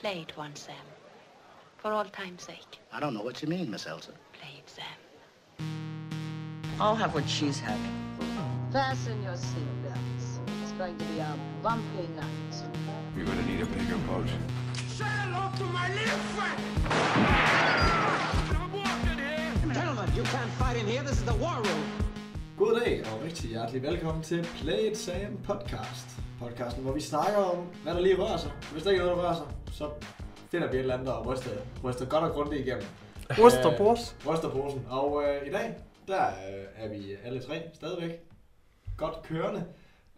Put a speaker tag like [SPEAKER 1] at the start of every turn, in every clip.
[SPEAKER 1] Play it once, Sam. For all time's sake,
[SPEAKER 2] I don't know what you mean, Miss Elsa.
[SPEAKER 1] play it, Sam.
[SPEAKER 3] I'll have what she's having.
[SPEAKER 4] Fasten your seatbelts. It's going to be a bumpy night.
[SPEAKER 5] You're gonna need a bigger boat.
[SPEAKER 6] Say hello to my little friend! I'm walking here!
[SPEAKER 7] Gentlemen, you can't fight in here. This is the war room.
[SPEAKER 8] God dag og rigtig hjertelig velkommen til Play It Sam podcast. Podcasten, hvor vi snakker om, hvad der lige rører sig. Hvis der ikke er noget, der rører sig, så finder vi et eller andet og ryster, ryster godt og grundigt igennem. Ryster pose. Ryster posen. Og øh, i dag, der øh, er vi alle tre stadigvæk godt kørende.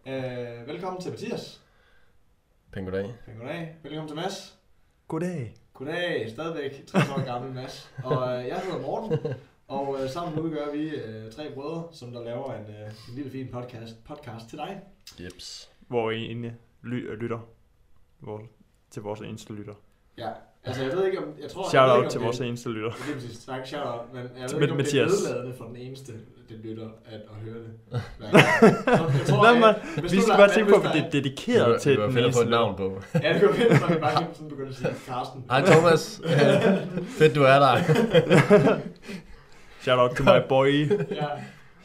[SPEAKER 8] Øh, velkommen til Mathias.
[SPEAKER 9] Pæn goddag.
[SPEAKER 8] Pæn Goddag. Velkommen til Mads.
[SPEAKER 10] Goddag.
[SPEAKER 8] Goddag, stadigvæk 60 år gammel Mads. Og øh, jeg hedder Morten, og øh, sammen udgør vi øh, tre brødre, som der laver en, øh, en lille fin podcast, podcast til dig.
[SPEAKER 9] Jeps.
[SPEAKER 10] Hvor I inde ly- øh, lytter hvor, til vores eneste lytter.
[SPEAKER 8] Ja, altså jeg ved ikke om... Jeg tror,
[SPEAKER 10] Shout
[SPEAKER 8] jeg
[SPEAKER 10] out til
[SPEAKER 8] det,
[SPEAKER 10] vores eneste lytter.
[SPEAKER 8] Det er præcis, tak, shout out, men jeg
[SPEAKER 10] Til
[SPEAKER 8] ved ikke, om det er
[SPEAKER 10] Mathias.
[SPEAKER 8] nedladende for den eneste, det lytter at, at høre det. hver gang. Så jeg tror,
[SPEAKER 10] Lad mig,
[SPEAKER 8] at- hvis
[SPEAKER 10] vi
[SPEAKER 8] du
[SPEAKER 10] skal
[SPEAKER 8] lader-
[SPEAKER 10] bare tænke på,
[SPEAKER 8] hvis
[SPEAKER 10] at
[SPEAKER 8] der
[SPEAKER 10] det er
[SPEAKER 8] er-
[SPEAKER 9] Du
[SPEAKER 10] dedikeret
[SPEAKER 9] bør-
[SPEAKER 10] til
[SPEAKER 9] du bør
[SPEAKER 10] den
[SPEAKER 9] finde på
[SPEAKER 10] eneste
[SPEAKER 9] et navn
[SPEAKER 10] lytter.
[SPEAKER 9] på.
[SPEAKER 8] Ja, det kunne være fedt, når vi bare sådan begynder at sige Carsten.
[SPEAKER 9] Hej Thomas. Øh, Fedt du er der.
[SPEAKER 10] Shout out to my boy.
[SPEAKER 8] Ja.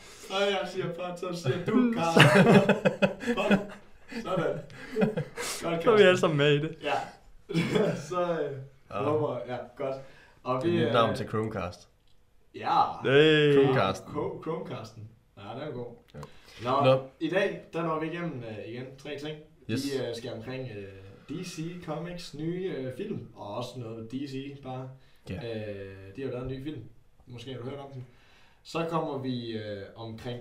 [SPEAKER 8] Så jeg siger flot, så siger du, Carsten. Flot. Sådan. Godt,
[SPEAKER 10] Så er vi alle sammen med i det.
[SPEAKER 8] Ja. så øh,
[SPEAKER 9] Ja.
[SPEAKER 8] håber jeg. Ja, godt. Og
[SPEAKER 9] Det er
[SPEAKER 8] vi... øh,
[SPEAKER 9] et nyt navn til Chromecast.
[SPEAKER 8] Ja.
[SPEAKER 10] Hey.
[SPEAKER 9] Chromecasten.
[SPEAKER 8] Chrome- Chromecasten. Ja, den er god.
[SPEAKER 9] Ja.
[SPEAKER 8] Nå,
[SPEAKER 9] Nå.
[SPEAKER 8] i dag, der når vi igennem øh, igen tre ting.
[SPEAKER 9] Yes.
[SPEAKER 8] Vi øh, skal omkring øh, DC Comics nye øh, film, og også noget DC bare.
[SPEAKER 9] Ja.
[SPEAKER 8] Øh, de har jo lavet en ny film. Måske har du hørt om den. Så kommer vi øh, omkring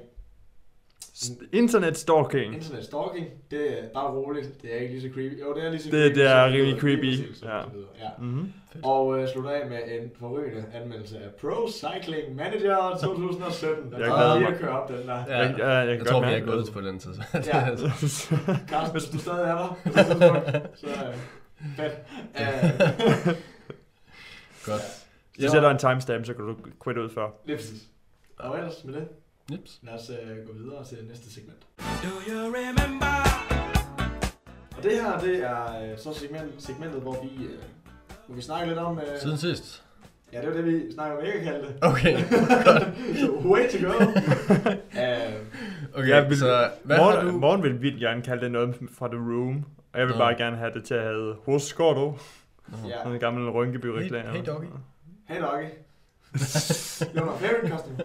[SPEAKER 9] Mm.
[SPEAKER 10] Internet stalking.
[SPEAKER 8] Internet stalking, det er bare roligt. Det er ikke lige så creepy. Jo, det er lige så
[SPEAKER 10] Det-
[SPEAKER 8] creepy.
[SPEAKER 10] det er
[SPEAKER 8] som
[SPEAKER 10] rimelig
[SPEAKER 8] lyder.
[SPEAKER 10] creepy,
[SPEAKER 8] Lige præcis, som
[SPEAKER 10] ja.
[SPEAKER 8] det lyder, ja.
[SPEAKER 9] Mm,
[SPEAKER 10] Mm-hmm.
[SPEAKER 8] Og øh, slutter af med en forrygende anmeldelse af Pro Cycling Manager 2017. Den
[SPEAKER 10] Jeg
[SPEAKER 8] var
[SPEAKER 10] glæder
[SPEAKER 8] lige
[SPEAKER 10] mig.
[SPEAKER 8] at køre op, den der.
[SPEAKER 9] Ja,
[SPEAKER 10] Jeg, jeg, jeg,
[SPEAKER 9] jeg
[SPEAKER 10] kan
[SPEAKER 9] tror,
[SPEAKER 10] godt
[SPEAKER 9] vi er
[SPEAKER 10] mærke
[SPEAKER 9] gået
[SPEAKER 10] det.
[SPEAKER 9] på den tid.
[SPEAKER 8] Ja. Carsten, hvis du stadig er der, på det tidspunkt, så øh, fedt. Øh,
[SPEAKER 9] Godt.
[SPEAKER 10] Jeg sætter en timestamp, så kan du quit ud før.
[SPEAKER 8] lige præcis. Og ellers med det,
[SPEAKER 9] Jeps.
[SPEAKER 8] lad os øh, gå videre til næste segment.
[SPEAKER 6] Do you remember?
[SPEAKER 8] Og det her, det er øh, så segment, segmentet, hvor vi, øh, hvor vi snakker lidt om... Øh,
[SPEAKER 9] Siden sidst.
[SPEAKER 8] ja, det var det, vi snakker om ikke kalde det.
[SPEAKER 9] Okay.
[SPEAKER 8] So, way to go. uh,
[SPEAKER 9] Okay,
[SPEAKER 10] Jeg vil-
[SPEAKER 9] så hvad har du...
[SPEAKER 10] Morgen, morgen vil vildt gerne kalde det noget fra The Room. Og jeg vil
[SPEAKER 9] Nå.
[SPEAKER 10] bare gerne have det til at have hos Skordo.
[SPEAKER 8] ja.
[SPEAKER 10] Sådan en gammel Rynkeby-reklame.
[SPEAKER 9] Hey, hey doggy.
[SPEAKER 8] Hey Doggy. You're my favorite costume.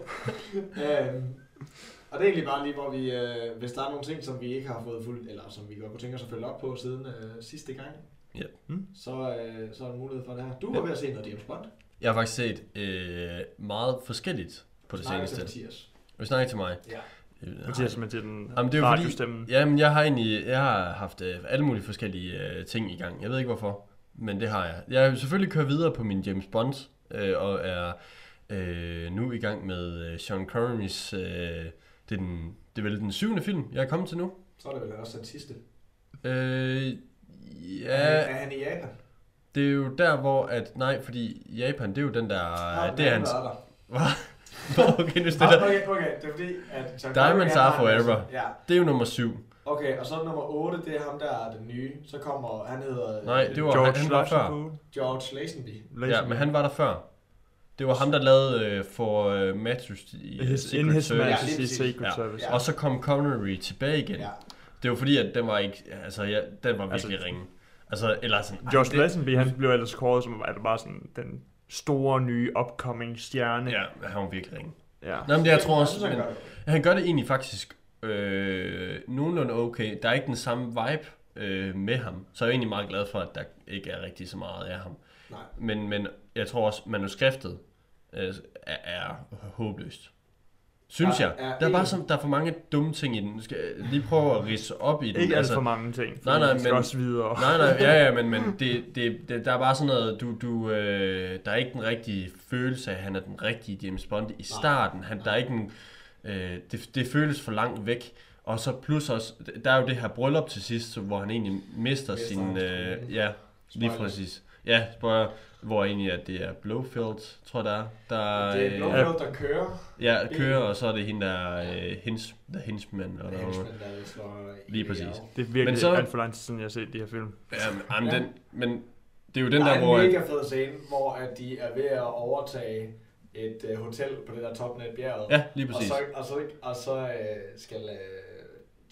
[SPEAKER 8] uh, og det er egentlig bare lige, hvor vi, uh, hvis der er nogle ting, som vi ikke har fået fuldt, eller som vi godt kunne tænke os at følge op på siden uh, sidste gang,
[SPEAKER 9] Ja.
[SPEAKER 10] Mm.
[SPEAKER 8] så, uh, så er der mulighed for det her. Du var
[SPEAKER 9] Ja.
[SPEAKER 8] ved at se noget James Bond.
[SPEAKER 9] Jeg har faktisk set øh, meget forskelligt på det
[SPEAKER 8] Nej, det er
[SPEAKER 9] seneste.
[SPEAKER 8] Mathias.
[SPEAKER 9] Vi snakker til mig. Øh,
[SPEAKER 8] Ja.
[SPEAKER 10] Mathias, man siger den
[SPEAKER 9] Jamen, det er jo fordi-
[SPEAKER 10] radiostemme.
[SPEAKER 9] Jamen, jeg har egentlig jeg har haft øh, alle mulige forskellige øh, ting i gang. Jeg ved ikke hvorfor, men det har jeg. Jeg har jo selvfølgelig kørt videre på min James Bond, øh, og er øh, nu i gang med øh, Sean Connerys... Øh, det, er den, det er vel den syvende film, jeg er kommet til nu.
[SPEAKER 8] Så er det vel også den sidste.
[SPEAKER 9] Øh,
[SPEAKER 8] Er,
[SPEAKER 9] ja,
[SPEAKER 8] han- er han i Japan?
[SPEAKER 9] det er jo der, hvor at... Nej, fordi Japan, det er jo den der...
[SPEAKER 8] Nå,
[SPEAKER 9] det er
[SPEAKER 8] han
[SPEAKER 9] hans...
[SPEAKER 8] var der.
[SPEAKER 9] okay, nu
[SPEAKER 8] Nå,
[SPEAKER 9] stiller...
[SPEAKER 8] Okay, okay, det er fordi, at... John
[SPEAKER 9] Diamonds
[SPEAKER 8] Connery, han
[SPEAKER 9] are
[SPEAKER 8] har en-
[SPEAKER 9] forever.
[SPEAKER 8] Ja,
[SPEAKER 9] Det er jo nummer syv.
[SPEAKER 8] okay, og så nummer 8, det er ham, der er den nye. Så kommer, han hedder... øh,
[SPEAKER 9] Nej, det var...
[SPEAKER 10] George
[SPEAKER 9] han var før.
[SPEAKER 10] Lazenby.
[SPEAKER 8] George Lazenby.
[SPEAKER 9] Ja, men han var der før. Det var ham, der lavede øh, for øh, Matthews i øh,
[SPEAKER 10] His, in
[SPEAKER 9] Secret
[SPEAKER 10] his
[SPEAKER 9] Service.
[SPEAKER 8] Ja,
[SPEAKER 10] Majesty's
[SPEAKER 8] lige præcis.
[SPEAKER 10] Secret
[SPEAKER 9] Ja.
[SPEAKER 10] Service.
[SPEAKER 8] Ja.
[SPEAKER 9] Og så kom Connery tilbage igen.
[SPEAKER 8] Ja.
[SPEAKER 9] Det var fordi, at den var ikke... Altså, ja, den var
[SPEAKER 10] Altså-
[SPEAKER 9] virkelig altså, ringe. Altså, eller sådan... ej,
[SPEAKER 10] George
[SPEAKER 9] det-
[SPEAKER 10] Lazenby, han blev ellers kåret som at bare sådan den store nye upcoming stjerne.
[SPEAKER 9] Ja, han var virkelig ringe.
[SPEAKER 10] ja.
[SPEAKER 9] Nå, men det, jeg tror
[SPEAKER 8] synes,
[SPEAKER 9] også...
[SPEAKER 8] han
[SPEAKER 9] Men,
[SPEAKER 8] gør det.
[SPEAKER 9] han gør det egentlig faktisk øh, nogenlunde okay. Der er ikke den samme vibe øh, med ham. Så jeg er egentlig meget glad for, at der ikke er rigtig så meget af ham.
[SPEAKER 8] Nej.
[SPEAKER 9] Men, men jeg tror også, manuskriptet øh, er, er håbløst. Synes
[SPEAKER 8] Der
[SPEAKER 9] jeg.
[SPEAKER 8] er
[SPEAKER 9] der er bare
[SPEAKER 8] en-
[SPEAKER 9] som, der er for mange dumme ting i den. Nu skal jeg lige prøve at ridse op i den.
[SPEAKER 10] Ikke alt for mange ting,
[SPEAKER 9] altså-
[SPEAKER 10] for
[SPEAKER 9] Nej, nej,
[SPEAKER 10] vi skal
[SPEAKER 9] men-
[SPEAKER 10] også videre.
[SPEAKER 9] Nej, nej, ja, ja, men, men det, det, det, der er bare sådan noget, du, du, øh, der er ikke den rigtige følelse af, at han er den rigtige James Bond i starten. Han, der er ikke en, øh, det, det føles for langt væk. Og så plus også, der er jo det her bryllup til sidst, så, hvor han egentlig mister,
[SPEAKER 8] Mister
[SPEAKER 9] sin,
[SPEAKER 8] hans
[SPEAKER 9] øh,
[SPEAKER 8] trone.
[SPEAKER 9] ja, lige
[SPEAKER 8] Spoiler.
[SPEAKER 9] præcis. Ja, spørger, hvor egentlig at det er Blofeld, tror jeg der, der
[SPEAKER 8] Det er
[SPEAKER 9] øh,
[SPEAKER 8] Blomfeldt, der kører.
[SPEAKER 9] ja, kører, og så er det hende der, øh, hins, der hinsmand, eller hvad hun-
[SPEAKER 8] Henchman, der slår
[SPEAKER 9] Lige
[SPEAKER 8] i
[SPEAKER 9] præcis.
[SPEAKER 8] ihjel.
[SPEAKER 10] Det er virkelig
[SPEAKER 9] Men så-
[SPEAKER 10] alt for lang tid siden, jeg har set de her film.
[SPEAKER 9] Ja, men, ja. Den, men Det er jo den
[SPEAKER 8] Den
[SPEAKER 9] der,
[SPEAKER 8] der, er
[SPEAKER 9] hvor...
[SPEAKER 8] en
[SPEAKER 9] at-
[SPEAKER 8] mega fed scene, hvor at de er ved at overtage et øh, hotel på det der toppen af et bjerg.
[SPEAKER 9] Ja, lige præcis.
[SPEAKER 8] Og så, og så, og så øh, skal øh,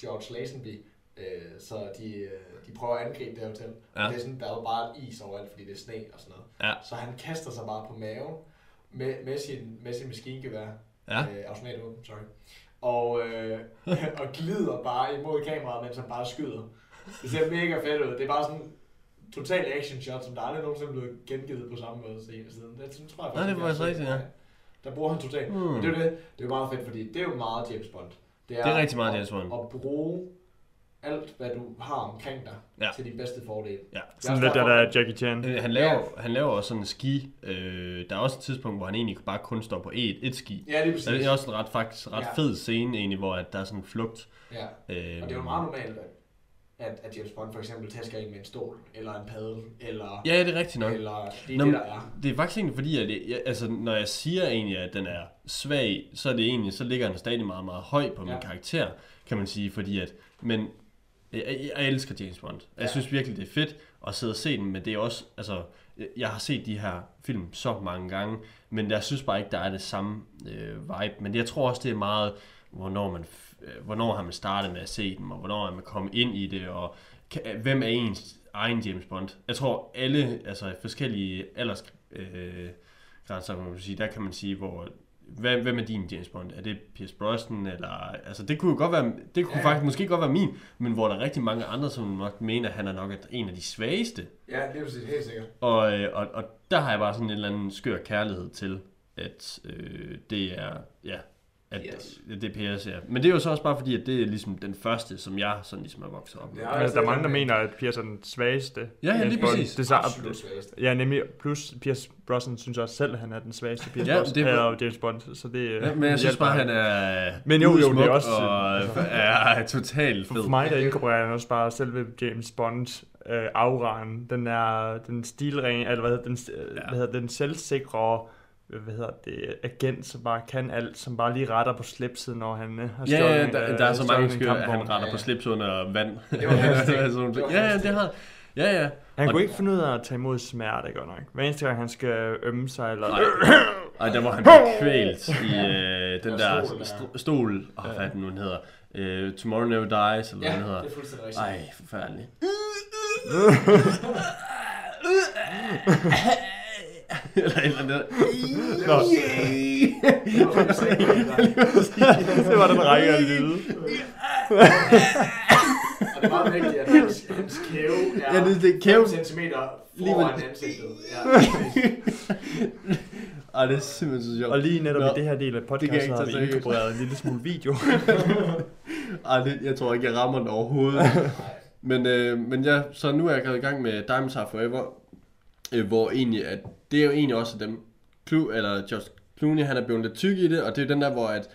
[SPEAKER 8] George Lazenby, øh, så de, øh, de prøver at angribe det her hotel.
[SPEAKER 9] Ja.
[SPEAKER 8] Ja. Og det er sådan, der er jo bare is overalt, fordi det er sne og sådan noget.
[SPEAKER 9] Ja.
[SPEAKER 8] Så han kaster sig bare på maven med, med, sin, med sin maskingevær.
[SPEAKER 9] Ja.
[SPEAKER 8] Øh, automatvåben, sorry. Og, øh, og glider bare imod kameraet, mens han bare skyder. Det ser mega fedt ud. Det er bare sådan total action shot, som der aldrig nogensinde er blevet gengivet på samme måde se- siden. Det tror jeg faktisk,
[SPEAKER 9] Nej, det er
[SPEAKER 8] ikke, jeg har
[SPEAKER 9] faktisk
[SPEAKER 8] set.
[SPEAKER 9] rigtigt, ja.
[SPEAKER 8] Der bruger han totalt.
[SPEAKER 9] Hmm.
[SPEAKER 8] Mm. Det er jo det. Det er jo meget fedt, fordi det er jo meget James Bond.
[SPEAKER 9] Det er rigtig meget
[SPEAKER 8] at-
[SPEAKER 9] James Bond.
[SPEAKER 8] At bruge alt, hvad du har omkring dig,
[SPEAKER 9] Ja.
[SPEAKER 8] ja. til din bedste fordel.
[SPEAKER 9] Ja.
[SPEAKER 10] Sådan lidt der, der er Jackie Chan. Altså,
[SPEAKER 9] Øh, Han laver, han laver også sådan en ski. Øh, der er også et tidspunkt, hvor han egentlig bare kun står på et, et ski.
[SPEAKER 8] Ja, lige
[SPEAKER 9] Så det
[SPEAKER 8] præcis.
[SPEAKER 9] er også en ret, faktisk, ret
[SPEAKER 8] Ja.
[SPEAKER 9] fed scene egentlig, hvor at der er sådan en flugt.
[SPEAKER 8] Ja.
[SPEAKER 9] Øh,
[SPEAKER 8] Og det er jo meget normalt, at- at, at James Bond for eksempel tæsker en med en stol, eller en paddel, eller...
[SPEAKER 9] Ja, det er rigtigt nok.
[SPEAKER 8] Eller det er
[SPEAKER 9] Nå,
[SPEAKER 8] det,
[SPEAKER 9] men
[SPEAKER 8] der er.
[SPEAKER 9] det er faktisk egentlig fordi, at jeg, jeg, altså, når jeg siger egentlig, at den er svag, så, er det egentlig, så ligger den stadig meget, meget høj på min
[SPEAKER 8] Ja.
[SPEAKER 9] karakter, kan man sige, fordi at, men jeg, jeg- jeg elsker James Bond. Jeg
[SPEAKER 8] Ja.
[SPEAKER 9] synes virkelig, det er fedt at sidde og se den, men det er også, altså, jeg- jeg har set de her film så mange gange, men jeg synes bare ikke, der er det samme øh, vibe, men jeg tror også, det er meget, hvornår man, f- øh, hvornår har man startet med at se dem, og hvornår er man kommet ind i det, og kan, hvem er ens egen James Bond? Jeg tror, alle altså, forskellige alders, øh, grænser, kan man sige, der kan man sige, hvor hvad, hvem er din James Bond? Er det Pierce Brosnan? Eller, altså, det kunne jo godt være, det kunne
[SPEAKER 8] Ja.
[SPEAKER 9] faktisk måske godt være min, men hvor der er rigtig mange andre, som nok mener, at han er nok en af de svageste.
[SPEAKER 8] Ja, det er præcis, helt sikkert.
[SPEAKER 9] Og, øh, og, og der har jeg bare sådan en eller anden skør kærlighed til, at øh, det er, ja, at
[SPEAKER 8] Yes.
[SPEAKER 9] det, det er PS, ja. Men det er jo så også bare fordi, at det er ligesom den første, som jeg sådan ligesom er vokset op med.
[SPEAKER 8] Ja.
[SPEAKER 10] Altså, der er mange, der mener, at Pierce er den svageste.
[SPEAKER 9] Ja, ja, lige
[SPEAKER 10] Bond.
[SPEAKER 9] præcis.
[SPEAKER 10] Det er
[SPEAKER 8] Absolut
[SPEAKER 10] så,
[SPEAKER 8] svageste.
[SPEAKER 10] ja, nemlig. Plus, Pierce Brosnan synes også selv, at han er den svageste Pierce
[SPEAKER 9] Ja,
[SPEAKER 10] ja, Brosnan.
[SPEAKER 9] det er-
[SPEAKER 10] Det er... James Bond, så det øh,
[SPEAKER 9] Ja, men jeg synes
[SPEAKER 10] hjælper
[SPEAKER 9] bare,
[SPEAKER 10] ham.
[SPEAKER 9] han er
[SPEAKER 10] Men jo, jo, det er
[SPEAKER 9] udsmuk
[SPEAKER 10] også-
[SPEAKER 9] og
[SPEAKER 10] altså-
[SPEAKER 9] er totalt fed.
[SPEAKER 10] For mig, der inkorporerer han også bare selve James Bond øh, auraen. Den er den stilrene, eller hvad hedder den, ja. hvad hedder den selvsikre øh, hvad hedder det, agent, som bare kan alt, som bare lige retter på slipset, når han øh,
[SPEAKER 9] Ja,
[SPEAKER 10] har stjålet
[SPEAKER 9] ja
[SPEAKER 10] en,
[SPEAKER 9] der,
[SPEAKER 10] øh,
[SPEAKER 9] der er så
[SPEAKER 10] stjålet
[SPEAKER 9] mange
[SPEAKER 10] en
[SPEAKER 9] skøre, at
[SPEAKER 10] kampvogn.
[SPEAKER 9] han retter på slips under vand.
[SPEAKER 8] Det var hans ting.
[SPEAKER 9] Sådan nogle ting.
[SPEAKER 8] Det var
[SPEAKER 9] ja, ja,
[SPEAKER 8] hans
[SPEAKER 9] det har Ja, ja.
[SPEAKER 10] Han
[SPEAKER 9] Og-
[SPEAKER 10] kunne ikke finde ud af at tage imod smerte, godt nok. Hver eneste gang, han skal ømme sig, eller...
[SPEAKER 9] Og der var han blev kvælt i øh, den
[SPEAKER 8] Og
[SPEAKER 9] der
[SPEAKER 8] stolen er-
[SPEAKER 9] st- stol. Åh, hvad er den nu, den hedder? Øh, Tomorrow Never Dies, eller
[SPEAKER 8] Ja,
[SPEAKER 9] hvad den hedder.
[SPEAKER 8] det er fuldstændig rigtigt.
[SPEAKER 9] Ej, forfærdeligt. eller et eller andet.
[SPEAKER 10] Nå,
[SPEAKER 8] Det var fuldstændig rigtigt.
[SPEAKER 10] det var den række af lyde.
[SPEAKER 8] Og det er meget vigtigt, at hans, hans kæve er
[SPEAKER 9] Ja, det- det er kæve.
[SPEAKER 8] 5 cm
[SPEAKER 9] Lige
[SPEAKER 8] foran
[SPEAKER 9] ved-
[SPEAKER 8] ansigtet. Ja,
[SPEAKER 9] Ej, det er simpelthen så sjovt.
[SPEAKER 10] Og lige netop
[SPEAKER 9] Nå.
[SPEAKER 10] i det her del af
[SPEAKER 9] kan jeg
[SPEAKER 10] podcasten,
[SPEAKER 9] ikke
[SPEAKER 10] har
[SPEAKER 9] tage
[SPEAKER 10] vi
[SPEAKER 9] seriøst.
[SPEAKER 10] inkorporeret en lille smule video.
[SPEAKER 9] Ej, det, jeg tror ikke, jeg rammer den overhovedet. men, øh, men ja, så nu er jeg gået i gang med Diamonds Are Forever, øh, hvor egentlig, at det er jo egentlig også dem, Clu, eller George Clooney, han er blevet lidt tyk i det, og det er jo den der, hvor at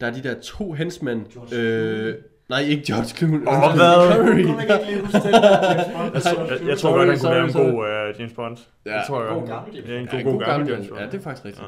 [SPEAKER 9] der er de der to hensmænd. Øh, nej, ikke George Clooney.
[SPEAKER 10] Åh,
[SPEAKER 9] undskyld,
[SPEAKER 10] hvad?
[SPEAKER 9] Curry.
[SPEAKER 8] Kunne man ikke lige huske den der James Bond?
[SPEAKER 10] Jeg, jeg tror godt, han kunne
[SPEAKER 9] sorry,
[SPEAKER 10] lave en
[SPEAKER 9] sorry.
[SPEAKER 10] god øh, James Bond.
[SPEAKER 9] Ja,
[SPEAKER 10] Det tror jeg
[SPEAKER 8] God
[SPEAKER 10] godt.
[SPEAKER 8] gammel James
[SPEAKER 10] Ja, en
[SPEAKER 9] Ja,
[SPEAKER 10] god, god gammel James Bond.
[SPEAKER 9] Ja, det er faktisk rigtigt.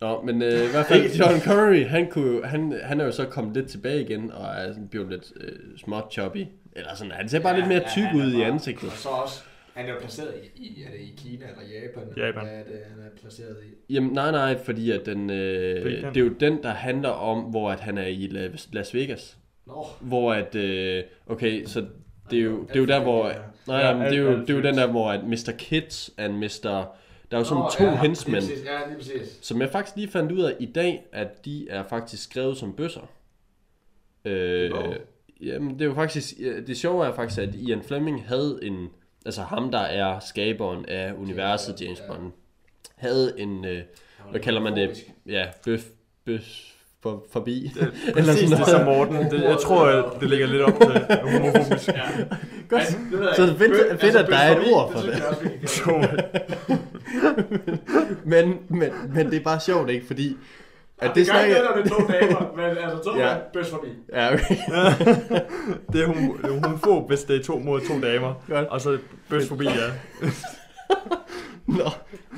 [SPEAKER 9] Nå, men øh, i hvert fald John Curry, han, kunne, jo- han, han er jo så kommet lidt tilbage igen, og er sådan blevet lidt øh, småt choppy. Eller sådan, han ser bare lidt mere tyk
[SPEAKER 8] han er
[SPEAKER 9] ud i
[SPEAKER 8] bare-
[SPEAKER 9] ansigtet.
[SPEAKER 8] Og så også, han er jo placeret i, i, er det i Kina eller Japan?
[SPEAKER 10] Japan.
[SPEAKER 8] Hvad er det, han er placeret i?
[SPEAKER 9] Jamen nej, nej, fordi at den, øh,
[SPEAKER 10] Det er den.
[SPEAKER 9] det er jo den, der handler om, hvor at han er i La- Las Vegas.
[SPEAKER 8] Nå,
[SPEAKER 9] Hvor at, øh, okay, så det er jo, det er jo der, hvor... Nej, nej, men det er jo, det er jo den der, hvor at Mr. Kids and Mr... Der er jo sådan
[SPEAKER 8] Nå,
[SPEAKER 9] to
[SPEAKER 8] ja,
[SPEAKER 9] hensmænd,
[SPEAKER 8] lige præcis. Ja, lige præcis.
[SPEAKER 9] som jeg faktisk lige fandt ud af i dag, at de er faktisk skrevet som bøsser. Øh,
[SPEAKER 8] Nå.
[SPEAKER 9] jamen, det er jo faktisk... ja, Det sjove er faktisk, at Ian Fleming havde en... Altså ham, der er skaberen af universet James Bond, havde en... Øh,
[SPEAKER 8] Han var
[SPEAKER 9] hvad
[SPEAKER 8] lidt
[SPEAKER 9] kalder man
[SPEAKER 8] homofobisk.
[SPEAKER 9] det? Ja, bøf, bøf, for, forbi. Eller
[SPEAKER 10] Præcis
[SPEAKER 9] sådan
[SPEAKER 10] det som
[SPEAKER 9] noget.
[SPEAKER 10] Morten. Det, jeg tror, at det ligger lidt op til homofobisk.
[SPEAKER 9] Godt.
[SPEAKER 8] Ja, ved jeg
[SPEAKER 9] Så
[SPEAKER 8] ikke. altså,
[SPEAKER 9] det er fedt-
[SPEAKER 8] Bøf-
[SPEAKER 9] fedt, at der er et
[SPEAKER 8] bøferi,
[SPEAKER 9] ord for
[SPEAKER 8] synes
[SPEAKER 9] det.
[SPEAKER 8] jeg også, vi kan kalde
[SPEAKER 9] Men, men, men det er bare sjovt, ikke? Fordi... At
[SPEAKER 8] det gør ikke
[SPEAKER 9] snakker-
[SPEAKER 8] noget, når det er to damer, men altså to
[SPEAKER 9] Ja.
[SPEAKER 8] ja. bøs forbi.
[SPEAKER 9] Ja, okay.
[SPEAKER 10] Det er, homo, det er homofob, hvis det er to mod to damer.
[SPEAKER 9] Godt.
[SPEAKER 10] Og så bøsfobi, ja.
[SPEAKER 9] Nå,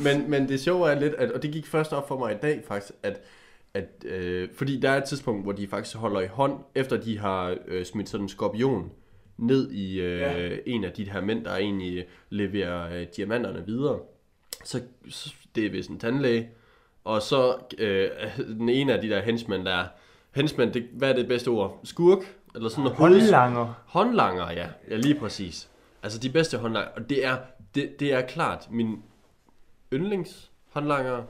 [SPEAKER 9] men, men det sjove er lidt, at, og det gik først op for mig i dag faktisk, at, at øh, fordi der er et tidspunkt, hvor de faktisk holder i hånd, efter de har øh, smidt sådan en skorpion ned i øh,
[SPEAKER 8] Ja.
[SPEAKER 9] ja. en af de her mænd, der egentlig leverer øh, diamanterne videre. Så, så det er vist en tandlæge. Og så øh, den ene af de der henchmen, der er... Henchmen, det, hvad er det bedste ord? Skurk? Eller sådan noget
[SPEAKER 10] Håndlanger.
[SPEAKER 9] Håndlanger, ja. Ja, lige præcis. Altså de bedste håndlanger. Og det er, det, det er klart min yndlings håndlanger,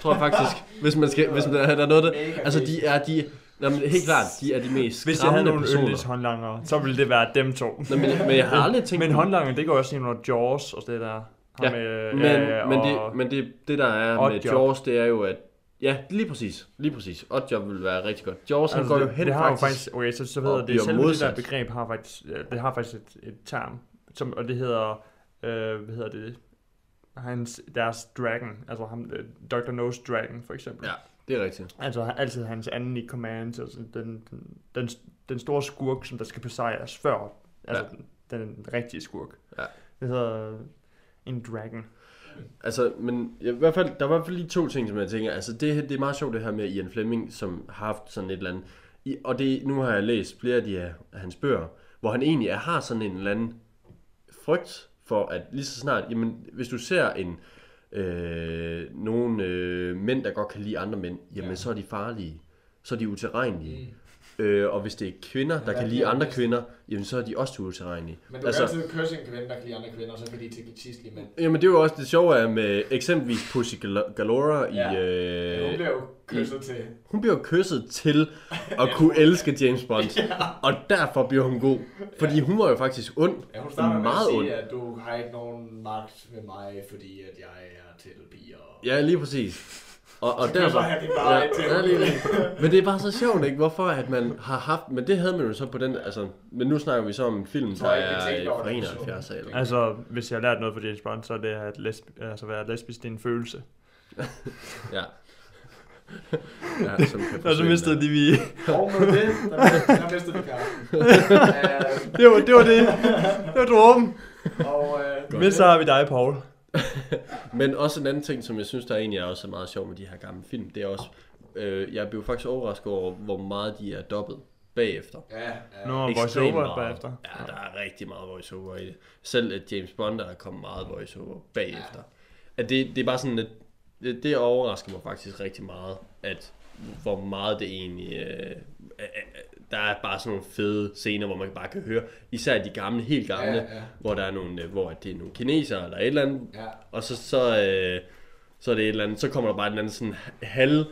[SPEAKER 9] tror jeg faktisk. hvis man skal, hvis man, der er noget der.
[SPEAKER 8] Mega
[SPEAKER 9] Altså
[SPEAKER 8] fedt.
[SPEAKER 9] de er de, nej, men helt klart, de er de mest
[SPEAKER 10] Hvis jeg
[SPEAKER 9] skræmmende
[SPEAKER 10] havde nogle
[SPEAKER 9] personer.
[SPEAKER 10] yndlingshåndlangere, så ville det være dem to.
[SPEAKER 9] Nå, men, men jeg har aldrig tænkt
[SPEAKER 10] Men
[SPEAKER 9] på-
[SPEAKER 10] håndlanger, det går også ind under Jaws og det der.
[SPEAKER 9] Ja,
[SPEAKER 10] Ham med,
[SPEAKER 9] men,
[SPEAKER 10] ja,
[SPEAKER 9] men,
[SPEAKER 10] og-
[SPEAKER 9] det, men det, det der er
[SPEAKER 10] Odd
[SPEAKER 9] med
[SPEAKER 10] job.
[SPEAKER 9] Jaws, det er jo at Ja, lige præcis. Lige præcis. Oddjob vil være rigtig godt. Jaws, altså, han
[SPEAKER 10] Altså,
[SPEAKER 9] går jo
[SPEAKER 10] det,
[SPEAKER 9] hen
[SPEAKER 10] det har jo
[SPEAKER 9] faktisk.
[SPEAKER 10] faktisk, okay, så, så
[SPEAKER 9] og
[SPEAKER 10] hedder det,
[SPEAKER 9] bliver
[SPEAKER 10] selve det der
[SPEAKER 9] modsat.
[SPEAKER 10] begreb har faktisk, øh, det har faktisk et, et term, som, og det hedder, øh, hvad hedder det, hans, deres dragon, altså ham, øh, Dr. Nose Dragon for eksempel.
[SPEAKER 9] Ja, det er rigtigt.
[SPEAKER 10] Altså han- altid hans anden i command, altså den, den, den, den store skurk, som der skal besejres før, altså ja. den rigtige skurk.
[SPEAKER 9] Ja.
[SPEAKER 10] Det hedder en dragon.
[SPEAKER 9] Altså, men i hvert fald, der var i hvert fald lige to ting, som jeg tænker. Altså, det, det er meget sjovt det her med Ian Fleming, som har haft sådan et eller andet... I, og det, nu har jeg læst flere af de her, af hans bøger, hvor han egentlig er, har sådan en eller anden frygt for, at lige så snart... Jamen, hvis du ser en... Øh, nogle øh, mænd, der godt kan lide andre mænd, jamen ja. så er de farlige. Så er de utilregnelige. Mm. Øh, og hvis det er kvinder, der
[SPEAKER 8] hvad
[SPEAKER 9] kan lide
[SPEAKER 8] bliver
[SPEAKER 9] andre
[SPEAKER 8] det?
[SPEAKER 9] kvinder, jamen så er de også utilregnelige.
[SPEAKER 8] Men du altså, kan altid kysse en kvinde, der kan lide andre kvinder, og så kan de til tidslige mænd.
[SPEAKER 9] Jamen det er jo også det sjove er med eksempelvis Pussy Gal- Galore i...
[SPEAKER 8] Ja.
[SPEAKER 9] Øh,
[SPEAKER 8] Hun bliver jo kysset til.
[SPEAKER 9] hun bliver jo kysset til at kunne elske James Bond. Og derfor bliver hun god. Fordi hun var jo faktisk ond.
[SPEAKER 8] Ja, hun starter med at
[SPEAKER 9] meget ond.
[SPEAKER 8] sige, at du har ikke nogen magt med mig, fordi at jeg er til piger. og-
[SPEAKER 9] Ja, lige præcis. Og, og
[SPEAKER 8] Så
[SPEAKER 9] derfor...
[SPEAKER 8] kysser han hende bare
[SPEAKER 9] ja,
[SPEAKER 8] til.
[SPEAKER 9] ja, lige, lige. Men det er bare så sjovt, ikke? Hvorfor at man har haft... Men det havde man jo så på den... Altså, men nu snakker vi så om en film, der
[SPEAKER 8] tror ikke, vi
[SPEAKER 9] er
[SPEAKER 8] tænkte
[SPEAKER 9] øh,
[SPEAKER 8] over
[SPEAKER 9] fra
[SPEAKER 8] det, vi så.
[SPEAKER 9] 71 eller...
[SPEAKER 10] Altså, hvis jeg har lært noget fra James Bond, så er det, at lesb- altså, at være lesbisk, det er en følelse.
[SPEAKER 9] Ja. ja som kan
[SPEAKER 10] Og så
[SPEAKER 9] forsvinde.
[SPEAKER 10] mistede de vi...
[SPEAKER 8] Og med det, der, der mistede vi Karsten. Øh,
[SPEAKER 10] det, var, det var det. Det var dråben.
[SPEAKER 8] og øh,
[SPEAKER 10] Men så har vi dig, Paul.
[SPEAKER 9] Men også en anden ting, som jeg synes, der egentlig er også er meget sjov med de her gamle film, det er også, øh, jeg blev faktisk overrasket over, hvor meget de er dobbet bagefter.
[SPEAKER 8] ja, ja.
[SPEAKER 10] Nu er vores
[SPEAKER 9] Ekstremt
[SPEAKER 10] over
[SPEAKER 9] meget.
[SPEAKER 10] bagefter.
[SPEAKER 9] Ja, der er rigtig meget voiceover i det. Selv at James Bond, der er kommet meget voiceover bagefter. At det, det er bare sådan, at det, det overrasker mig faktisk rigtig meget, at hvor meget det egentlig... Øh, øh, øh, der er bare sådan nogle fede scener, hvor man bare kan høre, især de gamle, helt gamle,
[SPEAKER 8] Ja,
[SPEAKER 9] ja,
[SPEAKER 8] ja.
[SPEAKER 9] ja. hvor der er nogle, øh, hvor det er nogle kinesere eller et eller andet,
[SPEAKER 8] Ja.
[SPEAKER 9] og så, så, øh, så er det et eller andet, så kommer der bare et eller andet sådan halv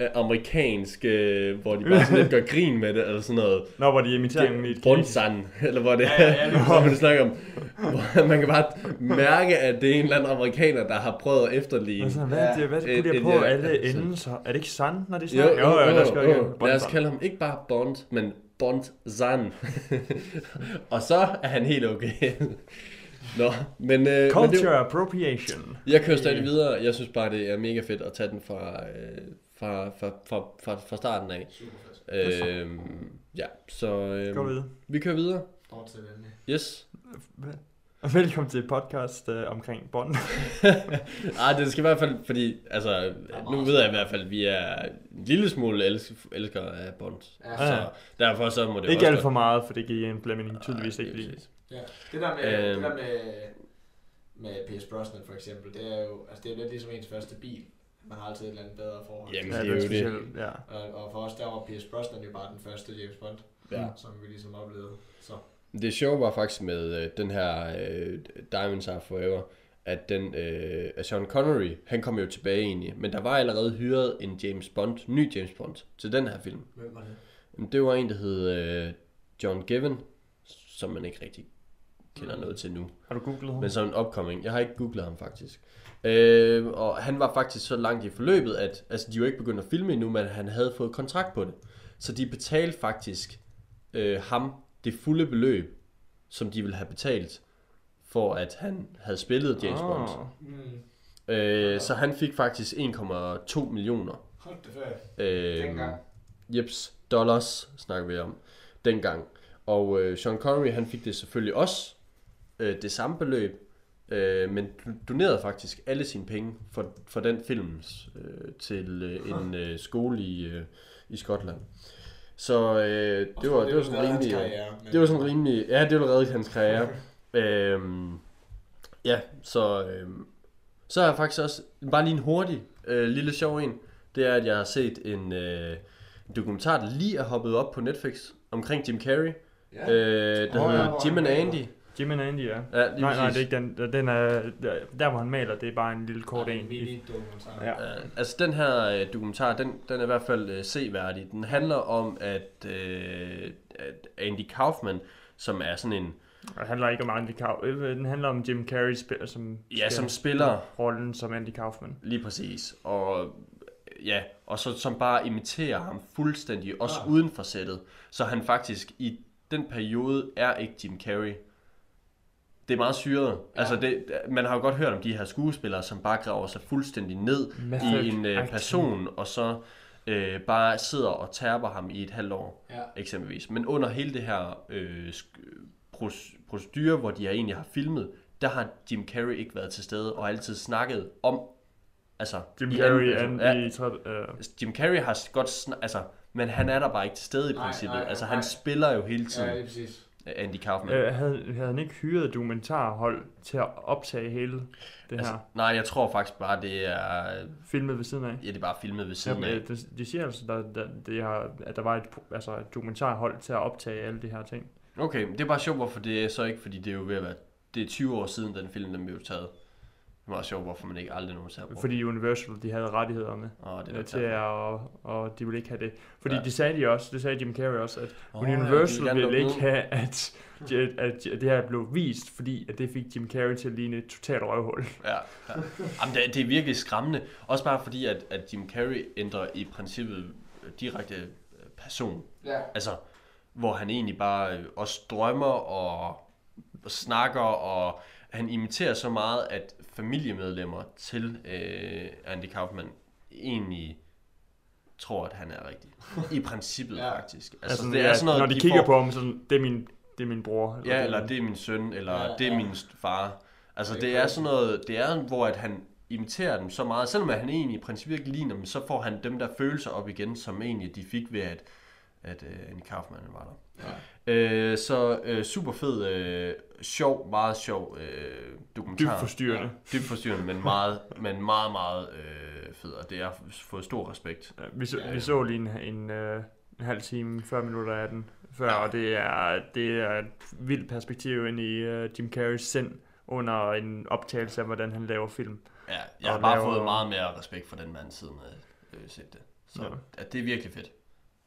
[SPEAKER 9] øh, amerikansk, øh, hvor de bare sådan lidt gør grin med det, eller sådan noget.
[SPEAKER 10] Nå, hvor de imiterer en i et kæde.
[SPEAKER 9] Brunsan, eller hvor det er, ja, ja, hvor man snakker om. Hvor man kan bare mærke, at det er en eller anden amerikaner, der har prøvet at efterligne.
[SPEAKER 10] Altså, hvad er det, hvad er det,
[SPEAKER 9] Et-
[SPEAKER 10] putter
[SPEAKER 9] et-
[SPEAKER 10] på
[SPEAKER 9] ja,
[SPEAKER 10] alle
[SPEAKER 9] altså.
[SPEAKER 10] endelser? Er det ikke sand, når de snakker? Jo, jo, jo, lad os gøre det igen.
[SPEAKER 9] Lad os kalde ham ikke bare Bond, men Bond-san. og så er han helt okay. Nå, men... Øh, men det,
[SPEAKER 10] Culture appropriation.
[SPEAKER 9] jeg kører stadig videre. Jeg synes bare, det er mega fedt at tage den fra, øh, fra, fra, fra, fra, fra starten af. Øh, ja, så øh,
[SPEAKER 10] Gå videre.
[SPEAKER 9] vi kører videre.
[SPEAKER 8] Fortsæt endelig.
[SPEAKER 9] Yes.
[SPEAKER 10] Og Velkommen til podcast øh, omkring Bond.
[SPEAKER 9] Ah, det skal i hvert fald, fordi, altså, nu ved jeg i hvert fald, at vi er en lille smule elsk- elskere af Bond.
[SPEAKER 8] Ja.
[SPEAKER 10] Ja.
[SPEAKER 9] Så derfor så må det
[SPEAKER 10] Ikke
[SPEAKER 9] også
[SPEAKER 10] alt for meget, for det kan Ian Fleming tydeligvis
[SPEAKER 9] Nej,
[SPEAKER 10] ikke
[SPEAKER 9] lige
[SPEAKER 10] lide.
[SPEAKER 9] præcis.
[SPEAKER 8] Ja. Det der med,
[SPEAKER 9] Øhm.
[SPEAKER 8] det der med, med P.S. Brosnan for eksempel, det er jo, altså det er jo lidt ligesom ens første bil. Man har altid et eller andet bedre forhold.
[SPEAKER 9] Jamen,
[SPEAKER 8] til.
[SPEAKER 9] det er jo det.
[SPEAKER 10] specielt, Ja.
[SPEAKER 8] Og, og for os, der var P.S. Brosnan jo bare den første James Bond,
[SPEAKER 9] Ja.
[SPEAKER 8] som vi ligesom oplevede. Så.
[SPEAKER 9] Det sjove var faktisk med øh, den her øh, Diamonds Are Forever, at den, øh, at Sean Connery, han kom jo tilbage egentlig, men der var allerede hyret en James Bond, ny James Bond, til den her film.
[SPEAKER 8] Hvem var det?
[SPEAKER 9] Jamen, det var en, der hed øh, John Given, som man ikke rigtig kender noget til nu.
[SPEAKER 10] Har du googlet ham?
[SPEAKER 9] Men som en upcoming. Jeg har ikke googlet ham faktisk. Øh, og han var faktisk så langt i forløbet, at altså, de var ikke begyndt at filme endnu, men han havde fået kontrakt på det. Så de betalte faktisk øh, ham det fulde beløb, som de ville have betalt, for at han havde spillet
[SPEAKER 10] Ah.
[SPEAKER 9] James oh. Bond.
[SPEAKER 8] Mm.
[SPEAKER 9] Øh, så han fik faktisk 1,2 millioner
[SPEAKER 8] Hold det før.
[SPEAKER 9] øh,
[SPEAKER 8] Dengang.
[SPEAKER 9] Jeps, dollars snakker vi om dengang. Og øh, Sean Connery, han fik det selvfølgelig også, øh, det samme beløb, øh, men do- donerede faktisk alle sine penge for, for den films øh, til øh, en øh, skole i, øh, i Skotland. Så øh, det, var, det, var sådan rimelig... Det var sådan rimelig... Ja, det ville redde hans karriere. øhm, ja, så... Øhm, så har jeg faktisk også... Bare lige en hurtig, øh, lille sjov en. Det er, at jeg har set en, øh, en dokumentar, der lige er hoppet op på Netflix omkring Jim Carrey.
[SPEAKER 8] Ja.
[SPEAKER 9] Ja. Øh, der
[SPEAKER 8] Åh,
[SPEAKER 9] oh,
[SPEAKER 8] ja,
[SPEAKER 9] hedder
[SPEAKER 8] hvor
[SPEAKER 9] Jim
[SPEAKER 8] han
[SPEAKER 9] and
[SPEAKER 8] maler.
[SPEAKER 9] Andy.
[SPEAKER 10] Jim and Andy, ja.
[SPEAKER 9] Ja, lige
[SPEAKER 10] Nej, nej,
[SPEAKER 9] præcis.
[SPEAKER 10] det er ikke den. Den er, der- der, hvor han maler, det er bare en lille kort en. Ja.
[SPEAKER 9] Øh, altså den her øh, dokumentar, den, den er i hvert fald øh, seværdig. Den handler om, at, øh, at Andy Kaufman, som er sådan en,
[SPEAKER 10] Og det handler ikke om Andy Kaufman. Den handler om Jim Carrey, spil, som,
[SPEAKER 9] ja, som spiller
[SPEAKER 10] rollen som Andy Kaufman.
[SPEAKER 9] Lige præcis. Og øh, ja, og så som bare imiterer ham fuldstændig, også ja. uden for sættet. Så han faktisk i den periode er ikke Jim Carrey. Det er meget syret. Ja. Altså det, man har jo godt hørt om de her skuespillere, som bare graver sig fuldstændig ned
[SPEAKER 10] Method
[SPEAKER 9] i en øh,
[SPEAKER 10] acting.
[SPEAKER 9] person, og så øh, bare sidder og tærper ham i et halvt år,
[SPEAKER 8] Ja.
[SPEAKER 9] eksempelvis. Men under hele det her øh, sk- proc- procedure, hvor de egentlig har filmet, der har Jim Carrey ikke været til stede og altid snakket om Altså,
[SPEAKER 10] Jim
[SPEAKER 9] i
[SPEAKER 10] Carrey,
[SPEAKER 9] anden-
[SPEAKER 10] Andy,
[SPEAKER 9] altså,
[SPEAKER 10] ja. Træt, øh,
[SPEAKER 9] ja, Jim Carrey har s- godt sn- altså, men han er der bare ikke til stede i
[SPEAKER 8] Nej,
[SPEAKER 9] princippet.
[SPEAKER 8] nej,
[SPEAKER 9] altså,
[SPEAKER 8] nej.
[SPEAKER 9] han spiller jo hele
[SPEAKER 8] Ja,
[SPEAKER 9] tiden
[SPEAKER 8] lige præcis.
[SPEAKER 9] ja. Andy Kaufman.
[SPEAKER 10] øh, havde, havde han ikke hyret et dokumentarhold til at optage hele det
[SPEAKER 9] altså,
[SPEAKER 10] her
[SPEAKER 9] nej, jeg tror faktisk bare, det er,
[SPEAKER 10] filmet ved siden af?
[SPEAKER 9] ja, det er bare filmet ved siden
[SPEAKER 10] Jamen,
[SPEAKER 9] af.
[SPEAKER 10] øh, de, de siger altså, der, der, de har, at der var et, pro- altså et dokumentarhold til at optage alle de her ting.
[SPEAKER 9] Okay, men det er bare sjovt, hvorfor det er så ikke, fordi det er jo ved at være, det er 20 år siden, den film, den blev taget. Det er meget sjovt, hvorfor man ikke aldrig nogensinde har brugt.
[SPEAKER 10] Fordi Universal, de havde rettighederne
[SPEAKER 9] Åh, det er
[SPEAKER 10] øh,
[SPEAKER 9] lidt
[SPEAKER 10] til at, og, og de ville ikke have det. Fordi
[SPEAKER 9] Ja.
[SPEAKER 10] ja. det sagde de også, det sagde Jim Carrey også, at
[SPEAKER 9] Åh,
[SPEAKER 10] oh,
[SPEAKER 9] ja, de
[SPEAKER 10] Universal
[SPEAKER 9] vil gerne
[SPEAKER 10] ja, ville
[SPEAKER 9] lukke
[SPEAKER 10] ikke have, at, at, at det her blev vist, fordi at det fik Jim Carrey til at ligne et totalt røvhul.
[SPEAKER 9] Ja, ja. Jamen, det, er- det er virkelig skræmmende. Også bare fordi, at, at Jim Carrey ændrer i princippet øh, direkte øh, person.
[SPEAKER 8] Ja.
[SPEAKER 9] Altså, hvor han egentlig bare øh, også drømmer og, og snakker, og han imiterer så meget, at familiemedlemmer til øh, Andy Kaufman egentlig tror, at han er rigtig. I princippet
[SPEAKER 8] Ja.
[SPEAKER 9] ja. faktisk. Altså,
[SPEAKER 10] Altså, det er sådan noget, når de,
[SPEAKER 9] de
[SPEAKER 10] kigger
[SPEAKER 9] får-
[SPEAKER 10] på ham, sådan, det er min, det er min bror.
[SPEAKER 9] Ja, eller det er min søn, eller
[SPEAKER 8] Ja,
[SPEAKER 9] ja, det er
[SPEAKER 8] ja.
[SPEAKER 9] ja. min st- far. Altså,
[SPEAKER 8] Det er
[SPEAKER 9] det er
[SPEAKER 8] crazy.
[SPEAKER 9] sådan noget, det er, hvor at han imiterer dem så meget, selvom at han egentlig i princippet ikke ligner dem, så får han dem der følelser op igen, som egentlig de fik ved, at, at øh, en Kaufmann var der. Ja. Øh, så øh, super fed, øh, sjov, meget sjov øh, dokumentar.
[SPEAKER 10] Dybt forstyrrende.
[SPEAKER 9] Dybt forstyrrende, men meget, men meget, meget øh, fed, og det har fået stor respekt.
[SPEAKER 10] Ja, Vi så, ja, vi så lige en, en, øh, en halv time, 40 minutter af den før, og det er, det er et vildt perspektiv ind i øh, Jim Carreys sind under en optagelse af, hvordan han laver film.
[SPEAKER 9] Ja, jeg har
[SPEAKER 10] Og
[SPEAKER 9] bare
[SPEAKER 10] laver-
[SPEAKER 9] fået meget mere respekt for den mand siden jeg øh, set det. Så
[SPEAKER 10] Ja.
[SPEAKER 9] ja. det er virkelig fedt.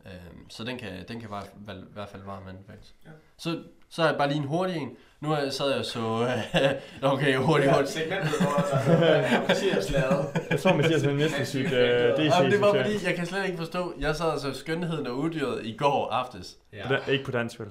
[SPEAKER 9] Øhm, så den kan, den kan bare, val, i hvert fald varme anbefales. Ja. Så, så har jeg bare lige en hurtig en. Nu har jeg, sad jeg og så... øh, okay, hurtig, hurtig.
[SPEAKER 8] Segmentet, hvor der er slaget.
[SPEAKER 10] Jeg tror, man siger sådan næsten sit øh, DC.
[SPEAKER 9] Jamen, det var fordi, jeg kan slet ikke forstå. Jeg sad og så Skønheden og Uddyret i går aftes.
[SPEAKER 10] På dan- ikke på dansk, vel?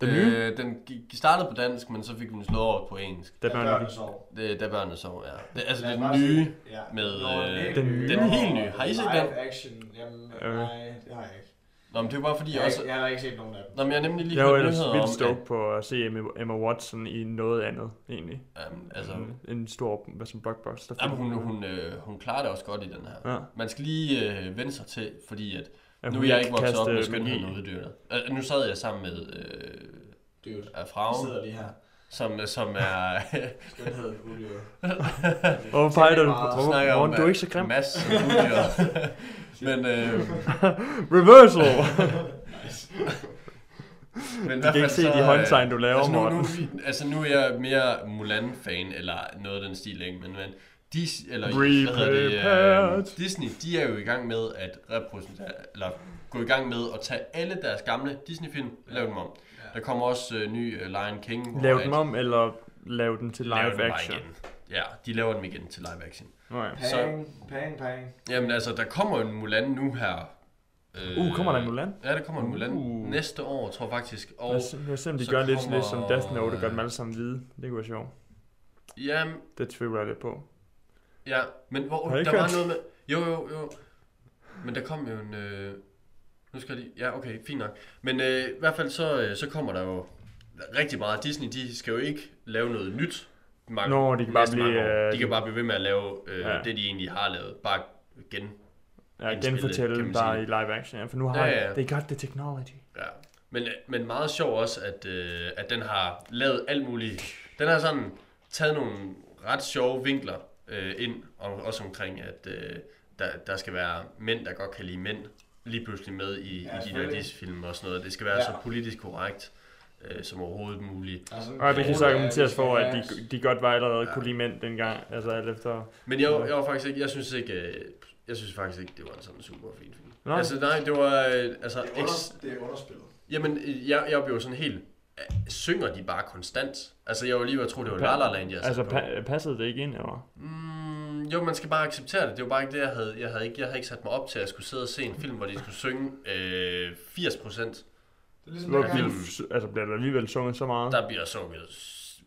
[SPEAKER 10] Den nye?
[SPEAKER 9] øh, den gik- startede på dansk, men så fik vi den slået over på engelsk.
[SPEAKER 10] Der var nok.
[SPEAKER 9] Det, der børnene sov, ja. Det, altså,
[SPEAKER 8] Lad
[SPEAKER 9] det
[SPEAKER 8] os bare
[SPEAKER 9] nye.
[SPEAKER 8] sige- Ja.
[SPEAKER 9] med,
[SPEAKER 8] Nå,
[SPEAKER 9] øh,
[SPEAKER 8] helt
[SPEAKER 10] den-
[SPEAKER 8] nye.
[SPEAKER 10] den
[SPEAKER 9] helt nye. Har I set den?
[SPEAKER 8] Live action. Jamen,
[SPEAKER 10] Øh.
[SPEAKER 8] nej, det har jeg ikke.
[SPEAKER 9] Nå, men det var fordi,
[SPEAKER 8] Jeg
[SPEAKER 9] jeg
[SPEAKER 8] har
[SPEAKER 9] også...
[SPEAKER 8] ikke, jeg har ikke set nogen af dem.
[SPEAKER 9] Nå, men jeg har nemlig lige
[SPEAKER 10] Jeg var
[SPEAKER 9] hørt
[SPEAKER 10] ellers
[SPEAKER 9] nyheder om...
[SPEAKER 10] vildt
[SPEAKER 9] at-
[SPEAKER 10] stoked på at se Emma, Emma Watson i noget andet, egentlig.
[SPEAKER 9] Jamen,
[SPEAKER 10] Altså,
[SPEAKER 9] altså,
[SPEAKER 10] en, en stor hvad som blockbuster.
[SPEAKER 9] Jamen, hun, hun, øh, hun klarer det også godt i den her.
[SPEAKER 10] Ja.
[SPEAKER 9] Man skal lige øh, vende sig til, fordi at,
[SPEAKER 10] At
[SPEAKER 9] nu
[SPEAKER 10] hun
[SPEAKER 9] er jeg
[SPEAKER 10] ikke
[SPEAKER 9] ikke vokset op
[SPEAKER 10] kaster
[SPEAKER 9] med skønheden og
[SPEAKER 10] magi.
[SPEAKER 9] uddyret. Øh, nu sad jeg sammen med øh,
[SPEAKER 8] Dude,
[SPEAKER 9] af
[SPEAKER 8] jeg
[SPEAKER 9] Fragen,
[SPEAKER 8] sidder lige her.
[SPEAKER 9] som, øh, som er...
[SPEAKER 8] Skønhed, Julio.
[SPEAKER 10] Hvorfor peger du
[SPEAKER 8] Tænker meget
[SPEAKER 10] på?
[SPEAKER 8] og
[SPEAKER 10] Hvorfor, Morten,
[SPEAKER 9] øh,
[SPEAKER 10] du er ikke så grim.
[SPEAKER 9] Mads uddyret. men, øh,
[SPEAKER 10] Reversal!
[SPEAKER 9] men i
[SPEAKER 10] Jeg
[SPEAKER 9] hvert
[SPEAKER 10] kan
[SPEAKER 9] fald
[SPEAKER 10] ikke se
[SPEAKER 9] så,
[SPEAKER 10] de
[SPEAKER 9] øh,
[SPEAKER 10] håndtegn, du laver,
[SPEAKER 9] altså, nu, nu,
[SPEAKER 10] Morten.
[SPEAKER 9] altså nu er jeg mere Mulan-fan, eller noget af den stil, ikke? Men, men Dis, eller, hvad hedder det,
[SPEAKER 10] Prepared.
[SPEAKER 9] øh, Disney, de er jo i gang med at repræsentere, eller gå i gang med at tage alle deres gamle Disney-film, og lave dem om. Der kommer også øh, ny øh, Lion King. hvor
[SPEAKER 10] Lave
[SPEAKER 9] at-
[SPEAKER 10] dem om, eller lave den til
[SPEAKER 9] laver
[SPEAKER 10] live
[SPEAKER 9] dem bare
[SPEAKER 10] action?
[SPEAKER 9] Igen. Ja, de laver dem igen til live action.
[SPEAKER 10] Nå ja.
[SPEAKER 9] Så-
[SPEAKER 8] Pang, pang, pang.
[SPEAKER 9] Jamen altså, der kommer jo en Mulan nu her. Øh,
[SPEAKER 10] Uh, kommer der en Mulan?
[SPEAKER 9] Ja, der kommer en Mulan
[SPEAKER 10] Uh.
[SPEAKER 9] næste år, tror jeg faktisk.
[SPEAKER 10] Lad
[SPEAKER 9] Og
[SPEAKER 10] os, lad os se, om de
[SPEAKER 9] så
[SPEAKER 10] gør lidt,
[SPEAKER 9] kommer-
[SPEAKER 10] lidt som Death Note, og gør dem alle sammen hvide. Det kunne være sjovt.
[SPEAKER 9] jamen,
[SPEAKER 10] Det tvivler jeg lidt på.
[SPEAKER 9] Ja, men hvor,
[SPEAKER 10] Har
[SPEAKER 9] der
[SPEAKER 10] I ikke
[SPEAKER 9] var
[SPEAKER 10] hørt?
[SPEAKER 9] noget med... Jo, jo, jo. Men der kom jo en... Øh, nu skal jeg lige... Ja, okay, fint nok. Men øh, i hvert fald så, øh, så kommer der jo rigtig meget. Disney, de skal jo ikke lave noget nyt. Mange,
[SPEAKER 10] Nå, de kan bare
[SPEAKER 9] næste mange
[SPEAKER 10] blive,
[SPEAKER 9] år.
[SPEAKER 10] øh,
[SPEAKER 9] de kan bare blive ved med at lave øh,
[SPEAKER 10] Ja.
[SPEAKER 9] ja. det, de egentlig har lavet. Bare igen
[SPEAKER 10] ja,
[SPEAKER 9] indspille, kan
[SPEAKER 10] genfortælle
[SPEAKER 9] man
[SPEAKER 10] dig
[SPEAKER 9] sige.
[SPEAKER 10] i live action. Ja, for nu har
[SPEAKER 9] Ja,
[SPEAKER 10] ja,
[SPEAKER 9] ja.
[SPEAKER 10] ja. they got the technology.
[SPEAKER 9] Ja. Men, øh, men meget sjov også, at, øh, at den har lavet alt muligt. Den har sådan taget nogle ret sjove vinkler øh, ind, og også omkring, at øh, der, der skal være mænd, der godt kan lide mænd, lige pludselig med i, ja, i
[SPEAKER 8] Ja,
[SPEAKER 9] de der
[SPEAKER 8] selvfølgelig.
[SPEAKER 9] Disney-film og sådan noget. Det skal være
[SPEAKER 8] Ja.
[SPEAKER 9] ja. så politisk korrekt øh, som overhovedet muligt.
[SPEAKER 8] Altså,
[SPEAKER 10] Og det kan så argumenteres for, at de,
[SPEAKER 8] Ja,
[SPEAKER 10] de godt var allerede kunne lide mænd dengang, altså alt efter...
[SPEAKER 9] Men
[SPEAKER 8] Mm-hmm.
[SPEAKER 9] jeg, jeg var faktisk ikke, jeg synes ikke, øh, jeg synes faktisk ikke, det var en sådan super fin film.
[SPEAKER 10] Nej.
[SPEAKER 9] Altså nej, det var, øh, altså,
[SPEAKER 8] det er
[SPEAKER 9] eks-
[SPEAKER 8] under- Det er underspillet.
[SPEAKER 9] Jamen, øh, jeg, jeg blev sådan helt... øh, Synger de bare konstant? Altså, jeg var lige ved at tro, det var La La Land, jeg altså,
[SPEAKER 10] altså,
[SPEAKER 9] på.
[SPEAKER 10] pa- passede det ikke ind, eller?
[SPEAKER 9] Mm, jo, man skal bare acceptere det. Det var bare ikke det, jeg havde. Jeg havde ikke, jeg havde ikke sat mig op til, at jeg skulle sidde og se en film, hvor de skulle synge øh, 80 procent.
[SPEAKER 8] Det er ligesom
[SPEAKER 10] Hvor
[SPEAKER 8] dengang,
[SPEAKER 10] vildt, f- altså, bliver der alligevel sunget så meget?
[SPEAKER 9] Der bliver sunget s-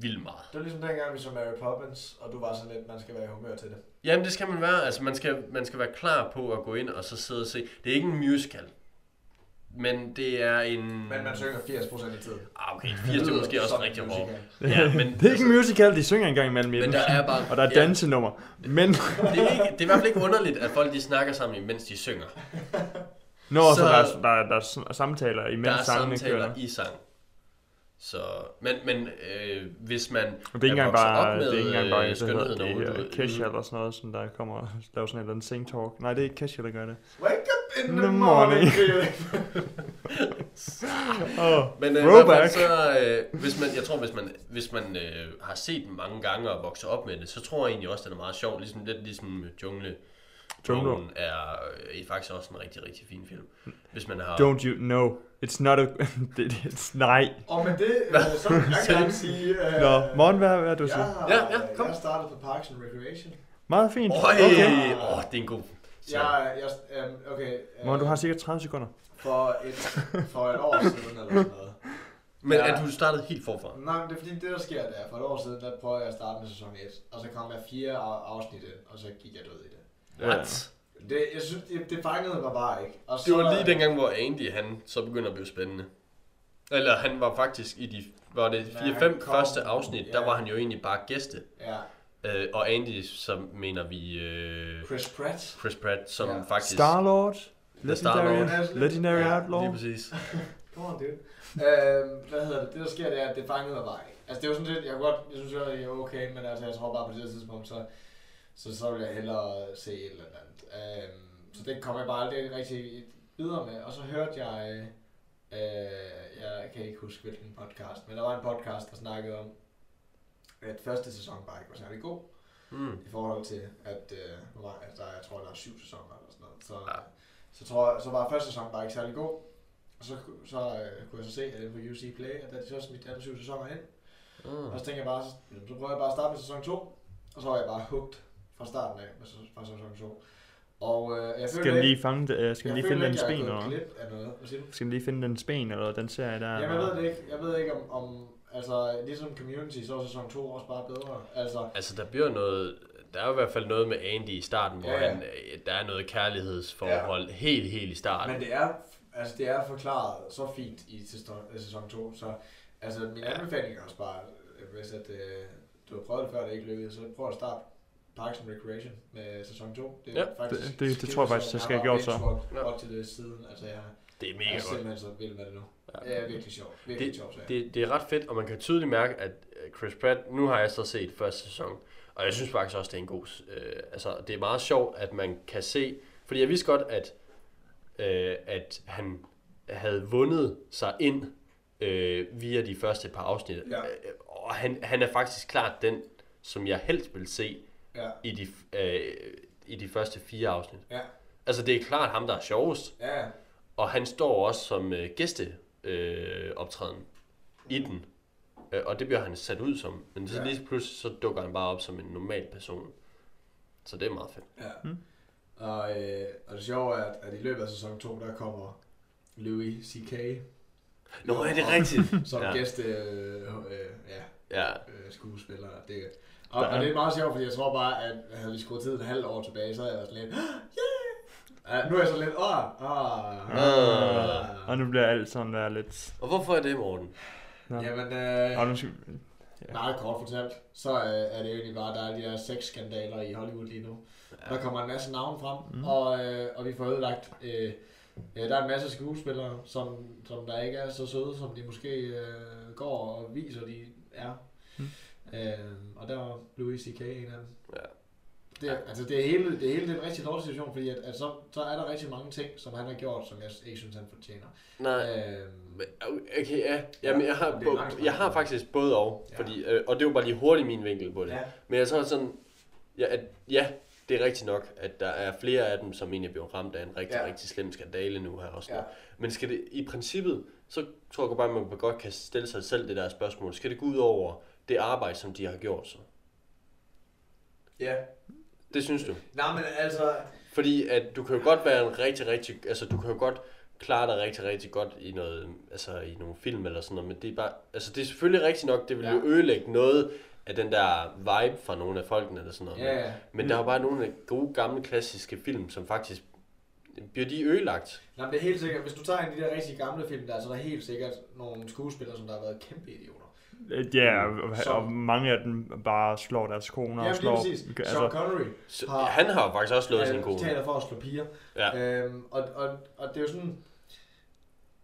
[SPEAKER 9] vildt meget.
[SPEAKER 8] det er ligesom dengang, vi så Mary Poppins, og du var sådan lidt, man skal være i humør til det.
[SPEAKER 9] Jamen, det skal man være. Altså, man skal, man skal være klar på at gå ind og så sidde og se. Det er ikke en musical. Men det er en...
[SPEAKER 8] Men man synger 80% af tiden.
[SPEAKER 9] Ah, okay, 80 det er
[SPEAKER 8] lyder
[SPEAKER 9] måske også
[SPEAKER 8] som en
[SPEAKER 9] rigtig hårdt.
[SPEAKER 8] musical.
[SPEAKER 9] Ja, men...
[SPEAKER 10] Det er ikke en musical, de synger engang imellem i
[SPEAKER 9] men
[SPEAKER 10] den.
[SPEAKER 9] der er bare...
[SPEAKER 10] Og der er
[SPEAKER 9] ja.
[SPEAKER 10] dansenummer. Men,
[SPEAKER 9] Det er, ikke, det er i hvert fald ikke underligt, at folk de snakker sammen, imens de synger.
[SPEAKER 10] nå, så,
[SPEAKER 9] Så-
[SPEAKER 10] der, er, der, er, der er s- samtaler
[SPEAKER 9] Der
[SPEAKER 10] imens
[SPEAKER 9] er
[SPEAKER 10] sangene kører.
[SPEAKER 9] samtaler i sang. Så, men men øh, hvis man
[SPEAKER 10] Og det er ikke engang
[SPEAKER 9] vokset
[SPEAKER 10] bare,
[SPEAKER 9] op
[SPEAKER 10] det er ikke engang bare,
[SPEAKER 9] øh,
[SPEAKER 10] det hedder
[SPEAKER 9] skønheden
[SPEAKER 10] det
[SPEAKER 9] overhovedet,
[SPEAKER 10] her
[SPEAKER 9] du-
[SPEAKER 10] Kesha eller sådan noget, som der kommer og laver sådan en eller anden sing talk. Nej, det er ikke Kesha, der gør det.
[SPEAKER 8] Wake up in the
[SPEAKER 10] The
[SPEAKER 8] morning.
[SPEAKER 10] morning. Oh.
[SPEAKER 9] Men øh, i hvert
[SPEAKER 10] Throwback.
[SPEAKER 9] fald så, øh, hvis man, jeg tror, hvis man, hvis man øh, har set den mange gange og vokset op med det, så tror jeg egentlig også, at den er meget sjov. Ligesom, lidt ligesom Jungle.
[SPEAKER 10] Jungle.
[SPEAKER 9] Bogen er øh, faktisk også en rigtig, rigtig fin film. Hvis man har...
[SPEAKER 10] Don't you know? It's not a... det, it's, nej.
[SPEAKER 8] Og med det, øh, så vil jeg gerne sige... Øh,
[SPEAKER 10] Nå, Morten, hvad, hvad har du
[SPEAKER 8] jeg,
[SPEAKER 10] siger?
[SPEAKER 8] har,
[SPEAKER 9] Ja, ja, kom.
[SPEAKER 8] jeg startede på Parks and Recreation.
[SPEAKER 10] Meget fint.
[SPEAKER 9] Øj,
[SPEAKER 10] Okay.
[SPEAKER 9] åh, det er en god... Så,
[SPEAKER 8] Jeg, jeg, øh, okay, øh,
[SPEAKER 10] Morten, du har sikkert 30 sekunder.
[SPEAKER 8] for, et, for et år siden eller sådan noget.
[SPEAKER 9] men
[SPEAKER 8] Ja.
[SPEAKER 9] er du startet helt forfra?
[SPEAKER 8] Nej, men det er fordi, det der sker, det er, for et år siden, der prøvede jeg at starte med sæson 1, og så kom der fire af- afsnit ind, og så gik jeg død i det.
[SPEAKER 9] What?
[SPEAKER 8] Det, jeg synes, det, det fangede mig bare ikke. Og så,
[SPEAKER 9] Det var lige dengang, hvor Andy, han så begynder at blive spændende. Eller han var faktisk i de, var det
[SPEAKER 8] Nej,
[SPEAKER 9] 4-5
[SPEAKER 8] han kom.
[SPEAKER 9] første afsnit, der
[SPEAKER 8] Ja.
[SPEAKER 9] var han jo egentlig bare gæste.
[SPEAKER 8] Ja,
[SPEAKER 9] Øh, og Andy, som mener vi øh,
[SPEAKER 8] Chris Pratt.
[SPEAKER 9] Chris Pratt, som
[SPEAKER 8] Ja.
[SPEAKER 9] faktisk...
[SPEAKER 10] Star-Lord.
[SPEAKER 9] The Star-Lord.
[SPEAKER 10] Legendary,
[SPEAKER 8] Legendary-
[SPEAKER 10] Legendary
[SPEAKER 8] Ja,
[SPEAKER 10] Outlaw.
[SPEAKER 9] Lige præcis.
[SPEAKER 8] Come on, dude. øhm, hvad hedder det? Det, der sker, det er, at det fangede mig bare ikke. Altså, det er jo sådan set, jeg kunne godt, jeg synes jo, det er okay, men altså, jeg tror bare på det her tidspunkt, så, så, så vil jeg hellere se et eller andet. Øhm, så det kom jeg bare aldrig rigtig videre med. Og så hørte jeg, øh, jeg kan ikke huske, hvilken podcast, men der var en podcast, der snakkede om, at første sæson bare ikke var særlig god.
[SPEAKER 9] Mm.
[SPEAKER 8] i forhold til, at øh, hvor mange- altså, der, er- jeg tror, der er syv sæsoner eller sådan noget. Så,
[SPEAKER 9] Ja.
[SPEAKER 8] ja. så, tror jeg, så var første sæson bare ikke særlig god. Og så, så øh, kunne jeg så se, at det på UC Play, at der de så smidt alle syv sæsoner ind. Mm. Og
[SPEAKER 9] Mm.
[SPEAKER 8] så tænkte jeg bare, så, jamen, så prøver jeg bare at starte med sæson 2. Og så var jeg bare hooked fra starten af med sæ- fra sæson 2. Og øh, jeg
[SPEAKER 10] Skal den lige, fange, det- øh, skal den lige finde den spen,
[SPEAKER 8] eller? Jeg føler
[SPEAKER 10] eller?
[SPEAKER 8] ikke, jeg er gået glip af noget. Hvad siger du?
[SPEAKER 10] Skal den lige finde den spen, eller den serie der?
[SPEAKER 8] Jamen, jeg
[SPEAKER 10] eller?
[SPEAKER 8] ved det ikke. Jeg ved ikke om, om altså, ligesom Community, så er sæson 2 også bare bedre. Altså,
[SPEAKER 9] Altså, der bliver noget... Der er jo i hvert fald noget med Andy i starten, hvor
[SPEAKER 8] Ja, ja.
[SPEAKER 9] Han, øh, der er noget kærlighedsforhold helt, helt i starten.
[SPEAKER 8] Men det er, altså det er forklaret så fint i sæson, øh, sæson 2, så altså min ja. anbefaling er også bare, øh, hvis at, øh, du har prøvet det før, og det ikke lykkedes, så prøv at starte Parks and Recreation med sæson 2. Det
[SPEAKER 9] Ja,
[SPEAKER 10] det- det- det tror jeg faktisk, jeg skal have gjort så.
[SPEAKER 9] Ja.
[SPEAKER 8] Godt til det siden, altså jeg
[SPEAKER 9] det er
[SPEAKER 8] er
[SPEAKER 9] mega godt.
[SPEAKER 8] simpelthen så vild med det nu. Ja. Det er virkelig sjovt, virkelig
[SPEAKER 9] det,
[SPEAKER 8] sjovt. Det,
[SPEAKER 9] det, det er ret fedt, og man kan tydeligt mærke, at øh, Chris Pratt, nu har jeg så set første sæson, og jeg synes faktisk også, det er en god... s- Øh, altså, det er meget sjovt, at man kan se... Fordi jeg vidste godt, at, øh, at han havde vundet sig ind øh, via de første par afsnit.
[SPEAKER 8] Ja.
[SPEAKER 9] Øh, og han, han er faktisk klart den, som jeg helst vil se
[SPEAKER 8] ja,
[SPEAKER 9] i de, f- øh, i de første fire afsnit.
[SPEAKER 8] ja,
[SPEAKER 9] Altså, det er klart ham, der er sjovest.
[SPEAKER 8] ja,
[SPEAKER 9] Og han står også som øh, gæsteoptræden øh, optræden i den. Øh, og det bliver han sat ud som. Men så
[SPEAKER 8] Ja.
[SPEAKER 9] lige pludselig så dukker han bare op som en normal person. Så det er meget fedt.
[SPEAKER 8] ja. Mm. Og, øh, og det sjove er, at, at i løbet af sæson 2, der kommer Louis C.K.
[SPEAKER 9] Nå, er det rigtigt?
[SPEAKER 8] som
[SPEAKER 9] Ja.
[SPEAKER 8] ja. gæst, øh, øh, ja,
[SPEAKER 9] ja.
[SPEAKER 8] øh, skuespillere. Det, og, og det er meget sjovt, fordi jeg tror bare, at havde vi skruet tiden en halv år tilbage, så havde jeg været sådan lidt, yeah! Ja, nu er jeg sådan lidt, åh, åh,
[SPEAKER 9] Øh.
[SPEAKER 10] Ah. Og nu bliver alt sådan der lidt...
[SPEAKER 9] Og hvorfor er det, Morten?
[SPEAKER 10] Nå.
[SPEAKER 8] Jamen, øh,
[SPEAKER 10] Og nu skal...
[SPEAKER 8] Meget kort fortalt, så øh, er det egentlig bare, der er de der sexskandaler i Hollywood lige nu. Ja. Der kommer en masse navne frem, mm. og, øh, og vi får ødelagt... Øh, øh, der er en masse skuespillere, som, som der ikke er så søde, som de måske øh, går og viser, de er. Mm. Øh, og der var Louis C.K. en af dem.
[SPEAKER 9] Ja.
[SPEAKER 8] Det, er- altså det er hele, det er hele den rigtig dårlige situation, fordi at, at så, så er der rigtig mange ting, som han har gjort, som jeg ikke synes, han fortjener.
[SPEAKER 9] Nej.
[SPEAKER 8] Øh,
[SPEAKER 9] Men, Okay, ja. Jamen, jeg, har,
[SPEAKER 8] det er
[SPEAKER 9] bo-
[SPEAKER 8] langt, langt.
[SPEAKER 9] jeg har faktisk både og,
[SPEAKER 8] Ja.
[SPEAKER 9] fordi, øh, og det var bare lige hurtigt min vinkel på det.
[SPEAKER 8] Ja.
[SPEAKER 9] Men jeg tror sådan, ja, at, ja, det er rigtigt nok, at der er flere af dem, som egentlig bliver ramt af en rigtig,
[SPEAKER 8] Ja.
[SPEAKER 9] ja. rigtig slem skandale nu her også.
[SPEAKER 8] Ja.
[SPEAKER 9] Ja. Men skal det, i princippet, så tror jeg bare, at man godt kan stille sig selv det der spørgsmål. Skal det gå ud over det arbejde, som de har gjort så?
[SPEAKER 8] ja.
[SPEAKER 9] Det synes du?
[SPEAKER 8] Nej, men altså,
[SPEAKER 9] Fordi at du kan jo godt være en rigtig, rigtig... Altså, du kan jo godt klare dig rigtig, rigtig godt i noget, altså i nogle film eller sådan noget, men det er bare, altså det er selvfølgelig rigtigt nok, det vil jo
[SPEAKER 8] Ja.
[SPEAKER 9] ødelægge noget af den der vibe fra nogle af folkene eller sådan noget.
[SPEAKER 8] Ja, ja.
[SPEAKER 9] Men der er jo bare nogle af de gode, gamle, klassiske film, som faktisk bliver de ødelagt.
[SPEAKER 8] nej, men det er helt sikkert, hvis du tager en af de der rigtig gamle film, der, er, så er der helt sikkert nogle skuespillere, som der har været kæmpe idioter.
[SPEAKER 10] Øh, Ja, og,
[SPEAKER 8] Så-
[SPEAKER 10] og mange af dem bare slår deres koner
[SPEAKER 8] Ja,
[SPEAKER 10] og
[SPEAKER 8] lige
[SPEAKER 10] slår... altså,
[SPEAKER 8] præcis. Sean Connery
[SPEAKER 9] Så,
[SPEAKER 8] har,
[SPEAKER 9] han har jo faktisk også slået sin
[SPEAKER 8] han
[SPEAKER 9] kone.
[SPEAKER 8] taler for at slå piger.
[SPEAKER 9] Ja.
[SPEAKER 8] Øhm, og, og, og det er jo sådan,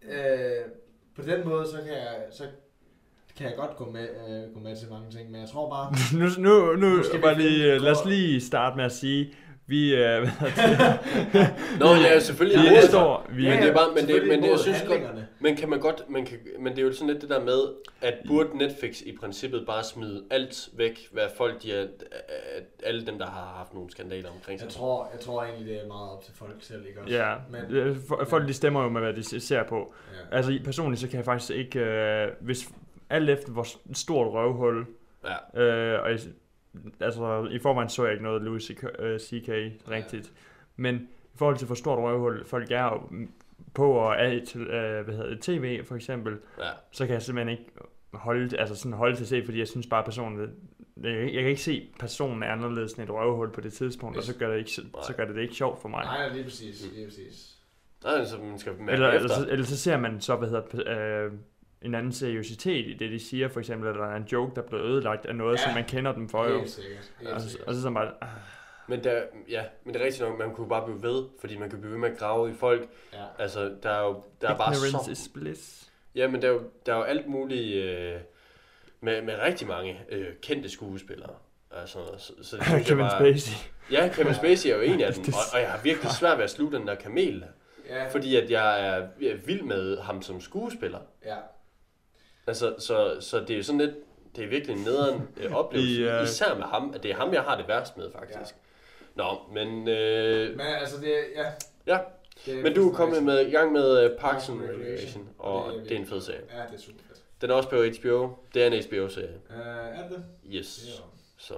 [SPEAKER 8] øh, på den måde, så kan jeg, så kan jeg godt gå med, øh, gå med til mange ting, men jeg tror bare,
[SPEAKER 10] nu, nu, nu,
[SPEAKER 8] skal vi
[SPEAKER 10] bare
[SPEAKER 8] finde
[SPEAKER 10] lige, øh,
[SPEAKER 8] et
[SPEAKER 10] lad os
[SPEAKER 8] kort.
[SPEAKER 10] lige starte med at sige, vi, øh,
[SPEAKER 9] Nå, ja, selvfølgelig.
[SPEAKER 10] vi
[SPEAKER 9] imod sig.
[SPEAKER 10] står... Vi,
[SPEAKER 9] Men det er bare, men det,
[SPEAKER 8] selvfølgelig
[SPEAKER 9] men det, jeg
[SPEAKER 8] imod
[SPEAKER 9] synes godt,
[SPEAKER 8] handlingerne.
[SPEAKER 9] men kan man godt, man kan, men det er jo sådan lidt det der med, at burde Netflix i princippet bare smide alt væk, hvad folk de er, at alle dem, der har haft nogle skandaler omkring sig.
[SPEAKER 8] jeg tror, jeg tror egentlig, det er meget op til folk selv, ikke også?
[SPEAKER 10] Ja,
[SPEAKER 8] Men,
[SPEAKER 10] øh, for- folk de stemmer jo med, hvad de se- ser på.
[SPEAKER 8] ja.
[SPEAKER 10] Altså i- personligt, så kan jeg faktisk ikke, øh, hvis alt efter hvor s- stort røvhul,
[SPEAKER 9] Ja.
[SPEAKER 10] øh, og i, altså i forvejen så jeg ikke noget Louis C.K. øh, CK rigtigt, men i forhold til hvor stort røvhul folk er jo mm, på og af til, øh, hvad hedder det, tv for eksempel,
[SPEAKER 9] ja.
[SPEAKER 10] så kan jeg simpelthen ikke holde, altså sådan holde til at se, fordi jeg synes bare, at personen, jeg, jeg kan ikke se, at personen er anderledes end et røvhul på det tidspunkt, og så gør det ikke, så, så gør det det ikke sjovt for mig.
[SPEAKER 8] Nej, lige præcis, lige præcis.
[SPEAKER 9] Nej, så man skal mærke
[SPEAKER 10] Eller,
[SPEAKER 9] efter.
[SPEAKER 10] eller, så, eller så ser man så, hvad hedder, øh, en anden seriøsitet i det, de siger. For eksempel, at der er en joke, der er blevet ødelagt af noget,
[SPEAKER 8] Ja.
[SPEAKER 10] ja. som man kender dem for. Jo.
[SPEAKER 8] Helt sikkert. Helt
[SPEAKER 10] Og, så-
[SPEAKER 8] sikkert.
[SPEAKER 10] og så sådan bare, ah,
[SPEAKER 9] Men, der, ja, men det er rigtigt nok, man kunne bare blive ved, fordi man kan blive ved med at grave i folk.
[SPEAKER 8] Ja.
[SPEAKER 9] Altså, der er jo der er bare
[SPEAKER 10] ignorance
[SPEAKER 9] så...
[SPEAKER 10] is bliss.
[SPEAKER 9] Ja, men der er jo, der er jo alt muligt øh, med, med rigtig mange øh, kendte skuespillere. Altså, så, så det synes jeg
[SPEAKER 10] Kevin
[SPEAKER 9] bare-
[SPEAKER 10] Spacey.
[SPEAKER 9] Ja, Kevin Spacey er jo en af dem, og, og jeg har virkelig svært ved at slutte den der kamel,
[SPEAKER 8] Ja,
[SPEAKER 9] fordi at jeg er jeg er vild med ham som skuespiller.
[SPEAKER 8] ja.
[SPEAKER 9] Altså, så, så det er jo sådan lidt, det er virkelig en nederen øh, oplevelse,
[SPEAKER 10] I, øh,
[SPEAKER 9] især med ham, at det er ham, jeg har det værst med, faktisk. Nå, men, øh,
[SPEAKER 8] Men altså, det, ja,
[SPEAKER 9] ja.
[SPEAKER 8] det
[SPEAKER 9] men du er kommet med, i gang med øh, Parks and
[SPEAKER 8] Parks and
[SPEAKER 9] Recreation,
[SPEAKER 8] Recreation,
[SPEAKER 9] og
[SPEAKER 8] og det er
[SPEAKER 9] det er en fed serie.
[SPEAKER 8] Ja, det er super fedt.
[SPEAKER 9] Den er også på HBO. Det er en HBO-serie.
[SPEAKER 8] Uh, er det det?
[SPEAKER 9] Yes.
[SPEAKER 8] Ja.
[SPEAKER 9] Så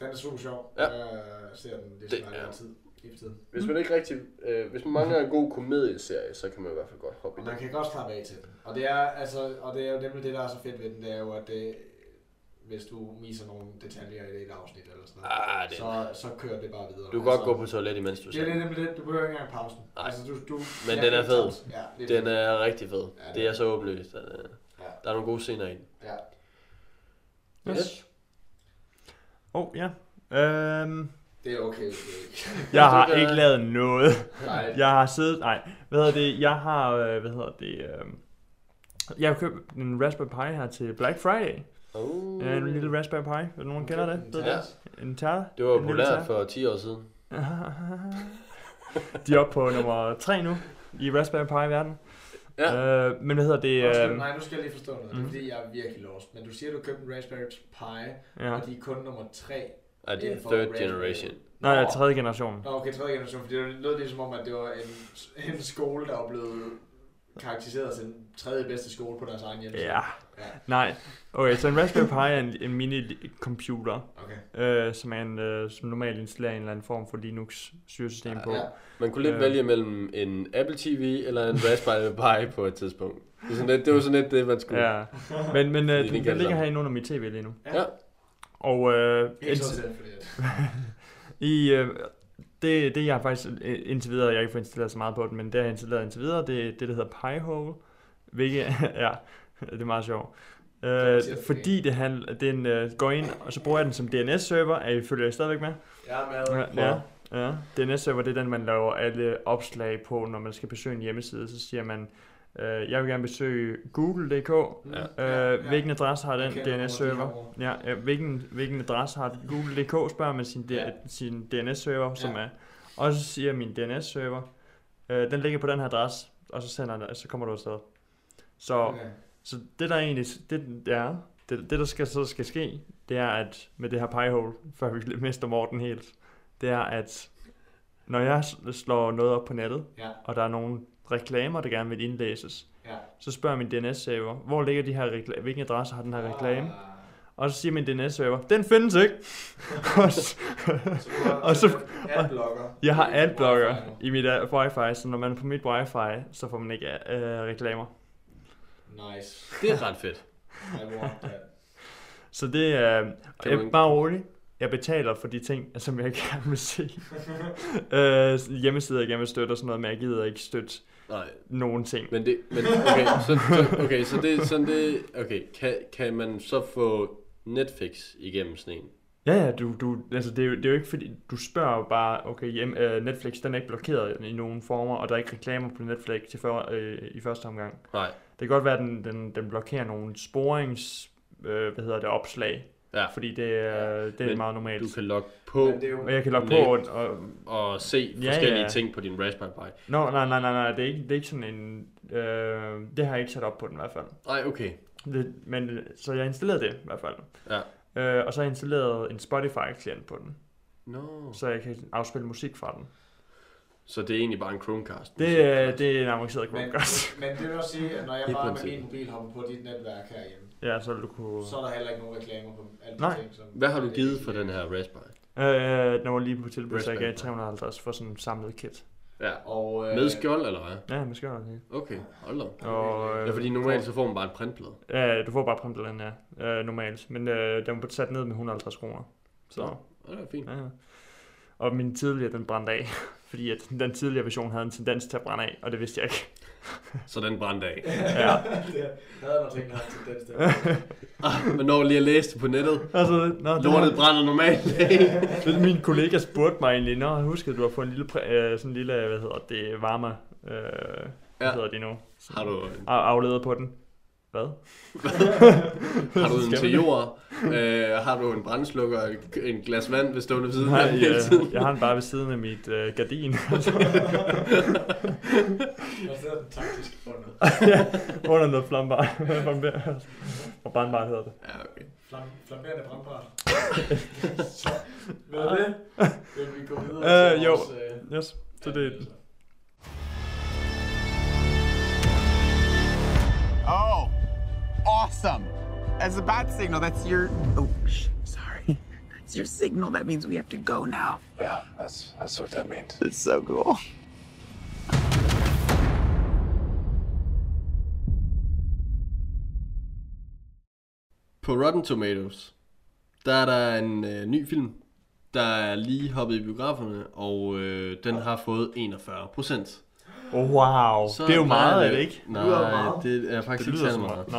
[SPEAKER 8] Den er super sjov.
[SPEAKER 9] Ja.
[SPEAKER 8] Jeg ser den lige
[SPEAKER 9] Det
[SPEAKER 8] så meget
[SPEAKER 9] er-
[SPEAKER 8] lang tid. lige for tiden.
[SPEAKER 9] hvis man ikke rigtig, øh, hvis man mangler en god komedieserie, så kan man i hvert fald godt hoppe
[SPEAKER 8] Og man kan godt slappe af til den. Og det er, altså, og det er jo nemlig det, der er så fedt ved den, det er jo, at det, hvis du miser nogle detaljer i det et afsnit eller sådan noget,
[SPEAKER 9] Ah, det-
[SPEAKER 8] så, så kører det bare videre. Altså,
[SPEAKER 9] Du kan godt gå på toilet, imens du
[SPEAKER 8] Det er
[SPEAKER 9] ser.
[SPEAKER 8] det nemlig det, du behøver ikke engang pausen.
[SPEAKER 9] Nej.
[SPEAKER 8] Altså, du, du,
[SPEAKER 9] Men
[SPEAKER 8] Ja,
[SPEAKER 9] den er
[SPEAKER 8] det
[SPEAKER 9] fed.
[SPEAKER 8] træls. Ja, det
[SPEAKER 9] Den er rigtig fed.
[SPEAKER 8] Ja, det
[SPEAKER 9] Det
[SPEAKER 8] er.
[SPEAKER 9] er så åbenlyst. at, øh,
[SPEAKER 8] Ja.
[SPEAKER 9] Der er nogle gode scener i den.
[SPEAKER 8] Ja.
[SPEAKER 10] Yes. Oh, ja. Øhm,
[SPEAKER 8] Det er okay, hvis du ikke.
[SPEAKER 10] jeg har
[SPEAKER 9] kan-
[SPEAKER 10] ikke lavet noget.
[SPEAKER 8] Nej.
[SPEAKER 10] Jeg har siddet, nej, hvad hedder det, jeg har, øh, hvad hedder det, øh, jeg har købt en Raspberry Pi her til Black Friday.
[SPEAKER 9] Oh.
[SPEAKER 10] Ja, en lille Raspberry Pi. Er der nogen, der kender det? Ved
[SPEAKER 9] Ja.
[SPEAKER 10] det? En terra?
[SPEAKER 9] Det var
[SPEAKER 10] en lille
[SPEAKER 9] populært
[SPEAKER 10] terra?
[SPEAKER 9] for 10 år siden.
[SPEAKER 10] De er oppe på nummer 3 nu i Raspberry Pi-verden.
[SPEAKER 9] Ja.
[SPEAKER 10] Øh, men hvad hedder det? Mhm.
[SPEAKER 8] Undskyld,
[SPEAKER 10] Øh,
[SPEAKER 8] nej, nu skal jeg lige forstå noget. Det er fordi, jeg er virkelig lost. Men du siger, du købte en Raspberry Pi,
[SPEAKER 10] ja.
[SPEAKER 8] og de er kun nummer 3.
[SPEAKER 9] Ej, det er
[SPEAKER 8] For
[SPEAKER 9] third
[SPEAKER 8] Raspberry.
[SPEAKER 9] generation.
[SPEAKER 10] Nej, det er tredje generation.
[SPEAKER 8] Nå, okay, tredje generation, for det lød ligesom om, at det var en, en skole, der var blevet karakteriseret som den tredje bedste skole på deres egen hjemmeside.
[SPEAKER 10] Ja.
[SPEAKER 8] Ja.
[SPEAKER 10] Nej. Okay, så en Raspberry Pi er en, en mini-computer,
[SPEAKER 8] Okay.
[SPEAKER 10] øh, som, er en, øh, som normalt installerer en eller anden form for Linux-styresystem på.
[SPEAKER 8] Ja.
[SPEAKER 9] Man kunne lidt
[SPEAKER 10] Øh.
[SPEAKER 9] vælge mellem en Apple TV eller en Raspberry Pi på et tidspunkt. Det, er sådan lidt, det var sådan lidt det, man skulle.
[SPEAKER 10] Ja. Men, men
[SPEAKER 9] Fordi
[SPEAKER 10] øh,
[SPEAKER 9] den kan
[SPEAKER 10] den, den ligger
[SPEAKER 9] sammen.
[SPEAKER 10] herinde under mit tv lige nu.
[SPEAKER 9] Ja.
[SPEAKER 10] Og øh,
[SPEAKER 8] Helt
[SPEAKER 10] indtil-
[SPEAKER 8] så selv, fordi at...
[SPEAKER 10] I, øh, det, det jeg har faktisk øh, indtil videre, jeg har ikke fået installeret så meget på det, men det jeg har installeret indtil videre, det er det, der hedder Pi-hole, hvilket ja, det er meget sjovt. Øh, fordi det, handler, den øh, går ind, og så bruger jeg den som DNS-server. Er I følger I stadigvæk med?
[SPEAKER 8] Ja, med.
[SPEAKER 10] Ja, ja. ja. DNS-server, det er den, man laver alle opslag på, når man skal besøge en hjemmeside. Så siger man, øh, jeg vil gerne besøge google.dk.
[SPEAKER 9] Ja.
[SPEAKER 10] Øh, Hvilken adresse har den
[SPEAKER 8] Jeg kender
[SPEAKER 10] DNS-server?
[SPEAKER 8] nogle af
[SPEAKER 10] Ja, ja hvilken, hvilken adresse har google.dk, spørger man sin, ja. sin DNS-server, som
[SPEAKER 8] Ja.
[SPEAKER 10] er. Og så siger min DNS-server, øh, den ligger på den her adresse, og så, sender den, så kommer du afsted. Så
[SPEAKER 8] Okay.
[SPEAKER 10] så det der egentlig, det, det er, det, det der skal, så skal ske, det er at, med det her pegehole, før vi mister Morten helt, det er at, når jeg s- slår noget op på nettet,
[SPEAKER 8] Ja.
[SPEAKER 10] og der er nogle reklamer, der gerne vil indlæses,
[SPEAKER 8] Ja.
[SPEAKER 10] så spørger min DNS-server, hvor ligger de her reklamer, hvilken adresse har den her
[SPEAKER 8] Ah.
[SPEAKER 10] reklame? Og så siger min DNS-server, den findes ikke! Og s-
[SPEAKER 8] Ah,
[SPEAKER 10] Og så-
[SPEAKER 8] Adblocker.
[SPEAKER 10] jeg har adblocker i mit øh, wifi, så når man er på mit wifi, så får man ikke øh, reklamer.
[SPEAKER 8] Nice.
[SPEAKER 9] Det er ret fedt.
[SPEAKER 8] I want that.
[SPEAKER 10] Så det er...
[SPEAKER 9] Kan
[SPEAKER 10] Øh,
[SPEAKER 9] man-
[SPEAKER 10] jeg, bare rolig. Jeg betaler for de ting, som jeg gerne vil se. øh, sådan hjemmesider, jeg gerne vil støtte og sådan noget, men jeg gider ikke støtte
[SPEAKER 9] Nej,
[SPEAKER 10] nogen ting.
[SPEAKER 9] men det, men okay, så, så, okay, så det, sådan det, okay, kan, kan man så få Netflix igennem sådan en?
[SPEAKER 10] Ja, ja, du, du, altså det, er jo, det er jo ikke fordi, du spørger jo bare, okay, hjem, øh, Netflix, den er ikke blokeret i nogen former, og der er ikke reklamer på Netflix til for, øh, i første omgang.
[SPEAKER 9] Nej,
[SPEAKER 10] Det kan godt være, at den, den, den blokerer nogle sporings, øh, hvad hedder det, opslag,
[SPEAKER 9] ja,
[SPEAKER 10] fordi det, øh, det er
[SPEAKER 9] Men
[SPEAKER 10] meget
[SPEAKER 9] du
[SPEAKER 10] normalt.
[SPEAKER 9] kan logge på
[SPEAKER 8] Men det er jo...
[SPEAKER 10] Og jeg kan logge på,
[SPEAKER 9] Net-
[SPEAKER 10] og, og
[SPEAKER 9] og se
[SPEAKER 10] Ja,
[SPEAKER 9] forskellige
[SPEAKER 10] ja.
[SPEAKER 9] ting på din Raspberry Pi.
[SPEAKER 10] Nå, nej, nej, nej, nej, det er ikke, det er ikke sådan en... Øh, det har jeg ikke sat op på den i hvert fald.
[SPEAKER 9] Nej, okay,
[SPEAKER 10] Det, men, øh, så jeg installerede det i hvert fald.
[SPEAKER 9] ja.
[SPEAKER 10] Øh, og så har jeg installeret en Spotify-klient på den,
[SPEAKER 9] No.
[SPEAKER 10] så jeg kan afspille musik fra den.
[SPEAKER 9] Så det er egentlig bare en Chromecast?
[SPEAKER 10] Det, øh, det er en avanceret
[SPEAKER 8] Men,
[SPEAKER 10] Chromecast.
[SPEAKER 8] men det vil også sige, at når jeg
[SPEAKER 9] Det er
[SPEAKER 8] bare med
[SPEAKER 9] princippet.
[SPEAKER 8] min mobil hopper på dit netværk herhjemme,
[SPEAKER 10] Ja, så vil du kunne...
[SPEAKER 8] så er der heller ikke nogen reklamer på alle de
[SPEAKER 10] Nej.
[SPEAKER 8] ting, som...
[SPEAKER 9] Hvad har du givet for den her Raspberry?
[SPEAKER 10] Øh, den var lige på tilbud, så jeg gav
[SPEAKER 9] Raspberry Pi.
[SPEAKER 10] 350 for sådan en samlet kit.
[SPEAKER 9] Ja.
[SPEAKER 8] Og, øh,
[SPEAKER 9] Med skjold, eller hvad?
[SPEAKER 10] Ja, måske også det.
[SPEAKER 9] Okay, hold da. op.
[SPEAKER 10] Og, øh,
[SPEAKER 9] Ja, fordi normalt så får man bare en printplade.
[SPEAKER 10] Ja, Øh, du får bare printeren, ja, øh, normalt. Men øh, den var sat ned med 150 kroner. Så,
[SPEAKER 9] Ja, det er fint.
[SPEAKER 10] ja. ja. Og min tidligere, den brændte af. Fordi at den tidligere version havde en tendens til at brænde af, og det vidste jeg ikke.
[SPEAKER 9] Så den brændte af.
[SPEAKER 10] Ja.
[SPEAKER 8] Havde jeg nok tænkt, at til den stemme.
[SPEAKER 9] Ah, men når lige at læse det på nettet,
[SPEAKER 10] Altså, nå, det
[SPEAKER 9] lortet brænder normalt af.
[SPEAKER 10] var, min kollega spurgte mig egentlig, nå, jeg husker, du har fået en lille, præ- øh, sådan en lille, hvad hedder det, varme, øh, ja. hvad
[SPEAKER 9] Ja.
[SPEAKER 10] hedder det nu,
[SPEAKER 9] Har du,
[SPEAKER 10] Af- afleder på den. Hvad?
[SPEAKER 9] har du en
[SPEAKER 10] Skal
[SPEAKER 9] til
[SPEAKER 10] man?
[SPEAKER 9] jord? Øh, har du en brændslukker og et- en glas vand ved stående ved siden
[SPEAKER 10] Nej,
[SPEAKER 9] af hele tiden?
[SPEAKER 10] øh, jeg har den bare ved siden af mit øh, gardin,
[SPEAKER 8] Jeg sidder den taktisk bundet.
[SPEAKER 10] under noget flambar, og brandbart hedder det.
[SPEAKER 9] Ja, okay.
[SPEAKER 8] Flam, flamberende brandbart. så, med det, vil vi gå videre
[SPEAKER 10] Øh,
[SPEAKER 8] til
[SPEAKER 10] jo.
[SPEAKER 8] vores... Øh,
[SPEAKER 10] Yes, så det er den.
[SPEAKER 2] Oh, awesome. As a bat signal, that's your. Oh, sh- sorry. That's your signal. That means we have to go now.
[SPEAKER 5] Yeah, that's that's what that means.
[SPEAKER 2] It's so cool.
[SPEAKER 9] På Rotten Tomatoes, der er der en øh, ny film, der er lige hoppet i biograferne, og øh, den har fået 41 procent.
[SPEAKER 10] Oh, wow, det er jo meget, er det ikke?
[SPEAKER 8] lyder
[SPEAKER 9] Nej,
[SPEAKER 8] meget.
[SPEAKER 9] det er faktisk
[SPEAKER 10] Det lyder
[SPEAKER 9] ikke
[SPEAKER 10] som
[SPEAKER 9] særlig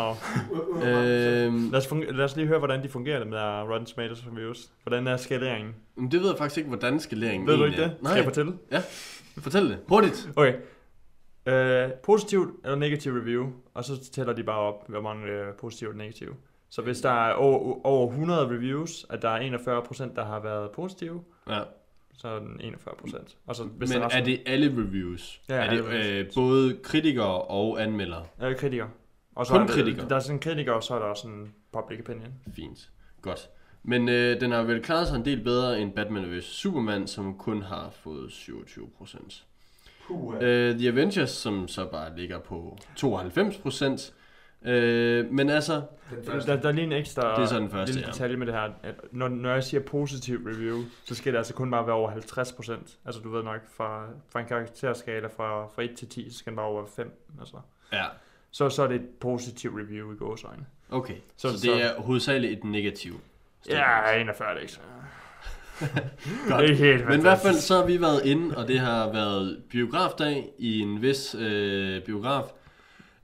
[SPEAKER 10] meget.
[SPEAKER 9] meget.
[SPEAKER 10] Nå.
[SPEAKER 9] Øhm,
[SPEAKER 10] Lad os, fun- lad os lige høre, hvordan de fungerer det med uh, Rotten Tomatoes Reviews. Hvordan er skaleringen?
[SPEAKER 9] men det ved jeg faktisk ikke, hvordan skaleringen
[SPEAKER 10] Ved du
[SPEAKER 9] egentlig
[SPEAKER 10] ikke det?
[SPEAKER 9] er.
[SPEAKER 10] Skal jeg
[SPEAKER 9] Nej,
[SPEAKER 10] fortælle?
[SPEAKER 9] fortæl det. Hurtigt.
[SPEAKER 10] Okay. Øh, positivt eller negativt review, og så tæller de bare op, hvor mange øh, positive og negative. Så hvis der er over, over 100 reviews, at der er 41 der har været positive,
[SPEAKER 9] Ja.
[SPEAKER 10] så er den 41 Og så hvis
[SPEAKER 9] Men
[SPEAKER 10] der
[SPEAKER 9] er det alle reviews?
[SPEAKER 10] Ja,
[SPEAKER 9] er
[SPEAKER 10] alle
[SPEAKER 9] det øh, både kritikere og anmeldere?
[SPEAKER 10] Øh, kritikere. Og så
[SPEAKER 9] Kun
[SPEAKER 10] er der,
[SPEAKER 9] kritikere?
[SPEAKER 10] Der er sådan en kritiker, og så er der også en public opinion.
[SPEAKER 9] Fint. Godt. Men øh, den har vel klaret sig en del bedre end Batman vs. Superman, som kun har fået 27 procent.
[SPEAKER 8] Puh, øh,
[SPEAKER 9] Øh, The Avengers, som så bare ligger på 92 procent. Øh, men altså,
[SPEAKER 8] den første.
[SPEAKER 10] Der, der er lige en ekstra
[SPEAKER 9] Det er så den første,
[SPEAKER 10] lille
[SPEAKER 9] ja.
[SPEAKER 10] detalje med det her. At når, når jeg siger positiv review, så skal det altså kun bare være over 50 Altså du ved nok, fra, fra en karakterskala fra, fra 1 til 10, så skal den bare over 5. Altså.
[SPEAKER 9] ja,
[SPEAKER 10] Så, så er det et positivt review i gåsøjne.
[SPEAKER 9] okay. Så,
[SPEAKER 10] Så-
[SPEAKER 9] så
[SPEAKER 10] så-
[SPEAKER 9] det er hovedsageligt et negativt.
[SPEAKER 10] Ja, 41 er det ikke så.
[SPEAKER 9] Godt.
[SPEAKER 10] Det er helt
[SPEAKER 9] Men i hvert fald,
[SPEAKER 10] fantastisk.
[SPEAKER 9] så har vi været inde, og det har været biografdag i en vis øh, biograf.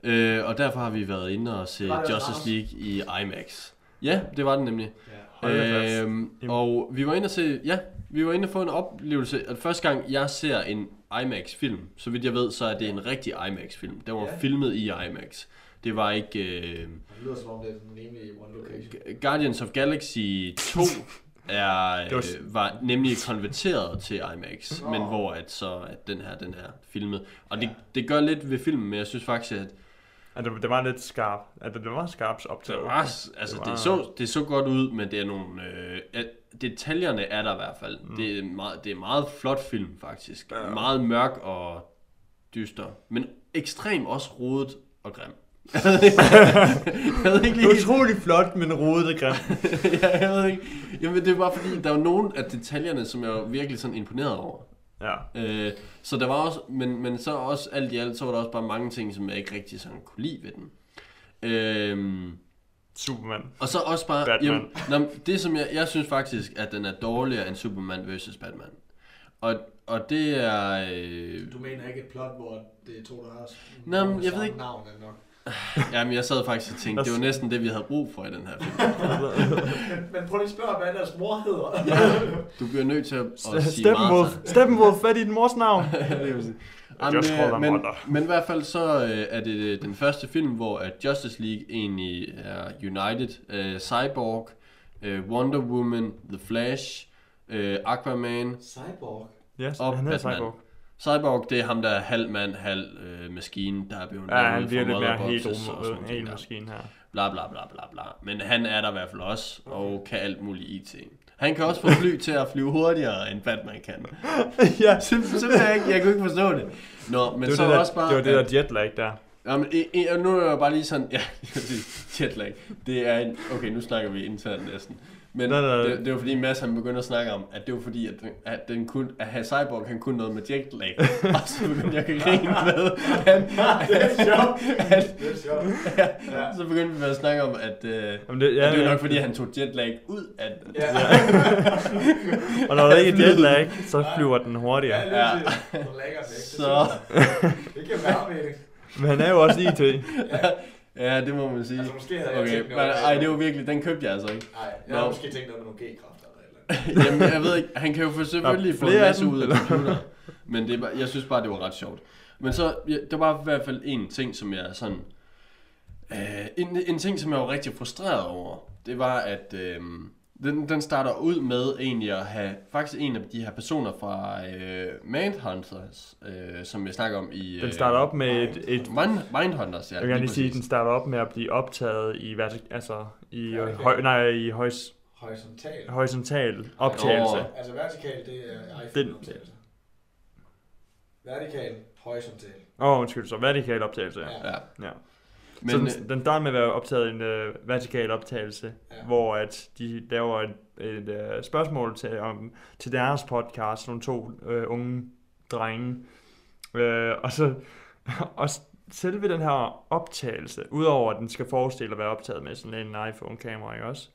[SPEAKER 9] Øh, og derfor har vi været inde og se
[SPEAKER 8] Var det også
[SPEAKER 9] Justice
[SPEAKER 8] Lars?
[SPEAKER 9] League i IMAX. Ja, det var den nemlig.
[SPEAKER 10] Hold da fast.
[SPEAKER 9] Øhm, og vi var inde og se, ja, vi var inde og få en oplevelse, at første gang jeg ser en IMAX-film, så vidt jeg ved, så er det en rigtig IMAX-film. Den var
[SPEAKER 8] Ja.
[SPEAKER 9] filmet i IMAX. Det var ikke øh,
[SPEAKER 8] Det lyder som om, det er sådan rimelig one location.
[SPEAKER 9] Guardians of Galaxy 2 er,
[SPEAKER 10] Det var s-
[SPEAKER 9] øh, var nemlig konverteret til IMAX,
[SPEAKER 8] Nå.
[SPEAKER 9] men hvor at så at den her den er filmet. Og det, det gør lidt ved filmen, men jeg synes faktisk, at
[SPEAKER 10] Altså, det var lidt skarp. Altså, det var skarpt optaget.
[SPEAKER 9] Det var, altså, det,
[SPEAKER 10] var-
[SPEAKER 9] så, det så godt ud, men det er nogle... Øh, at detaljerne er der i hvert fald. Mm. Det, er meget, det er meget flot film, faktisk. Ja. Meget mørk og dyster. Men ekstrem også rodet og grim. Jeg ved ikke, jeg ved ikke lige...
[SPEAKER 10] Utrolig flot, men rodet og grimt.
[SPEAKER 9] Ja, jeg ved ikke. Jamen, det var fordi, der var nogle af detaljerne, som jeg var virkelig sådan imponeret over.
[SPEAKER 10] Ja.
[SPEAKER 9] Øh, så der var også, men, men så også alt i alt, så var der også bare mange ting, som jeg ikke rigtig sådan kunne lide ved den. Øh,
[SPEAKER 10] Superman.
[SPEAKER 9] Og så også bare...
[SPEAKER 10] Batman.
[SPEAKER 9] Jamen, nå, men det som jeg, jeg synes faktisk, at den er dårligere end Superman vs. Batman. Og, og det er... Øh,
[SPEAKER 8] Du mener ikke et plot, hvor det er to, der har s-
[SPEAKER 9] Nå, men jeg ved
[SPEAKER 8] samme
[SPEAKER 9] ikke-
[SPEAKER 8] navn eller nok.
[SPEAKER 9] jamen, jeg sad faktisk og tænkte, det var næsten det, vi havde brug for i den her film.
[SPEAKER 8] Men, men prøv lige at spørge, hvad deres mor hedder.
[SPEAKER 9] Du bliver nødt til at, at sige
[SPEAKER 10] Steppenwolf.
[SPEAKER 9] Martha.
[SPEAKER 10] Steppenwolf, hvad er din mors navn?
[SPEAKER 9] Ej,
[SPEAKER 10] Just call them
[SPEAKER 9] øh, men, men,
[SPEAKER 10] mother.
[SPEAKER 9] men i hvert fald så øh, er det øh, den første film, hvor at Justice League egentlig er United, øh, Cyborg, øh, Wonder Woman, The Flash, øh, Aquaman,
[SPEAKER 8] Cyborg.
[SPEAKER 10] Ja,
[SPEAKER 9] Og
[SPEAKER 10] han hedder
[SPEAKER 9] Batman.
[SPEAKER 10] Cyborg.
[SPEAKER 9] Cyborg, det er ham, der er halv mand, halv øh, maskine, der er blevet
[SPEAKER 10] Ja, han
[SPEAKER 9] lavet
[SPEAKER 10] bliver
[SPEAKER 9] fra
[SPEAKER 10] lidt mere helt
[SPEAKER 9] motherboxes og sådan
[SPEAKER 10] rum,
[SPEAKER 9] nogle ting
[SPEAKER 10] helt
[SPEAKER 9] der.
[SPEAKER 10] maskine her.
[SPEAKER 9] Bla, bla, bla, bla, bla. Men han er der i hvert fald også, og kan alt muligt IT. Han kan også få fly til at flyve hurtigere, end Batman kan.
[SPEAKER 10] ja,
[SPEAKER 9] Sim- Simpelthen ikke, jeg kunne ikke forstå det. Nå, men
[SPEAKER 10] det
[SPEAKER 9] så
[SPEAKER 10] var det,
[SPEAKER 9] også
[SPEAKER 10] der,
[SPEAKER 9] bare...
[SPEAKER 10] det var
[SPEAKER 9] at-
[SPEAKER 10] det der jetlag der.
[SPEAKER 9] Ja, men, i, i, og nu er jeg bare lige sådan, ja, præcis, jetlag, det er en, okay, nu snakker vi internt næsten, men
[SPEAKER 10] Nej, nej, nej.
[SPEAKER 9] Det, det, var fordi Mads han begyndte at snakke om, at det var fordi, at, at, den kun, at have Cyborg han kunne noget med jetlag, og så begyndte jeg at grine med, han, det er sjovt, han,
[SPEAKER 8] Det er sjovt.
[SPEAKER 9] ja. så begyndte vi at snakke om, at, øh,
[SPEAKER 10] Jamen det,
[SPEAKER 9] ja,
[SPEAKER 10] ja,
[SPEAKER 9] det var
[SPEAKER 10] ja.
[SPEAKER 9] nok fordi, han tog jetlag ud af den.
[SPEAKER 8] Ja.
[SPEAKER 10] Og når der ikke er jetlag, så flyver den hurtigere.
[SPEAKER 8] Ja, lige
[SPEAKER 9] Ja.
[SPEAKER 8] præcis. Så lækkert, ikke? Det
[SPEAKER 9] Så,
[SPEAKER 8] synes jeg. Det kan være mening.
[SPEAKER 10] Men han er jo også IT.
[SPEAKER 9] ja, det må man sige.
[SPEAKER 8] Altså, måske havde jeg
[SPEAKER 9] Okay,
[SPEAKER 8] tænkt
[SPEAKER 9] men,
[SPEAKER 8] noget.
[SPEAKER 9] ej, det var virkelig, den købte jeg altså ikke.
[SPEAKER 8] Nej, jeg har
[SPEAKER 9] Nå.
[SPEAKER 8] måske tænkt noget med nogle G-kræfter eller et eller andet.
[SPEAKER 9] Jamen, jeg ved ikke, han kan jo for selvfølgelig
[SPEAKER 10] Der er
[SPEAKER 9] få en
[SPEAKER 10] flere af
[SPEAKER 9] masse
[SPEAKER 10] dem,
[SPEAKER 9] ud af
[SPEAKER 10] eller?
[SPEAKER 9] computer, men det er bare, jeg synes bare, det var ret sjovt. Men så, ja, der var i hvert fald en ting, som jeg sådan, øh, en, en ting, som jeg var rigtig frustreret over, det var, at øh, den, den starter ud med egentlig at have faktisk en af de her personer fra øh, Mindhunters, øh, som jeg snakker om i... øh,
[SPEAKER 10] Den starter op med et, et
[SPEAKER 9] Mind, Mindhunters, ja.
[SPEAKER 10] jeg vil
[SPEAKER 9] lige
[SPEAKER 10] gerne lige sige, at den
[SPEAKER 9] præcis.
[SPEAKER 10] starter op med at blive optaget i, vertik- altså, i,
[SPEAKER 8] Ja,
[SPEAKER 10] ja,
[SPEAKER 8] okay.
[SPEAKER 10] høj, nej, i højs,
[SPEAKER 8] Horisontal.
[SPEAKER 10] horisontal optagelse.
[SPEAKER 9] Nå.
[SPEAKER 8] Altså vertikal, det er
[SPEAKER 10] Den-
[SPEAKER 8] iPhone-optagelse. Vertikal, horisontal.
[SPEAKER 10] Åh, oh, undskyld, så vertikal optagelse. Ja.
[SPEAKER 9] Ja.
[SPEAKER 10] ja. Men, så
[SPEAKER 9] Men, øh,
[SPEAKER 10] den, den starter med at være optaget i en øh, vertikal optagelse,
[SPEAKER 8] Ja.
[SPEAKER 10] ja. hvor at de laver et, et øh, spørgsmål til, om, til deres podcast, nogle to øh, unge drenge. Øh, og så og s- selve den her optagelse, udover at den skal forestille at være optaget med sådan en iPhone-kamera, ikke også?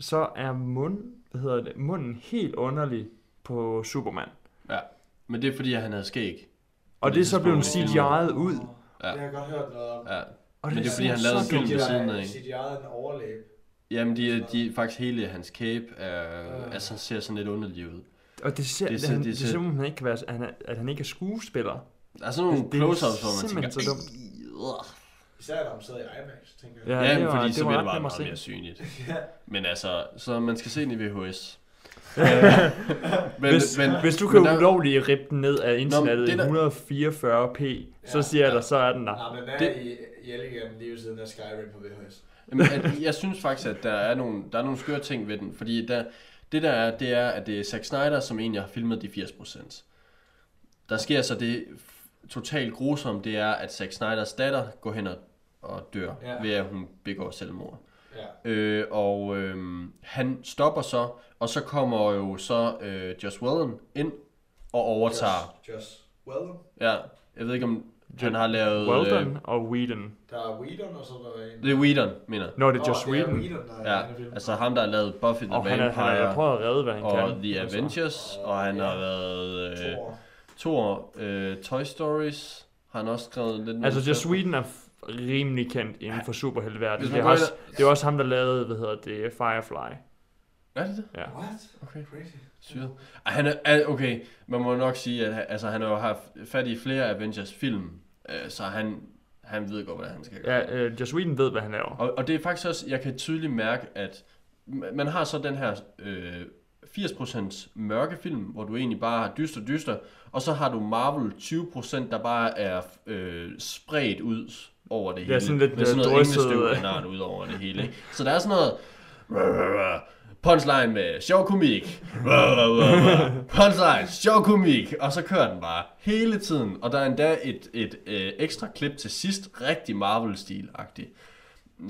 [SPEAKER 10] Så er mund, hvad hedder det, munden helt underlig på Superman.
[SPEAKER 9] ja. men det er fordi, at han havde skæg.
[SPEAKER 10] Og det er ligesom så blevet
[SPEAKER 9] tidspunkt.
[SPEAKER 10] CGI'et ud.
[SPEAKER 9] Ja.
[SPEAKER 8] Det har jeg godt hørt noget om.
[SPEAKER 9] Ja.
[SPEAKER 10] Og
[SPEAKER 9] Men det er fordi,
[SPEAKER 10] ser
[SPEAKER 9] han lavede
[SPEAKER 10] så
[SPEAKER 9] en film
[SPEAKER 10] dumt
[SPEAKER 9] ved siden af, ikke?
[SPEAKER 8] CGI'et en overlæb.
[SPEAKER 9] Jamen, de, er- de, er faktisk hele hans kæbe er,
[SPEAKER 10] Ah.
[SPEAKER 8] Øh.
[SPEAKER 9] altså, ser sådan lidt underlig ud.
[SPEAKER 10] Og det ser,
[SPEAKER 9] Det
[SPEAKER 10] det
[SPEAKER 9] ser-
[SPEAKER 10] ser, han,
[SPEAKER 9] det
[SPEAKER 10] det
[SPEAKER 9] ser-
[SPEAKER 10] ser simpelthen ikke, kan være, at han, er, at han ikke er skuespiller.
[SPEAKER 9] Der er sådan nogle
[SPEAKER 10] Det- det er
[SPEAKER 9] close-ups, hvor man
[SPEAKER 10] simpelthen
[SPEAKER 9] tænker,
[SPEAKER 10] så dumt.
[SPEAKER 9] "Ej,
[SPEAKER 8] Især når man sidder i IMAX, tænker jeg.
[SPEAKER 10] Ja.
[SPEAKER 9] øh." ja,
[SPEAKER 10] det
[SPEAKER 9] men
[SPEAKER 10] var-
[SPEAKER 9] fordi
[SPEAKER 10] det
[SPEAKER 9] så
[SPEAKER 10] var
[SPEAKER 9] bliver
[SPEAKER 10] ret
[SPEAKER 9] det bare
[SPEAKER 10] nemt at
[SPEAKER 9] meget
[SPEAKER 10] se.
[SPEAKER 9] mere synligt.
[SPEAKER 8] Ja.
[SPEAKER 9] Men altså, så man skal se den i VHS. Øh,
[SPEAKER 10] Men, hvis, men, hvis du kan
[SPEAKER 9] der-
[SPEAKER 10] ulovligt rippe den ned af internettet
[SPEAKER 9] det
[SPEAKER 10] i
[SPEAKER 9] der-
[SPEAKER 10] 144p,
[SPEAKER 8] Ja,
[SPEAKER 10] så siger jeg
[SPEAKER 9] ja.
[SPEAKER 10] dig, så er den der.
[SPEAKER 8] Nej, men hvad
[SPEAKER 9] Det-
[SPEAKER 8] er i, i Elegant lige ved siden af Skyrim på VHS?
[SPEAKER 9] Jamen, at, jeg synes faktisk, at der er nogle, der er nogle skøre ting ved den, fordi der, det der er, det er, at det er Zack Snyder, som egentlig har filmet de 80%. Der sker så det f- totalt grusomme, det er, at Zack Snyders datter går hen og, og dør,
[SPEAKER 8] Ja.
[SPEAKER 9] ja. ved at hun begår selvmord.
[SPEAKER 8] Ja.
[SPEAKER 9] Øh, og øh, han stopper så, og så kommer jo så øh, Josh Whedon ind og overtager.
[SPEAKER 8] Just, just Weldon.
[SPEAKER 9] Ja, jeg ved ikke om han har lavet...
[SPEAKER 10] Weldon og Whedon.
[SPEAKER 8] Der er Whedon, og så er der en...
[SPEAKER 9] Øh, det er Whedon, mener jeg.
[SPEAKER 10] Nå, det er Josh
[SPEAKER 8] Nå,
[SPEAKER 10] Whedon.
[SPEAKER 8] Det er Whedon, der er
[SPEAKER 9] Ja,
[SPEAKER 8] i filmen.
[SPEAKER 9] altså ham, der har lavet Buffy the
[SPEAKER 10] Og han, er,
[SPEAKER 9] Vampire
[SPEAKER 10] han har prøvet at redde, hvad han kan.
[SPEAKER 9] og The
[SPEAKER 10] altså.
[SPEAKER 9] Avengers, og han
[SPEAKER 8] ja.
[SPEAKER 9] har været øh,
[SPEAKER 8] Thor.
[SPEAKER 9] Thor, øh, Toy Stories, har han også skrevet lidt...
[SPEAKER 10] Altså,
[SPEAKER 9] ned
[SPEAKER 10] Josh
[SPEAKER 9] selv.
[SPEAKER 10] Whedon er f- rimelig kendt inden for superhelteverdenen.
[SPEAKER 9] Hvis
[SPEAKER 10] Det,
[SPEAKER 9] man
[SPEAKER 10] er
[SPEAKER 9] går
[SPEAKER 10] også- det er også ham, der lavede, hvad hedder det, Firefly.
[SPEAKER 9] Er det det?
[SPEAKER 10] Ja.
[SPEAKER 8] What?
[SPEAKER 9] Okay.
[SPEAKER 8] Crazy.
[SPEAKER 9] Syret. Ej, han er, al- okay, man må nok sige, at han- altså, han har jo haft fat i flere Avengers-film, øh, så han, han ved godt, hvordan han skal gøre.
[SPEAKER 10] Ja, øh, Joss Whedon ved, hvad han laver.
[SPEAKER 9] Og, og det er faktisk også, jeg kan tydeligt mærke, at ma- man har så den her øh, 80% mørke film, hvor du egentlig bare har dyster, dyster, og så har du Marvel 20%, der bare er øh, spredt ud over det hele.
[SPEAKER 10] sådan lidt,
[SPEAKER 9] med sådan
[SPEAKER 10] øh,
[SPEAKER 9] noget
[SPEAKER 10] drysset.
[SPEAKER 9] englestøv af nart ud over det hele. Ikke? Så der er sådan noget... Punchline med sjov komik. Punchline, sjov komik. Og så kører den bare hele tiden. Og der er endda et, et, øh, ekstra klip til sidst, rigtig Marvel-stil-agtigt.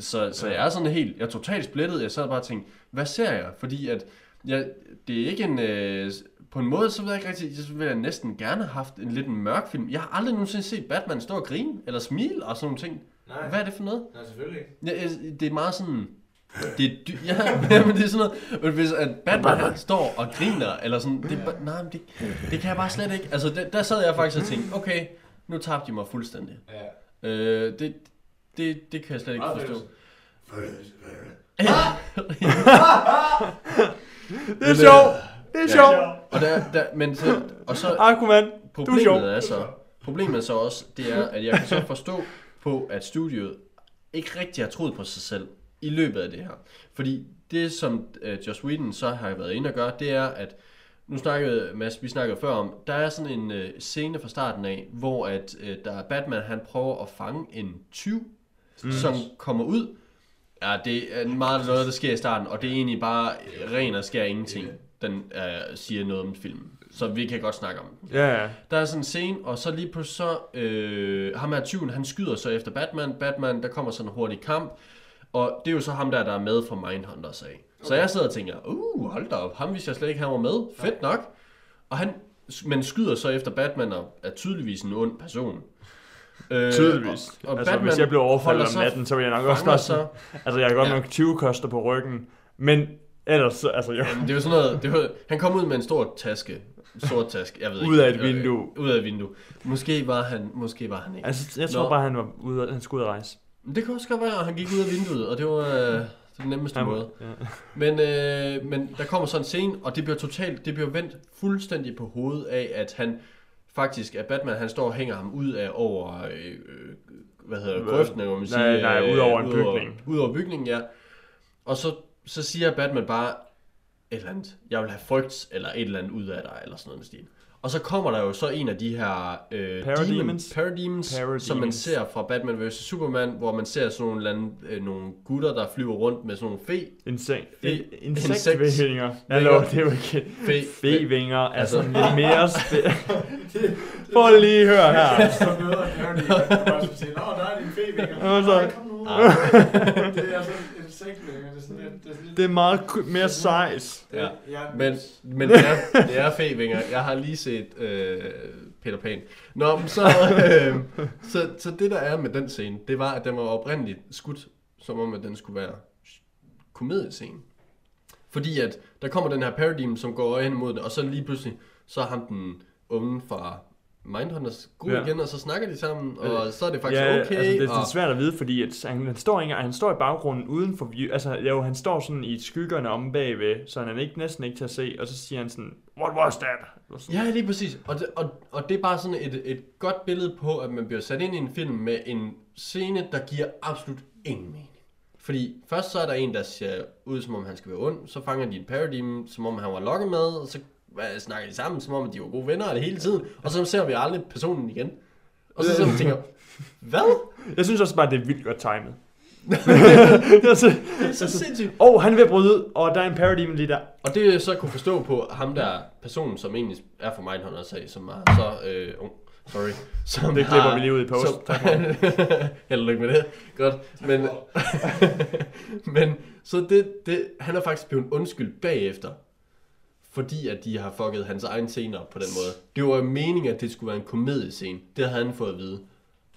[SPEAKER 9] Så, så jeg er sådan helt, jeg er totalt splittet. Jeg sad bare og tænkte, hvad ser jeg? Fordi at, jeg, det er ikke en, øh, på en måde, så ved jeg ikke rigtig, så vil jeg næsten gerne have haft en lidt en mørk film. Jeg har aldrig nogensinde set Batman stå og grine, eller smile og sådan nogle ting.
[SPEAKER 8] Nej.
[SPEAKER 9] Hvad er det for noget?
[SPEAKER 8] Nej, selvfølgelig ikke.
[SPEAKER 9] Ja, jeg- det er meget sådan... Det er dy- ja, men det er sådan noget, men hvis at Batman han står og griner, eller sådan, det, er bare- nej, men det, det kan jeg bare slet ikke. Altså, det, der sad jeg faktisk og tænkte, okay, nu tabte de mig fuldstændig.
[SPEAKER 8] Ja.
[SPEAKER 9] Øh, det, det, det kan jeg slet ikke
[SPEAKER 8] Meget
[SPEAKER 9] forstå.
[SPEAKER 8] følelse.
[SPEAKER 10] Det er sjovt! Det er
[SPEAKER 9] Ja.
[SPEAKER 10] sjovt!
[SPEAKER 9] Og, der, der, men så, og så
[SPEAKER 10] Aquaman, du er sjov.
[SPEAKER 9] problemet er så, problemet er så også, det er, at jeg kan så forstå på, at studiet ikke rigtig har troet på sig selv i løbet af det her. Fordi det, som øh, Joss Whedon så har været inde og gøre, det er, at nu snakkede Mads, vi snakkede før om, der er sådan en øh, scene fra starten af, hvor at øh, der er Batman, han prøver at fange en tyv, mm. som kommer ud. Ja, det er meget noget, der sker i starten, og det er egentlig bare øh, ren og skær ingenting, den øh, siger noget om filmen. Så vi kan godt snakke om den.
[SPEAKER 10] Ja, ja.
[SPEAKER 9] Der er sådan en scene, og så lige pludselig så, øh, ham her tyven, han skyder så efter Batman. Batman, der kommer sådan en hurtig kamp, og det er jo så ham der, der er med fra Mindhunters af. Okay. Så jeg sidder og tænker, uh, hold da op, ham hvis jeg slet ikke, han var med. Fedt nok. Og han, men skyder så efter Batman og er tydeligvis en ond person. Øh,
[SPEAKER 10] Tydeligvis.
[SPEAKER 9] Og, og
[SPEAKER 10] altså,
[SPEAKER 9] Batman
[SPEAKER 10] hvis jeg blev overfaldet
[SPEAKER 9] holder
[SPEAKER 10] om natten, så ville jeg nok også
[SPEAKER 9] fanger
[SPEAKER 10] godt...
[SPEAKER 9] så-
[SPEAKER 10] Altså, jeg har godt
[SPEAKER 9] Ja.
[SPEAKER 10] nok 20 koster på ryggen. Men ellers, så- altså, jo.
[SPEAKER 9] Jamen, det er jo sådan noget, det var, han kom ud med en stor taske. Sort taske, jeg ved ikke.
[SPEAKER 10] Ud af et
[SPEAKER 9] Øh,
[SPEAKER 10] vindue.
[SPEAKER 9] ud af et vindue. Måske var han, måske var han ikke.
[SPEAKER 10] Altså, jeg tror
[SPEAKER 9] Nå.
[SPEAKER 10] bare, han, var ude, han skulle ud at rejse.
[SPEAKER 9] Men Det kunne også godt være, at han gik ud af vinduet, og det var øh, den nemmeste
[SPEAKER 10] Han,
[SPEAKER 9] måde.
[SPEAKER 10] ja.
[SPEAKER 9] Men, øh, men der kommer sådan en scene, og det bliver totalt, det bliver vendt fuldstændig på hovedet af, at han faktisk, at Batman han står og hænger ham ud af over, øh, øh, hvad hedder det,
[SPEAKER 10] Hvad?
[SPEAKER 9] grøften, eller hvad man
[SPEAKER 10] Nej,
[SPEAKER 9] siger.
[SPEAKER 10] nej,
[SPEAKER 9] øh,
[SPEAKER 10] ud over en bygning.
[SPEAKER 9] Ud over bygningen, ja. Og så, så siger Batman bare, et eller andet, jeg vil have frygt, eller et eller andet ud af dig, eller sådan noget i den stil. Og så kommer der jo så en af de her øh, Demon,
[SPEAKER 10] Parademons.
[SPEAKER 9] Parademons,
[SPEAKER 10] Parademons.
[SPEAKER 9] Parademons, som man ser fra Batman vs. Superman, hvor man ser sådan nogle, eller anden, øh, nogle gutter, der flyver rundt med sådan nogle fe.
[SPEAKER 10] Insekt.
[SPEAKER 9] I-
[SPEAKER 10] Insektvinger. Jeg lover, det er jo ikke...
[SPEAKER 9] fe
[SPEAKER 10] Fevinger, altså,
[SPEAKER 9] Altså-
[SPEAKER 10] altså lidt mere... Spe- Prøv lige at høre her.
[SPEAKER 8] Så møder jeg Harry, og bare skulle sige, Nå, der er din fevinger.
[SPEAKER 10] Nå, så-
[SPEAKER 8] Nej, kom nu. Det er sådan en insektvinger. Det er sådan lidt... Det er sådan lidt...
[SPEAKER 10] Det er meget ku- mere size.
[SPEAKER 9] Ja.
[SPEAKER 8] Jeg er en
[SPEAKER 9] Men,
[SPEAKER 8] mus.
[SPEAKER 9] men det, er, det er fevinger. Jeg har lige set øh, Peter Pan. Nå, men så, øh, så, så det der er med den scene, det var, at den var oprindeligt skudt, som om at den skulle være komediescene. Fordi at der kommer den her paradigm, som går hen imod det, og så lige pludselig, så er ham den unge fra Mindhunters god
[SPEAKER 10] Ja.
[SPEAKER 9] ja. igen, og så snakker de sammen, og så er det faktisk
[SPEAKER 10] Ja,
[SPEAKER 9] okay.
[SPEAKER 10] altså det, det er
[SPEAKER 9] og,
[SPEAKER 10] svært at vide, fordi at han, han, står ikke, han står i baggrunden uden for view. Altså jo, han står sådan i skyggerne om bagved, så han er ikke, næsten ikke til at se. Og så siger han sådan, what was that? Og sådan,
[SPEAKER 9] Ja, lige præcis. Og det, og, og det er bare sådan et, et godt billede på, at man bliver sat ind i en film med en scene, der giver absolut ingen mening. Fordi først så er der en, der ser ud, som om han skal være ond. Så fanger de en paradigm, som om han var lokket med. Og så hvad, snakker de sammen, som om de var gode venner og det hele tiden. Og så ser vi aldrig personen igen. Og så sidder man og tænker, hvad?
[SPEAKER 10] Jeg synes også bare, det er vildt godt timet. Jeg sy-
[SPEAKER 9] Det er så sindssygt.
[SPEAKER 10] Åh, oh, han er ved at bryde ud, og der er en paradigm lige der.
[SPEAKER 9] Og det jeg så kunne forstå på ham der personen, som egentlig er fra Mindhunters sag, som er så øh, ung. Sorry. Som
[SPEAKER 10] Det klipper vi lige ud i post. Tak
[SPEAKER 9] Held og lykke med det. Godt. Men, men så det, det, han er faktisk blevet undskyldt bagefter. Fordi at de har fucket hans egen scene op på den måde. Det var jo meningen, at det skulle være en komediescene. Det havde han fået at vide.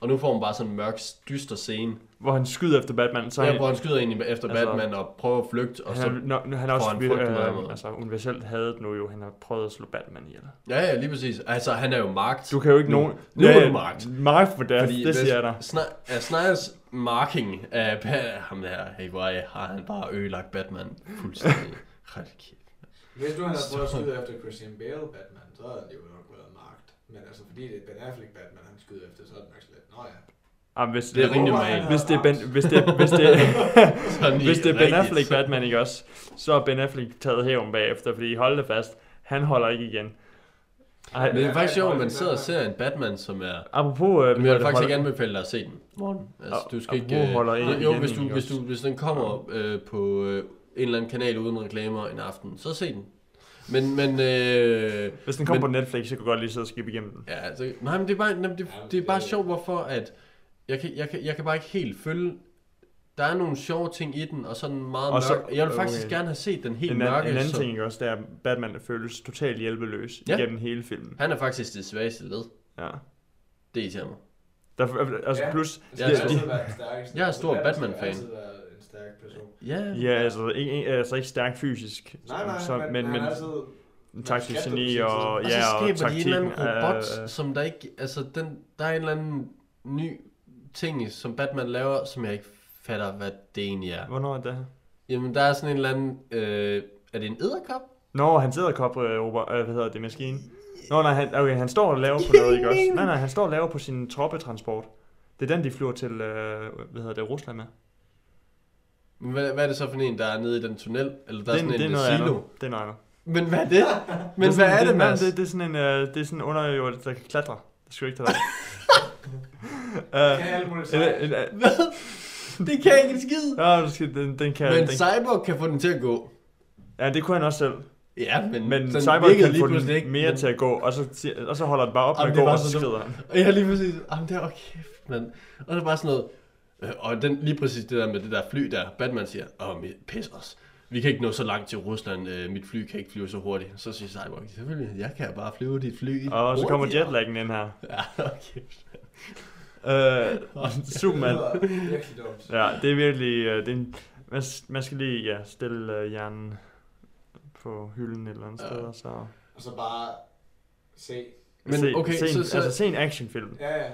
[SPEAKER 9] Og nu får hun bare sådan en mørk, dyster scene,
[SPEAKER 10] Hvor han skyder efter Batman, så
[SPEAKER 9] der,
[SPEAKER 10] han,
[SPEAKER 9] hvor han skyder ind i- efter
[SPEAKER 10] Altså-
[SPEAKER 9] Batman og prøver at flygte. Og
[SPEAKER 10] han,
[SPEAKER 9] så,
[SPEAKER 10] er, no, han er
[SPEAKER 9] får
[SPEAKER 10] også
[SPEAKER 9] han frygt ud af
[SPEAKER 10] øh,
[SPEAKER 9] ham.
[SPEAKER 10] altså, universelt hadet nu jo, han har prøvet at slå Batman ihjel.
[SPEAKER 9] ja, ja, lige præcis. Altså, han er jo marked.
[SPEAKER 10] Du kan jo ikke
[SPEAKER 9] Nu-
[SPEAKER 10] nogen...
[SPEAKER 9] nu er du marked.
[SPEAKER 10] Mark for det,
[SPEAKER 9] Fordi
[SPEAKER 10] det
[SPEAKER 9] hvis
[SPEAKER 10] siger jeg dig.
[SPEAKER 9] Sna- er Snyders marking af ba- ham der, hey, hvor er- har han bare ødelagt Batman fuldstændig. Hold kæft.
[SPEAKER 8] Hvis nu han havde prøvet at skyde efter Christian Bale Batman, så havde det jo nok været magt. Men altså, fordi det er Ben Affleck Batman, han skyder efter, så er det nok sådan lidt, nå ja.
[SPEAKER 10] Ah, hvis det,
[SPEAKER 9] Det er
[SPEAKER 10] er
[SPEAKER 9] rimelig
[SPEAKER 10] hvis,
[SPEAKER 9] normalt.
[SPEAKER 10] hvis det er Ben, hvis det, er- hvis det, er-
[SPEAKER 9] Sådan i
[SPEAKER 10] hvis det er Ben
[SPEAKER 9] rigtigt.
[SPEAKER 10] Affleck Batman, ikke også? Så er Ben Affleck taget hævn bagefter, fordi hold da fast, han holder ikke igen. Ej,
[SPEAKER 9] Men det er faktisk sjovt, at man sidder og ser en Batman, som er...
[SPEAKER 10] apropos... Øh,
[SPEAKER 9] Men jeg vil
[SPEAKER 10] det
[SPEAKER 9] faktisk
[SPEAKER 10] holder-
[SPEAKER 9] ikke anbefale dig at se den, Morten. Altså, du skal
[SPEAKER 10] og
[SPEAKER 9] ikke...
[SPEAKER 10] hvor
[SPEAKER 9] øh,
[SPEAKER 10] holder
[SPEAKER 9] jo,
[SPEAKER 10] I
[SPEAKER 9] jo,
[SPEAKER 10] igen
[SPEAKER 9] hvis, du,
[SPEAKER 10] egentlig
[SPEAKER 9] hvis,
[SPEAKER 10] også?
[SPEAKER 9] du, hvis den kommer øh, på øh, en eller anden kanal uden reklamer en aften, så se den. Men, men... Øh,
[SPEAKER 10] Hvis den kommer
[SPEAKER 9] men-
[SPEAKER 10] på Netflix, så kan jeg godt lige sidde og skippe igennem den.
[SPEAKER 9] Ja, altså, nej, men det er bare, nej, men det, det er bare sjovt, hvorfor at... Jeg kan, jeg, kan, jeg kan bare ikke helt følge... Der er nogle sjove ting i den, og sådan meget
[SPEAKER 10] Og så-
[SPEAKER 9] mørk. Jeg vil faktisk
[SPEAKER 10] okay.
[SPEAKER 9] gerne have set den helt
[SPEAKER 10] En,
[SPEAKER 9] mørke.
[SPEAKER 10] anden, en anden
[SPEAKER 9] så-
[SPEAKER 10] ting ikke også, det er, at Batman føles totalt hjælpeløs
[SPEAKER 9] Ja.
[SPEAKER 10] ja. igennem hele filmen.
[SPEAKER 9] Han er faktisk det svageste led.
[SPEAKER 10] Ja.
[SPEAKER 9] Det irriterer mig.
[SPEAKER 10] Der, altså
[SPEAKER 8] Ja.
[SPEAKER 10] ja. plus,
[SPEAKER 9] Jeg
[SPEAKER 8] Jeg,
[SPEAKER 9] er
[SPEAKER 8] jeg,
[SPEAKER 9] stor-
[SPEAKER 8] jeg,
[SPEAKER 9] jeg er stor Batman-fan.
[SPEAKER 8] Han altid været en stærk person.
[SPEAKER 9] Ja,
[SPEAKER 10] ja, altså ikke, altså ikke stærk fysisk,
[SPEAKER 8] Nej, altså, nej,
[SPEAKER 10] så, men, men,
[SPEAKER 8] han er altid...
[SPEAKER 10] men taktisk
[SPEAKER 8] Skat, du
[SPEAKER 10] geni
[SPEAKER 8] siger,
[SPEAKER 10] og,
[SPEAKER 9] Og
[SPEAKER 10] ja,
[SPEAKER 9] så
[SPEAKER 10] og
[SPEAKER 9] skaber de en
[SPEAKER 10] taktikken.
[SPEAKER 9] eller anden robot,
[SPEAKER 10] øh,
[SPEAKER 9] som der ikke... Altså, den, der er en eller anden ny ting, som Batman laver, som jeg ikke fatter, hvad det egentlig er.
[SPEAKER 10] øh, hvornår er det her?
[SPEAKER 9] Jamen, der er sådan en eller anden... Øh, er det en æderkop?
[SPEAKER 10] Nå, han sidder og kopper, øh, øh, hvad hedder det, maskinen. Nå, nej, han, okay, han står og laver på noget, ikke også? Nej, nej, han står og laver på sin troppetransport. Det er den, de flyver til, øh, hvad hedder det, Rusland med.
[SPEAKER 9] Men Hvad, hvad er det så for en, der er nede i den tunnel? Eller der er
[SPEAKER 10] det,
[SPEAKER 9] sådan
[SPEAKER 10] det,
[SPEAKER 9] en,
[SPEAKER 10] noget
[SPEAKER 9] der er silo?
[SPEAKER 10] andet. Det er noget andet.
[SPEAKER 9] Men hvad er det? Men
[SPEAKER 10] det
[SPEAKER 9] hvad er
[SPEAKER 10] sådan-
[SPEAKER 9] det,
[SPEAKER 10] nej,
[SPEAKER 9] Mads?
[SPEAKER 10] Det, det, er sådan en, øh, det er sådan en underjord, der kan klatre. Det skal du ikke tage dig.
[SPEAKER 8] Kan alle mulige
[SPEAKER 10] Øh,
[SPEAKER 8] sejre.
[SPEAKER 10] en- en-
[SPEAKER 9] Hvad? Det kan ikke en skid.
[SPEAKER 10] Nå, du skal, den, den kan...
[SPEAKER 9] Men
[SPEAKER 10] den,
[SPEAKER 9] Cyborg kan få den til at gå.
[SPEAKER 10] ja, det kunne han også selv.
[SPEAKER 9] Ja, men,
[SPEAKER 10] Men
[SPEAKER 9] den
[SPEAKER 10] Cyber
[SPEAKER 9] virkede
[SPEAKER 10] kan få den
[SPEAKER 9] pludselig
[SPEAKER 10] ikke, mere
[SPEAKER 9] men-
[SPEAKER 10] til at gå, og så, ti- og så holder den bare op med
[SPEAKER 9] Jamen,
[SPEAKER 10] at
[SPEAKER 9] det
[SPEAKER 10] gå,
[SPEAKER 9] var
[SPEAKER 10] og så
[SPEAKER 9] så dumt.
[SPEAKER 10] skrider han.
[SPEAKER 9] Og jeg lige præcis, jamen det er okay, mand. Og det er bare sådan noget, øh, og den, lige præcis det der med det der fly der, Batman siger, åh, oh, pis os. Vi kan ikke nå så langt til Rusland, øh, mit fly kan ikke flyve så hurtigt. Så siger Cyborg, selvfølgelig, jeg kan bare flyve dit fly.
[SPEAKER 10] Og så kommer
[SPEAKER 9] hurtigere."
[SPEAKER 10] jetlaggen ind her.
[SPEAKER 9] Ja, okay.
[SPEAKER 10] Øh, Superman.
[SPEAKER 8] Det lyder virkelig dumt.
[SPEAKER 10] Ja, det er virkelig... øh, Det er en, man, s- man skal lige ja, stille øh, hjernen på hylden et eller andet
[SPEAKER 9] Ja.
[SPEAKER 10] sted, og så...
[SPEAKER 8] Og så bare se.
[SPEAKER 9] Men
[SPEAKER 10] se,
[SPEAKER 9] okay,
[SPEAKER 10] se en,
[SPEAKER 9] så- så-
[SPEAKER 10] altså, se en actionfilm.
[SPEAKER 8] Ja, ja.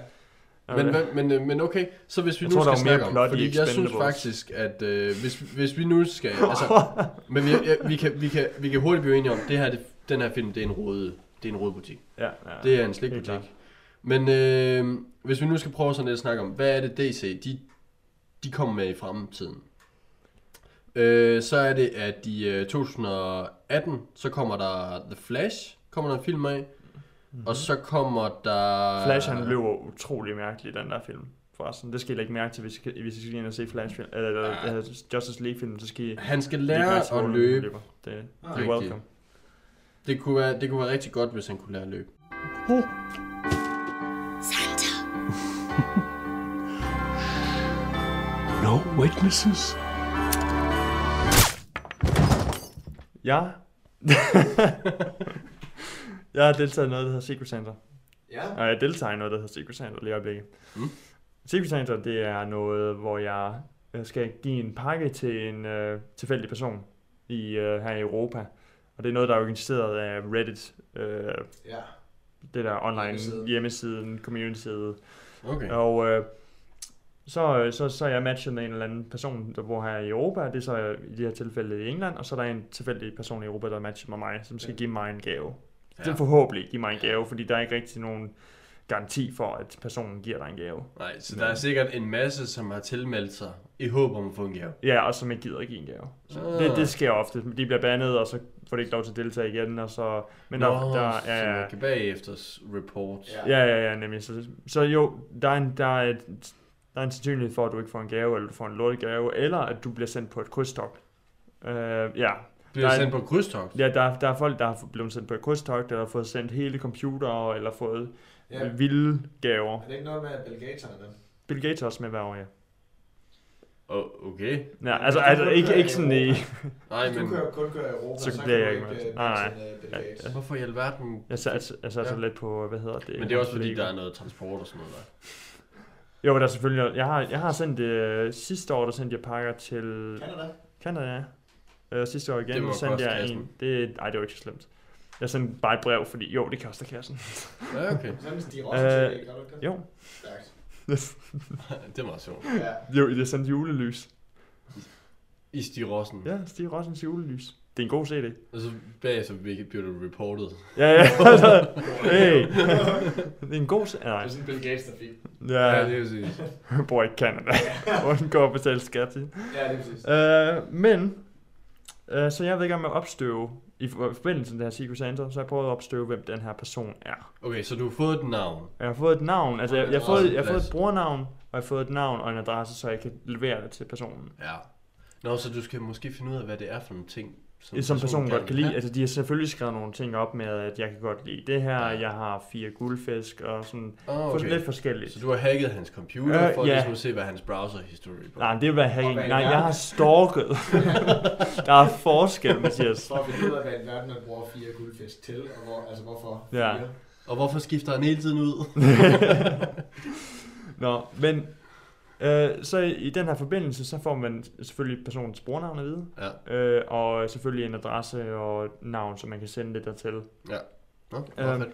[SPEAKER 9] Men, hvad- men, øh, men okay, så hvis vi
[SPEAKER 10] Jeg
[SPEAKER 9] nu
[SPEAKER 10] tror, der
[SPEAKER 9] skal
[SPEAKER 10] var mere
[SPEAKER 9] snakke om,
[SPEAKER 10] plot i
[SPEAKER 9] fordi jeg synes
[SPEAKER 10] Expendables.
[SPEAKER 9] faktisk, at øh, hvis, hvis vi nu skal, altså, men vi, ja, vi, kan, vi, kan, vi kan hurtigt blive enige om, det her, det, den her film, det er en rode, det er en rodebutik.
[SPEAKER 10] ja, ja.
[SPEAKER 9] Det er en
[SPEAKER 10] Helt
[SPEAKER 9] slikbutik.
[SPEAKER 10] klart.
[SPEAKER 9] Men øh, hvis vi nu skal prøve sådan lidt at snakke om, hvad er det DC, de, de kommer med i fremtiden? Øh, så er det, at i øh, 2018, så kommer der The Flash, kommer der en film af. Mm-hmm. Og så kommer der...
[SPEAKER 10] Mhm. Flash, han løber utrolig mærkeligt, den der film. Forresten, det skal I lægge mærke til, hvis I, skal- hvis I skal ind og se Flash, eller, eller ja. Justice League-filmen, så skal I
[SPEAKER 9] Han skal
[SPEAKER 10] lægge mærke til,
[SPEAKER 9] lære
[SPEAKER 10] hvor
[SPEAKER 9] at
[SPEAKER 10] han
[SPEAKER 9] løbe.
[SPEAKER 10] løber. Det,
[SPEAKER 8] Ah,
[SPEAKER 10] det er welcome.
[SPEAKER 9] Det kunne, være, det kunne være rigtig godt, hvis han kunne lære at løbe.
[SPEAKER 5] No witnesses?
[SPEAKER 10] Ja. jeg har deltaget i noget, der hedder Secret Santa.
[SPEAKER 8] Ja.
[SPEAKER 10] Og jeg deltager i noget, der hedder Secret Santa lige i øjeblikket. Mm. Secret Santa, det er noget, hvor jeg øh, skal give en pakke til en øh, tilfældig person i, øh, her i Europa. Og det er noget, der er organiseret af Reddit, øh,
[SPEAKER 8] Ja.
[SPEAKER 10] det der online
[SPEAKER 8] Hjemmeside.
[SPEAKER 10] hjemmesiden, community.
[SPEAKER 9] Okay.
[SPEAKER 10] Og øh, så, øh, så, så er jeg matchet med en eller anden person, der bor her i Europa, det er så øh, i det her tilfælde i England, og så er der en tilfældig person i Europa, der er matchet med mig, som skal give mig en gave. Ja. Det er forhåbentlig give mig en gave, fordi der er ikke rigtig nogen garanti for, at personen giver dig en gave.
[SPEAKER 9] Nej, så der er sikkert en masse, som har tilmeldt sig i håb om at få en gave.
[SPEAKER 10] Ja, og som ikke gider at give en gave. Så
[SPEAKER 9] Ah.
[SPEAKER 10] det, det sker ofte. De bliver bandet, og så får de ikke lov til at deltage igen, og så... Men der,
[SPEAKER 9] Nå,
[SPEAKER 10] der
[SPEAKER 9] så
[SPEAKER 10] er...
[SPEAKER 9] man kan bagefter report.
[SPEAKER 8] Ja.
[SPEAKER 10] Ja, ja, ja, nemlig. Så, så jo, der er, en, der, er et, der er en sandsynlighed for, at du ikke får en gave, eller du får en lortegave, eller at du bliver sendt på et krydstogt. Uh,
[SPEAKER 9] Bliver
[SPEAKER 10] ja, Der er
[SPEAKER 9] sendt
[SPEAKER 10] en-
[SPEAKER 9] på krydstogt?
[SPEAKER 10] ja der, er- der er folk, der er blevet sendt på et krydstogt, eller har fået sendt hele computere, eller fået
[SPEAKER 8] ja.
[SPEAKER 10] ja. vilde gaver.
[SPEAKER 8] Er det ikke noget med, at Bill Gates har dem?
[SPEAKER 10] Bill Gates er også med hver år, ja.
[SPEAKER 9] Oh, okay.
[SPEAKER 10] Ja, altså, altså ikke, ikke sådan i...
[SPEAKER 9] Nej,
[SPEAKER 8] Du
[SPEAKER 9] men
[SPEAKER 8] kører, kun kører i Europa,
[SPEAKER 10] Så
[SPEAKER 8] så, så
[SPEAKER 10] bliver
[SPEAKER 8] kan du
[SPEAKER 10] jeg
[SPEAKER 8] ikke
[SPEAKER 10] ikke
[SPEAKER 8] øh,
[SPEAKER 10] med. Nej,
[SPEAKER 8] matche med Bill
[SPEAKER 10] Ja,
[SPEAKER 8] Gates. Ja,
[SPEAKER 9] hvorfor i alverden?
[SPEAKER 10] Jeg satte altså, altså
[SPEAKER 9] Ja.
[SPEAKER 10] lidt på, hvad hedder det?
[SPEAKER 9] Men det er også fordi, der er noget transport og sådan noget der.
[SPEAKER 10] Jo, der er selvfølgelig... Jeg har, jeg har sendt... Øh, sidste år, der sendte jeg pakker til
[SPEAKER 8] Canada.
[SPEAKER 10] Canada, ja. Øh, sidste år igen
[SPEAKER 9] Det må
[SPEAKER 10] sendte
[SPEAKER 9] koste
[SPEAKER 10] jeg
[SPEAKER 9] kassen.
[SPEAKER 10] en... Det, ej, det var ikke så slemt. Jeg sendte bare et brev, fordi jo, det koster kassen.
[SPEAKER 9] Ja, okay.
[SPEAKER 8] Sådan de rotter til, gør du ikke det?
[SPEAKER 10] Øh, Jo.
[SPEAKER 8] Stærkt.
[SPEAKER 9] Det er meget sjovt.
[SPEAKER 8] Ja.
[SPEAKER 10] Jo, det er sendt julelys.
[SPEAKER 9] I Stig Rossen.
[SPEAKER 10] Ja, Stig Rossens julelys. Det er en god CD.
[SPEAKER 9] Og så bagefter bliver du reported.
[SPEAKER 10] Ja, ja. altså, hey. Det er en god CD.
[SPEAKER 8] Det
[SPEAKER 10] Nej.
[SPEAKER 8] er sådan Bill Gates, der fik.
[SPEAKER 10] Ja,
[SPEAKER 9] det er præcis.
[SPEAKER 10] jeg bor i Canada. Undgår at betale skat til.
[SPEAKER 8] Ja, det er præcis.
[SPEAKER 10] Øh, men, øh, så jeg ved ikke, om jeg opstøve, i for- forbindelse med det her Secret Santa, så har jeg prøvet at opstøve, hvem den her person er.
[SPEAKER 9] Okay, så du har fået et navn.
[SPEAKER 10] Og Jeg har fået et navn, altså jeg, jeg, har, fået, jeg har fået
[SPEAKER 9] Adresse.
[SPEAKER 10] et brugernavn, og jeg har fået et navn og en adresse, så jeg kan levere det til personen.
[SPEAKER 9] Ja. Nå, så du skal måske finde ud af, hvad det er for nogle ting,
[SPEAKER 10] Som, som personen godt kan lide.
[SPEAKER 9] Ja.
[SPEAKER 10] Altså de har selvfølgelig skrevet nogle ting op med, at jeg kan godt lide det her, jeg har fire guldfisk og sådan
[SPEAKER 9] Åh,
[SPEAKER 10] okay. lidt
[SPEAKER 9] Ah, okay.
[SPEAKER 10] forskelligt.
[SPEAKER 9] Så du har hacket hans computer,
[SPEAKER 10] Øh,
[SPEAKER 9] for
[SPEAKER 10] ja.
[SPEAKER 9] ligesom at se, hvad hans browser-history på.
[SPEAKER 10] Nej, det vil være hacking.
[SPEAKER 8] hvad
[SPEAKER 10] Nej,
[SPEAKER 8] er det?
[SPEAKER 10] jeg har stalket. der er forskel, Mathias.
[SPEAKER 8] For at finde ud af, hvad i verden man bruger fire guldfisk til, og hvor, altså hvorfor
[SPEAKER 10] Ja.
[SPEAKER 8] fire.
[SPEAKER 9] Og hvorfor skifter han hele tiden ud?
[SPEAKER 10] Nå, men øh, så i i den her forbindelse, så får man selvfølgelig personens brugernavn at vide,
[SPEAKER 9] ja.
[SPEAKER 10] øh, og selvfølgelig en adresse og et navn, så man kan sende det dertil.
[SPEAKER 9] Nå, meget
[SPEAKER 10] Øhm,
[SPEAKER 9] fedt.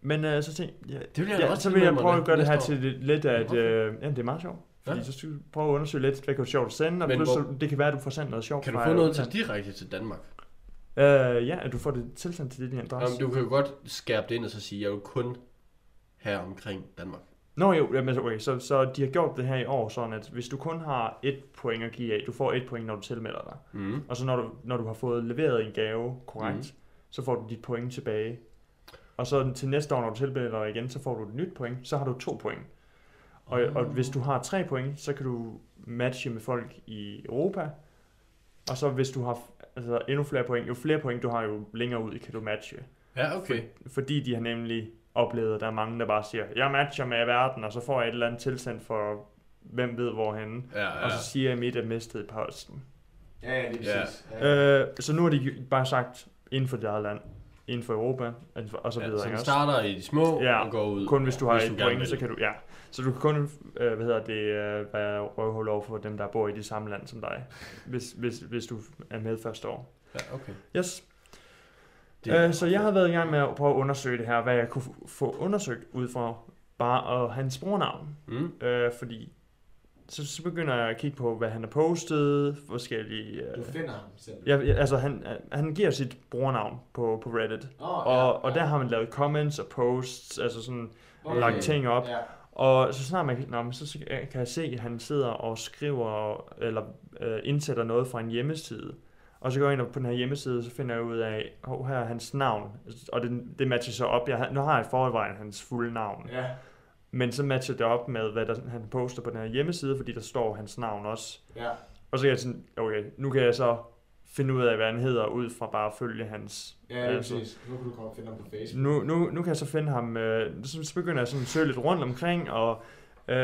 [SPEAKER 10] Men øh, så tænkte jeg,
[SPEAKER 9] Det vil jeg da
[SPEAKER 10] ja,
[SPEAKER 9] også
[SPEAKER 10] så
[SPEAKER 9] give
[SPEAKER 10] vil jeg
[SPEAKER 9] nummerne
[SPEAKER 10] prøve at gøre det
[SPEAKER 9] næste
[SPEAKER 10] her
[SPEAKER 9] år.
[SPEAKER 10] til lidt- lidt af, at
[SPEAKER 9] Hvorfor?
[SPEAKER 10] øh, jamen, det er meget sjovt. Fordi
[SPEAKER 9] Ja.
[SPEAKER 10] så skal du prøve at undersøge lidt, hvad kan du sjovt sende, og
[SPEAKER 9] Men
[SPEAKER 10] plus,
[SPEAKER 9] hvor-
[SPEAKER 10] så, det kan være, at du får sendt noget sjovt.
[SPEAKER 9] Kan du
[SPEAKER 10] fra-
[SPEAKER 9] få noget til direkte til Danmark?
[SPEAKER 10] Øh, ja, at du får det tilsendt til din adresse.
[SPEAKER 9] Jamen, du kan jo godt skærpe det ind og så sige, jeg er jo kun her omkring Danmark.
[SPEAKER 10] Nå jo, jamen, altså, okay, så, så de har gjort det her i år sådan, at hvis du kun har et point at give af, du får et point, når du tilmelder dig,
[SPEAKER 9] Mm.
[SPEAKER 10] og så når du, når du har fået leveret en gave korrekt, mm. så får du dit point tilbage. Og så til næste år, når du tilmelder dig igen, så får du et nyt point, så har du to point. Og, mm. og hvis du har tre point, så kan du matche med folk i Europa, og så hvis du har f- altså, endnu flere point, jo flere point du har, jo længere ud kan du matche.
[SPEAKER 9] Ja, okay.
[SPEAKER 10] Fordi de har nemlig oplevet, at der er mange, der bare siger, jeg matcher med verden, og så får jeg et eller andet tilsendt for, hvem ved hvorhenne.
[SPEAKER 9] Ja,
[SPEAKER 10] Ja.
[SPEAKER 9] ja.
[SPEAKER 10] Og så siger jeg midt, at mistet i posten.
[SPEAKER 8] Ja, ja, det er præcis. Ja.
[SPEAKER 10] Øh, så nu har de jo bare sagt, inden for dit eget land, inden for Europa, inden for, og så
[SPEAKER 9] ja,
[SPEAKER 10] videre.
[SPEAKER 9] så
[SPEAKER 10] ikke
[SPEAKER 9] den
[SPEAKER 10] også?
[SPEAKER 9] starter i de små
[SPEAKER 10] Ja,
[SPEAKER 9] og går ud.
[SPEAKER 10] Kun hvis du har et
[SPEAKER 9] gerne
[SPEAKER 10] point,
[SPEAKER 9] vil.
[SPEAKER 10] så kan du, ja. Så du kan kun, øh, hvad hedder det, øh, være røvhul over for dem, der bor i det samme land som dig, hvis, hvis, hvis du er med første år.
[SPEAKER 9] Ja, okay.
[SPEAKER 10] Yes.
[SPEAKER 9] Det-
[SPEAKER 10] Det. Øh, så jeg har været i gang med at prøve at undersøge det her, hvad jeg kunne f- få undersøgt ud fra bare at hans brugernavn.
[SPEAKER 9] Mm.
[SPEAKER 10] Øh, fordi så, så begynder jeg at kigge på, hvad han har postet, forskellige...
[SPEAKER 8] Du
[SPEAKER 10] Øh,
[SPEAKER 8] finder ham selv.
[SPEAKER 10] ja, ja, altså han, øh, han giver sit brugernavn på, på Reddit,
[SPEAKER 8] Oh,
[SPEAKER 10] og, og der har man lavet comments og posts, altså sådan okay. lagt ting op.
[SPEAKER 8] Ja.
[SPEAKER 10] Og så snart man kan, nå, men så kan jeg se, at han sidder og skriver, eller øh, indsætter noget fra en hjemmeside. Og så går jeg ind og på den her hjemmeside, og så finder jeg ud af, hov, her er hans navn. Og det, det matcher så op. Jeg, har- nu har jeg i forvejen hans fulde navn.
[SPEAKER 8] ja.
[SPEAKER 10] Men så matcher det op med, hvad der, han poster på den her hjemmeside, fordi der står hans navn også.
[SPEAKER 8] Ja.
[SPEAKER 10] Og så kan jeg sådan, okay, nu kan jeg så finde ud af, hvad han hedder, ud fra bare at følge hans...
[SPEAKER 8] Ja, det er
[SPEAKER 10] altså,
[SPEAKER 8] præcis. Nu kan du komme og finde ham på Facebook.
[SPEAKER 10] nu, nu, nu kan jeg så finde ham, øh, så, så begynder jeg sådan at søge lidt rundt omkring, og øh,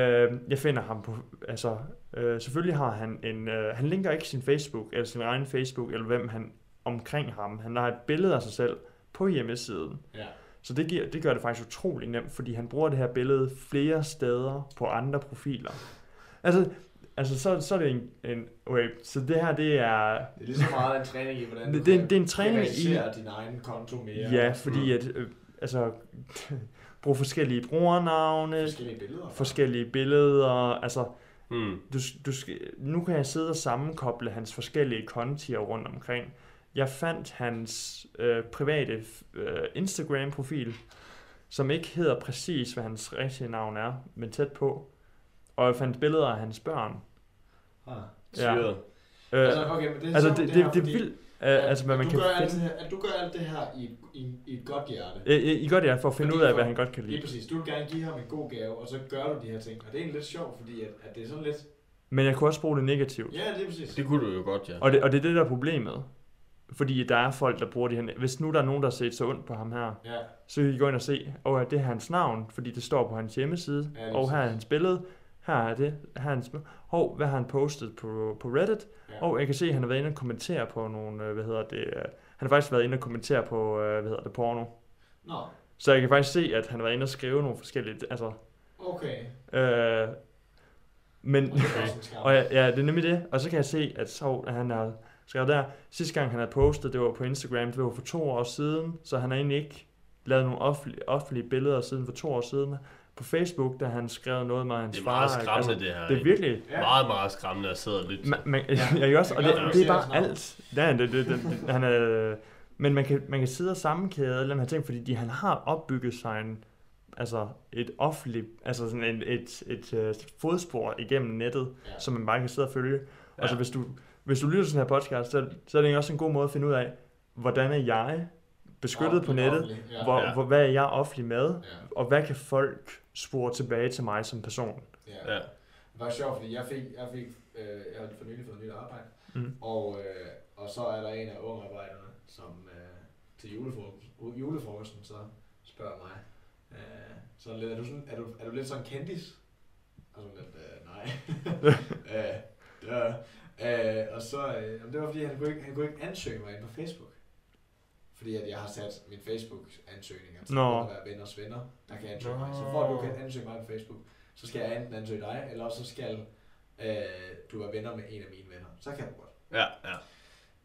[SPEAKER 10] jeg finder ham på, altså øh, selvfølgelig har han en, øh, han linker ikke sin Facebook, eller sin egen Facebook, eller hvem han omkring ham, han har et billede af sig selv på hjemmesiden.
[SPEAKER 8] Ja.
[SPEAKER 10] Så det, giver, det gør det faktisk utrolig nemt, fordi han bruger det her billede flere steder på andre profiler. Altså, altså så, så er det en, en okay, så det her, det er,
[SPEAKER 8] Det er lige så meget en træning i, hvordan
[SPEAKER 10] Det- det er en- det er en træning i-
[SPEAKER 8] i... din egen konto mere.
[SPEAKER 10] ja, fordi at, øh, altså, bruge forskellige brugernavne,
[SPEAKER 8] Forskellige billeder.
[SPEAKER 10] forskellige billeder. Altså,
[SPEAKER 9] Mm.
[SPEAKER 10] du, du skal, nu kan jeg sidde og sammenkoble hans forskellige kontier rundt omkring. Jeg fandt hans øh, private øh, Instagram-profil, som ikke hedder præcis, hvad hans rigtige navn er, men tæt på. Og jeg fandt billeder af hans børn.
[SPEAKER 8] Ah.
[SPEAKER 10] Ja.
[SPEAKER 9] Syret.
[SPEAKER 10] Øh,
[SPEAKER 8] Altså,
[SPEAKER 10] altså,
[SPEAKER 8] okay, men det er
[SPEAKER 10] altså
[SPEAKER 8] sjovt,
[SPEAKER 10] det,
[SPEAKER 8] her,
[SPEAKER 10] det, det er
[SPEAKER 8] fordi
[SPEAKER 10] vildt, øh, altså, hvad man
[SPEAKER 8] du
[SPEAKER 10] kan
[SPEAKER 8] gør alt
[SPEAKER 10] finde.
[SPEAKER 8] det her- At du gør alt det her i, i, i et godt hjerte.
[SPEAKER 10] Øh, øh, I godt jer for at finde
[SPEAKER 8] Fordi
[SPEAKER 10] ud af,
[SPEAKER 8] for-
[SPEAKER 10] hvad han godt kan
[SPEAKER 8] Lige
[SPEAKER 10] lide.
[SPEAKER 8] præcis. Du vil gerne give ham en god gave, og så gør du de her ting. Og det er egentlig lidt sjovt, fordi at, at det er sådan lidt...
[SPEAKER 10] Men jeg kunne også bruge det negativt.
[SPEAKER 8] Ja, det er præcis.
[SPEAKER 9] Det kunne du jo godt, ja.
[SPEAKER 10] Og det, og det er det, der er problemet. Fordi der er folk, der bruger det her. Hvis nu der er nogen, der har set så ondt på ham her,
[SPEAKER 8] Ja,
[SPEAKER 10] så kan I gå ind og se, og at det er hans navn, fordi det står på hans hjemmeside,
[SPEAKER 8] Ja, lige
[SPEAKER 10] ja, og her er
[SPEAKER 8] præcis.
[SPEAKER 10] hans billede, her er det, her er hans, hov, hvad har han postet på, på Reddit,
[SPEAKER 8] Ja.
[SPEAKER 10] ja. og jeg kan se, at han har været inde og kommentere på nogle, øh, hvad hedder det, øh, han har faktisk været inde og kommentere på, øh, hvad hedder det, porno.
[SPEAKER 8] nå.
[SPEAKER 10] Så jeg kan faktisk se, at han har været inde og skrive nogle forskellige, altså,
[SPEAKER 8] Åh, Okay.
[SPEAKER 10] Øh, men,
[SPEAKER 8] Okay.
[SPEAKER 10] og ja, ja, det er nemlig det. Og så kan jeg se, at Sov, at han har skrevet der. Sidste gang, han havde postet, det var på Instagram, det var for to år siden, så han har egentlig ikke lavet nogle offentlige, offentlige billeder siden for to år siden. På Facebook, der han skrev noget med hans
[SPEAKER 9] Det er
[SPEAKER 10] far.
[SPEAKER 9] meget skræmmende,
[SPEAKER 10] altså,
[SPEAKER 9] det her.
[SPEAKER 10] Det er
[SPEAKER 9] ikke?
[SPEAKER 10] virkelig...
[SPEAKER 8] Ja.
[SPEAKER 9] Meget, meget skræmmende at sidde og lytte. til.
[SPEAKER 10] Man, man, ja, jeg også, og det,
[SPEAKER 8] Ja,
[SPEAKER 10] det
[SPEAKER 8] ja.
[SPEAKER 10] er bare alt. Ja, det, det, det, det, han er, men man kan, man kan sidde og sammenkæde alle de her ting, fordi de, han har opbygget sig en, altså et offentligt, altså sådan en, et, et, et fodspor igennem nettet,
[SPEAKER 8] Ja.
[SPEAKER 10] ja. som man bare kan sidde og følge. Ja. Altså
[SPEAKER 9] Ja.
[SPEAKER 10] hvis du, hvis du lytter til den her podcast, så, så er det også en god måde at finde ud af, hvordan er jeg beskyttet
[SPEAKER 8] Offentlig,
[SPEAKER 10] på nettet,
[SPEAKER 8] offentlig, ja.
[SPEAKER 10] hvor,
[SPEAKER 9] Ja.
[SPEAKER 10] hvor, hvad er jeg offentlig med,
[SPEAKER 8] Ja.
[SPEAKER 10] og hvad kan folk spore tilbage til mig som person?
[SPEAKER 8] Ja.
[SPEAKER 9] Ja.
[SPEAKER 8] ja. Det var sjovt, fordi jeg fik, jeg fik øh, jeg har for nylig fået nyt arbejde,
[SPEAKER 10] Mm.
[SPEAKER 8] og, øh, og så er der en af unge arbejderne, som øh, til julefrokosten, julefrokosten så spørger mig, øh, så er, det lidt, er, du sådan, er, du, er du lidt sådan kendis? Og sådan lidt, øh, nej. øh, det var, øh, og så, øh, jamen, det var fordi, han kunne, ikke, han kunne ikke ansøge mig ind på Facebook. Fordi at jeg har sat min Facebook-ansøgninger til
[SPEAKER 10] Nå.
[SPEAKER 8] at være venners venner, der kan ansøge mig. Så
[SPEAKER 10] Nå.
[SPEAKER 8] for at du kan ansøge mig på Facebook, så skal jeg enten ansøge dig, eller også så skal øh, du være venner med en af mine venner. Så kan du godt.
[SPEAKER 9] Ja, ja.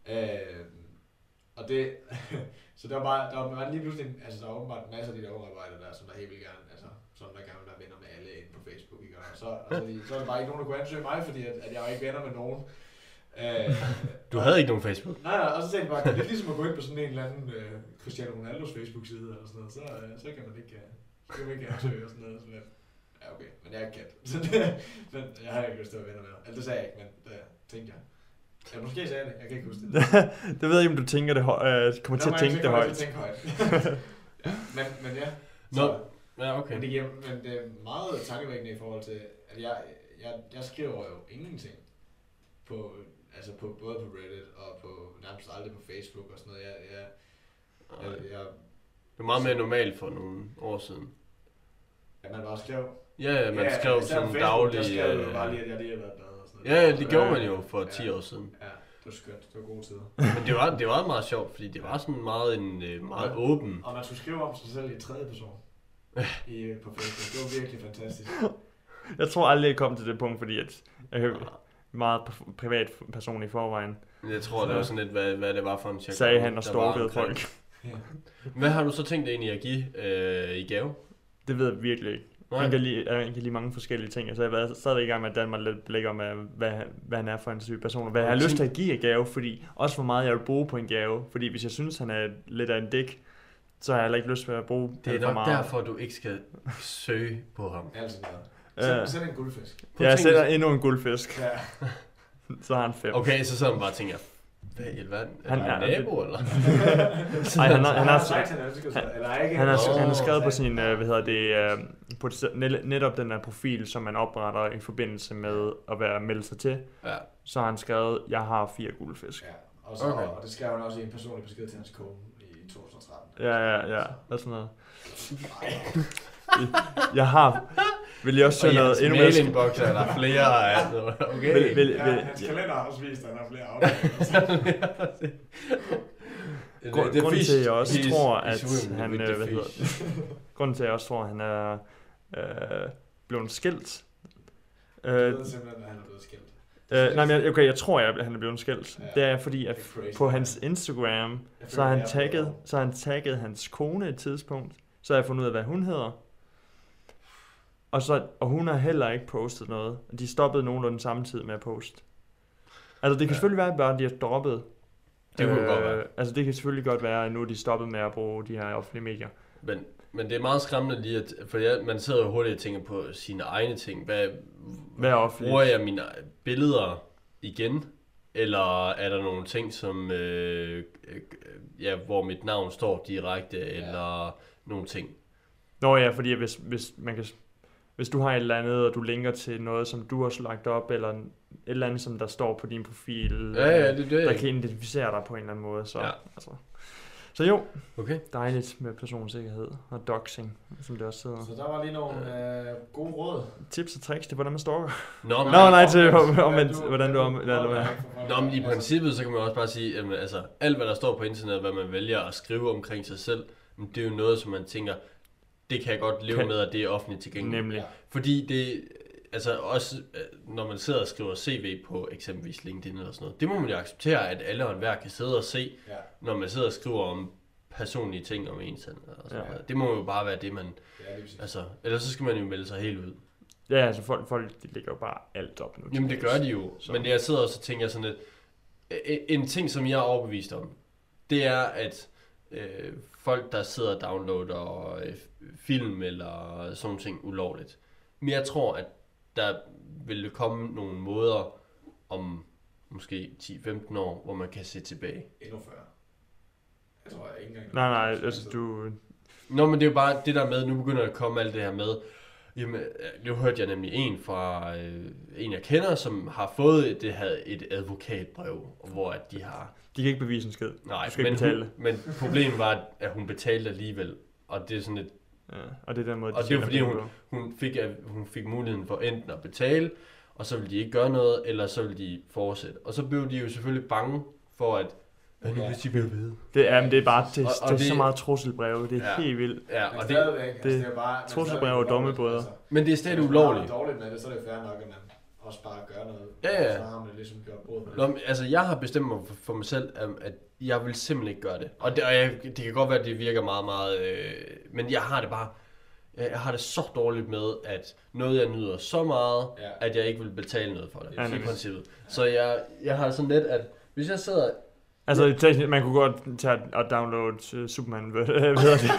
[SPEAKER 8] Øh, og det, så der var, bare, der var bare lige pludselig, en- altså der var åbenbart masser af de der unge arbejdere der, som der helt vildt gerne, altså som der gerne vil være venner med alle inde på Facebook, ikke? Og så, og så, er de- så er der bare ikke nogen, der kunne ansøge mig, fordi at, at jeg var ikke venner med nogen. Øh,
[SPEAKER 9] Du havde ikke nogen Facebook.
[SPEAKER 8] nej, nej, og så tænkte jeg bare, det er ligesom at gå ind på sådan en eller anden øh, Cristiano Ronaldos Facebook-side eller sådan noget, så, øh, så kan man ikke, øh, så kan man ikke ansøge og sådan noget. Sådan lidt. Ja, okay, men jeg er ikke kendt. Så det, men jeg har ikke lyst til at være venner med dig. Eller det sagde jeg ikke, men det tænkte jeg. Ja, måske sagde jeg det, jeg kan ikke huske det.
[SPEAKER 10] det ved jeg ikke, om du tænker det hø- øh, kommer til
[SPEAKER 8] Der er mange
[SPEAKER 10] at tænke det
[SPEAKER 8] ting, kommer
[SPEAKER 10] højt.
[SPEAKER 8] til at tænke højt. ja, men, men ja. Så,
[SPEAKER 9] Nå, Ja,
[SPEAKER 8] Men, det
[SPEAKER 9] okay.
[SPEAKER 8] giver, men det er meget tankevækkende i forhold til, at jeg, jeg, jeg skriver jo ingenting. På, altså på, både på Reddit og på nærmest aldrig på Facebook og sådan noget. Jeg, jeg,
[SPEAKER 9] Øh,
[SPEAKER 8] jeg, jeg,
[SPEAKER 9] Det var meget mere normalt for nogle år siden.
[SPEAKER 8] jeg man bare skrev.
[SPEAKER 9] Ja, ja, man
[SPEAKER 8] ja,
[SPEAKER 9] skrev
[SPEAKER 8] især på
[SPEAKER 9] sådan
[SPEAKER 8] Facebook,
[SPEAKER 9] daglig...
[SPEAKER 8] Der skrev jeg jo
[SPEAKER 9] øh,
[SPEAKER 8] bare lige, at jeg lige havde været bad og sådan
[SPEAKER 9] Ja, det gjorde
[SPEAKER 10] Ja,
[SPEAKER 9] man jo for 10
[SPEAKER 8] ja.
[SPEAKER 9] år siden.
[SPEAKER 8] Ja, det var skønt. Det var gode tider.
[SPEAKER 9] Men det var, det var meget sjovt, fordi det var sådan meget en øh, meget åben...
[SPEAKER 8] Og man skulle skrive om sig selv i tredje person. I, øh, på Facebook. Det var virkelig fantastisk.
[SPEAKER 10] Jeg tror aldrig, jeg kom til det punkt, fordi at jeg er meget p- privat person i forvejen,
[SPEAKER 9] Men Jeg tror, det Ah. var sådan lidt, hvad, hvad det var for en check.
[SPEAKER 10] sagde han og
[SPEAKER 9] der var
[SPEAKER 10] stalkede
[SPEAKER 9] omkring.
[SPEAKER 10] folk.
[SPEAKER 9] Hvad har du så tænkt dig egentlig at give øh, i gave?
[SPEAKER 10] Det ved jeg virkelig ikke.
[SPEAKER 9] Nej.
[SPEAKER 10] Han kan, lide, øh, han kan lide mange forskellige ting. Så jeg er stadigvæk i gang med at danne mig lidt blik om, øh, hvad, hvad han er for en type person, og hvad jeg har
[SPEAKER 9] Og
[SPEAKER 10] lyst til
[SPEAKER 9] tænk-
[SPEAKER 10] at give af gave, fordi også hvor meget jeg vil bruge på en gave. Fordi hvis jeg synes, han er lidt af en dæk, så har jeg heller ikke lyst til at bruge
[SPEAKER 9] Det er
[SPEAKER 10] for
[SPEAKER 9] nok
[SPEAKER 10] meget.
[SPEAKER 9] derfor, du ikke skal søge på ham.
[SPEAKER 8] Altså noget.
[SPEAKER 10] Øh.
[SPEAKER 8] Send, send en guldfisk.
[SPEAKER 9] Prøv at
[SPEAKER 10] Jeg
[SPEAKER 9] tænke,
[SPEAKER 10] sætter endnu en guldfisk,
[SPEAKER 8] Ja.
[SPEAKER 10] så har han fem.
[SPEAKER 9] Okay, så sidder man bare og tænker, hvad i alverden? Er
[SPEAKER 10] Han
[SPEAKER 9] han er
[SPEAKER 10] er-
[SPEAKER 9] nabo, eller?
[SPEAKER 10] Ej, han har,
[SPEAKER 8] Han
[SPEAKER 10] han
[SPEAKER 8] har
[SPEAKER 10] har,
[SPEAKER 8] sagt, han ønsker sig, eller ikke?
[SPEAKER 10] Han har,
[SPEAKER 9] Nå.
[SPEAKER 10] han har skrevet på sin, øh, hvad hedder det, øh, på et sted- net- netop den der profil, som man opretter i forbindelse med at være melde sig til,
[SPEAKER 9] Ja.
[SPEAKER 10] så har han skrevet, jeg har fire guldfisk.
[SPEAKER 8] Ja, og, så,
[SPEAKER 9] Okay.
[SPEAKER 8] okay. og det skrev han også i en personlig besked til hans kone i 2013.
[SPEAKER 10] Ja, ja, ja, og sådan noget. Jeg har, vil jeg også
[SPEAKER 9] Og
[SPEAKER 10] søge
[SPEAKER 9] i
[SPEAKER 10] noget
[SPEAKER 9] hans
[SPEAKER 10] endnu mere,
[SPEAKER 9] mailindbox er der flere. ja, Okay.
[SPEAKER 10] vil, vil,
[SPEAKER 8] Ja,
[SPEAKER 10] vil,
[SPEAKER 8] hans kalender har også vist, at han har flere aftaler.
[SPEAKER 10] Grund- grunden til, at jeg også
[SPEAKER 9] he's-
[SPEAKER 10] tror,
[SPEAKER 9] he's
[SPEAKER 10] at
[SPEAKER 9] swimming
[SPEAKER 10] han,
[SPEAKER 9] with the
[SPEAKER 10] øh, hvad
[SPEAKER 9] fish.
[SPEAKER 10] grunden til, at jeg også tror, at han er øh, blevet skilt.
[SPEAKER 8] Jeg
[SPEAKER 10] Øh,
[SPEAKER 8] ved simpelthen, at han er blevet skilt.
[SPEAKER 10] øh, nej, men jeg- okay, jeg tror, at han er blevet skilt.
[SPEAKER 8] Ja.
[SPEAKER 10] Det er fordi, at
[SPEAKER 8] Det er crazy.
[SPEAKER 10] på hans Instagram,
[SPEAKER 8] Jeg
[SPEAKER 10] Så har
[SPEAKER 8] føler,
[SPEAKER 10] han
[SPEAKER 8] jeg er blevet
[SPEAKER 10] tagget, så har han tagget hans kone et tidspunkt. Så har jeg fundet ud af, hvad hun hedder. Og, så, og hun har heller ikke postet noget. Og De stoppede nogenlunde samtidig med at poste. Altså det kan
[SPEAKER 9] Ja.
[SPEAKER 10] ja. selvfølgelig være, bare, at de har droppet.
[SPEAKER 9] Det kunne godt være.
[SPEAKER 10] Altså det kan selvfølgelig godt være, at nu er de stoppet med at bruge de her offentlige medier.
[SPEAKER 9] Men, men det er meget skræmmende lige, at, for jeg, man sidder jo hurtigt og tænker på sine egne ting. Hvad,
[SPEAKER 10] Hvad er offentligt?
[SPEAKER 9] bruger jeg mine e- billeder igen? Eller er der nogle ting, som, øh, øh, ja, hvor mit navn står direkte, ja. eller nogle ting?
[SPEAKER 10] Nå ja, fordi hvis, hvis, man kan, hvis du har et eller andet, og du linker til noget, som du har slagt op, eller en- et eller andet, som der står på din profil, øh,
[SPEAKER 9] Ja, ja, det er det.
[SPEAKER 10] der kan identificere dig på en eller anden måde. Så,
[SPEAKER 9] Ja.
[SPEAKER 10] ja. altså. så jo,
[SPEAKER 9] Okay.
[SPEAKER 10] dejligt med personsikkerhed og doxing, som det også hedder.
[SPEAKER 8] Så der var lige nogle øh, gode råd.
[SPEAKER 10] Tips og tricks til, hvordan man stalker.
[SPEAKER 9] Nå, men,
[SPEAKER 10] Nå, nej, til omvendt, hvordan du om-
[SPEAKER 8] hvordan
[SPEAKER 10] eller hvad?
[SPEAKER 9] Nå, men i princippet, så kan man også bare sige, at altså, alt hvad der står på internettet, hvad man vælger at skrive omkring sig selv, men det er jo noget, som man tænker, det kan jeg godt leve
[SPEAKER 10] Kan-
[SPEAKER 9] med, at det er offentligt tilgængeligt.
[SPEAKER 10] Nemlig.
[SPEAKER 9] Fordi det, altså også, øh, når man sidder og skriver CV på eksempelvis LinkedIn eller sådan noget, det må man jo acceptere, at alle og enhver kan sidde og se,
[SPEAKER 8] Ja.
[SPEAKER 9] når man sidder og skriver om personlige ting om ens eller sådan
[SPEAKER 10] Ja.
[SPEAKER 9] ja. noget. Det må jo bare være det, man,
[SPEAKER 8] Ja, lige præcis.
[SPEAKER 9] altså, ellers så skal man jo melde sig helt ud.
[SPEAKER 10] Ja, altså folk, folk de lægger jo bare alt op nu.
[SPEAKER 9] Jamen det gør de jo,
[SPEAKER 10] Så-
[SPEAKER 9] så. men jeg sidder også og tænker sådan lidt, øh, en ting som jeg er overbevist om, det er at øh, folk der sidder og downloader øh, film eller sådan nogle ting ulovligt, men jeg tror at der vil komme nogle måder om måske 10-15 år, hvor man kan se tilbage.
[SPEAKER 8] Endnu før. Jeg tror jeg ikke engang...
[SPEAKER 10] Nej, nej, altså du...
[SPEAKER 9] Nå, men det er jo bare det der med, nu begynder at komme alt det her med, jamen, øh, nu hørte jeg nemlig en fra øh, en jeg kender, som har fået det her, et advokatbrev, hvor at de har
[SPEAKER 10] De kan ikke bevise en skid.
[SPEAKER 9] Nej,
[SPEAKER 10] du skal
[SPEAKER 9] men,
[SPEAKER 10] ikke betale.
[SPEAKER 9] hun, men problemet var, at hun betalte alligevel. Og det er sådan et,
[SPEAKER 10] Ja, og det er den måde,
[SPEAKER 9] og det
[SPEAKER 10] de
[SPEAKER 9] er
[SPEAKER 10] tjener
[SPEAKER 9] fordi,
[SPEAKER 10] penge
[SPEAKER 9] hun, hun, fik, at hun fik muligheden for enten at betale, og så ville de ikke gøre noget, eller så ville de fortsætte. Og så blev de jo selvfølgelig bange for, at hvad nu
[SPEAKER 8] Ja.
[SPEAKER 9] hvis de bliver ved?
[SPEAKER 10] på. Det er, men det er bare det,
[SPEAKER 9] Og-
[SPEAKER 10] og,
[SPEAKER 9] og
[SPEAKER 10] og det er så
[SPEAKER 9] det-
[SPEAKER 10] meget trusselbreve. Det er
[SPEAKER 9] Ja.
[SPEAKER 10] helt vildt.
[SPEAKER 9] Ja,
[SPEAKER 8] Men
[SPEAKER 9] og det,
[SPEAKER 8] stadigvæk, det,
[SPEAKER 10] det-
[SPEAKER 8] altså, det er bare... men
[SPEAKER 10] Troelsesbrev
[SPEAKER 8] stadigvæk
[SPEAKER 10] og
[SPEAKER 8] ulovligt,
[SPEAKER 10] dommebåder.
[SPEAKER 8] altså.
[SPEAKER 9] men det er stadig
[SPEAKER 8] Hvis
[SPEAKER 9] ulovligt.
[SPEAKER 8] man har det dårligt med det, så er det jo fair nok, at man også bare gør noget.
[SPEAKER 9] Ja, ja.
[SPEAKER 8] Så har man det ligesom gjort brud med det.
[SPEAKER 9] Nå, men, altså, jeg har bestemt mig for, for mig selv, at- at jeg vil simpelthen ikke gøre det. Og det, og jeg, det kan godt være, at det virker meget, meget... Øh, men jeg har det bare... øh, Jeg jeg har det så dårligt med, at noget, jeg nyder så meget,
[SPEAKER 8] Ja.
[SPEAKER 9] ja. at jeg ikke vil betale noget for det.
[SPEAKER 10] Ja,
[SPEAKER 9] Ja, I
[SPEAKER 10] nemlig.
[SPEAKER 9] princippet. Så jeg, jeg har sådan lidt, at hvis jeg sidder...
[SPEAKER 10] Altså, teknisk- man kunne godt tage og downloade øh, Superman, hvad hedder det?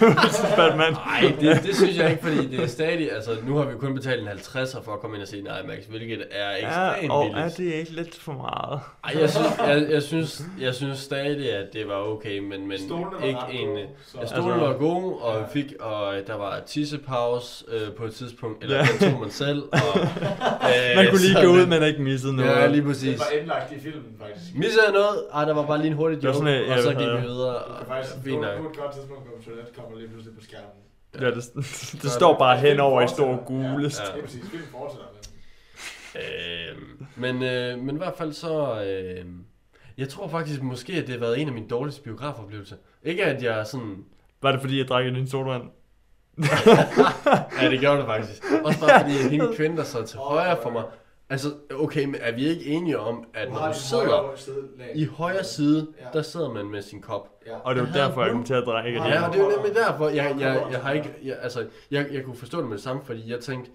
[SPEAKER 10] Batman.
[SPEAKER 9] Nej, det, det synes jeg ikke, fordi det er stadig... Altså, nu har vi kun betalt en 50'er for at komme ind og se en IMAX, hvilket er ekstremt
[SPEAKER 10] Ja, og
[SPEAKER 9] billigt.
[SPEAKER 10] er det ikke lidt for meget?
[SPEAKER 9] Ej, jeg synes, jeg, jeg, synes, jeg synes stadig, at det var okay, men, men
[SPEAKER 8] Stolene var
[SPEAKER 9] ikke
[SPEAKER 8] ret
[SPEAKER 9] en...
[SPEAKER 8] gode,
[SPEAKER 9] øh,
[SPEAKER 8] så-
[SPEAKER 9] Ja, stolen
[SPEAKER 10] Altså-
[SPEAKER 9] var god, og
[SPEAKER 8] Ja.
[SPEAKER 9] ja. fik, og øh, der var tissepause øh, på et tidspunkt, eller den tog man selv. Og, øh,
[SPEAKER 10] Man kunne lige
[SPEAKER 9] så
[SPEAKER 10] gå ud,
[SPEAKER 9] man-
[SPEAKER 10] men ikke missede noget.
[SPEAKER 9] Ja, lige
[SPEAKER 8] Det
[SPEAKER 9] præcis.
[SPEAKER 8] var indlagt i filmen, faktisk.
[SPEAKER 9] Missede jeg noget? Ej, der var bare lige en hurtig
[SPEAKER 10] Det var
[SPEAKER 9] joke,
[SPEAKER 10] sådan, at-
[SPEAKER 9] og
[SPEAKER 10] ja,
[SPEAKER 9] så
[SPEAKER 10] hvad
[SPEAKER 9] gik vi
[SPEAKER 10] hedder-
[SPEAKER 9] videre.
[SPEAKER 8] Det
[SPEAKER 9] Og,
[SPEAKER 8] er faktisk
[SPEAKER 9] fint nok.
[SPEAKER 8] på på et godt tidspunkt, når man toilet kommer lige pludselig på skærmen.
[SPEAKER 10] Ja, det, det står bare henover i stor gule.
[SPEAKER 8] Ja, det er præcis. Filmen fortsætter. men-
[SPEAKER 9] Øh, men, øh, men i hvert fald så... Øh, jeg tror faktisk måske, at det har været en af mine dårligste biografoplevelser. Ikke at jeg sådan...
[SPEAKER 10] Var det fordi, jeg drak en sodavand?
[SPEAKER 9] Ja, det gjorde det faktisk. Også bare fordi, at hende kvinde, der sad til højre for mig... Altså, okay, men er vi ikke enige om, at
[SPEAKER 8] har
[SPEAKER 9] når du
[SPEAKER 8] din
[SPEAKER 9] sidder
[SPEAKER 8] højre sidelag.
[SPEAKER 9] I højre side,
[SPEAKER 8] Ja.
[SPEAKER 9] der sidder man med sin kop.
[SPEAKER 8] Ja.
[SPEAKER 10] Og det var
[SPEAKER 9] Jeg havde
[SPEAKER 10] derfor, jeg
[SPEAKER 9] kun-
[SPEAKER 10] kom til at drikke det.
[SPEAKER 9] Ja, og det er jo nemlig derfor, jeg,
[SPEAKER 8] Ja.
[SPEAKER 9] jeg, jeg har ikke, jeg, altså, jeg, jeg kunne forstå det med det samme, fordi jeg tænkte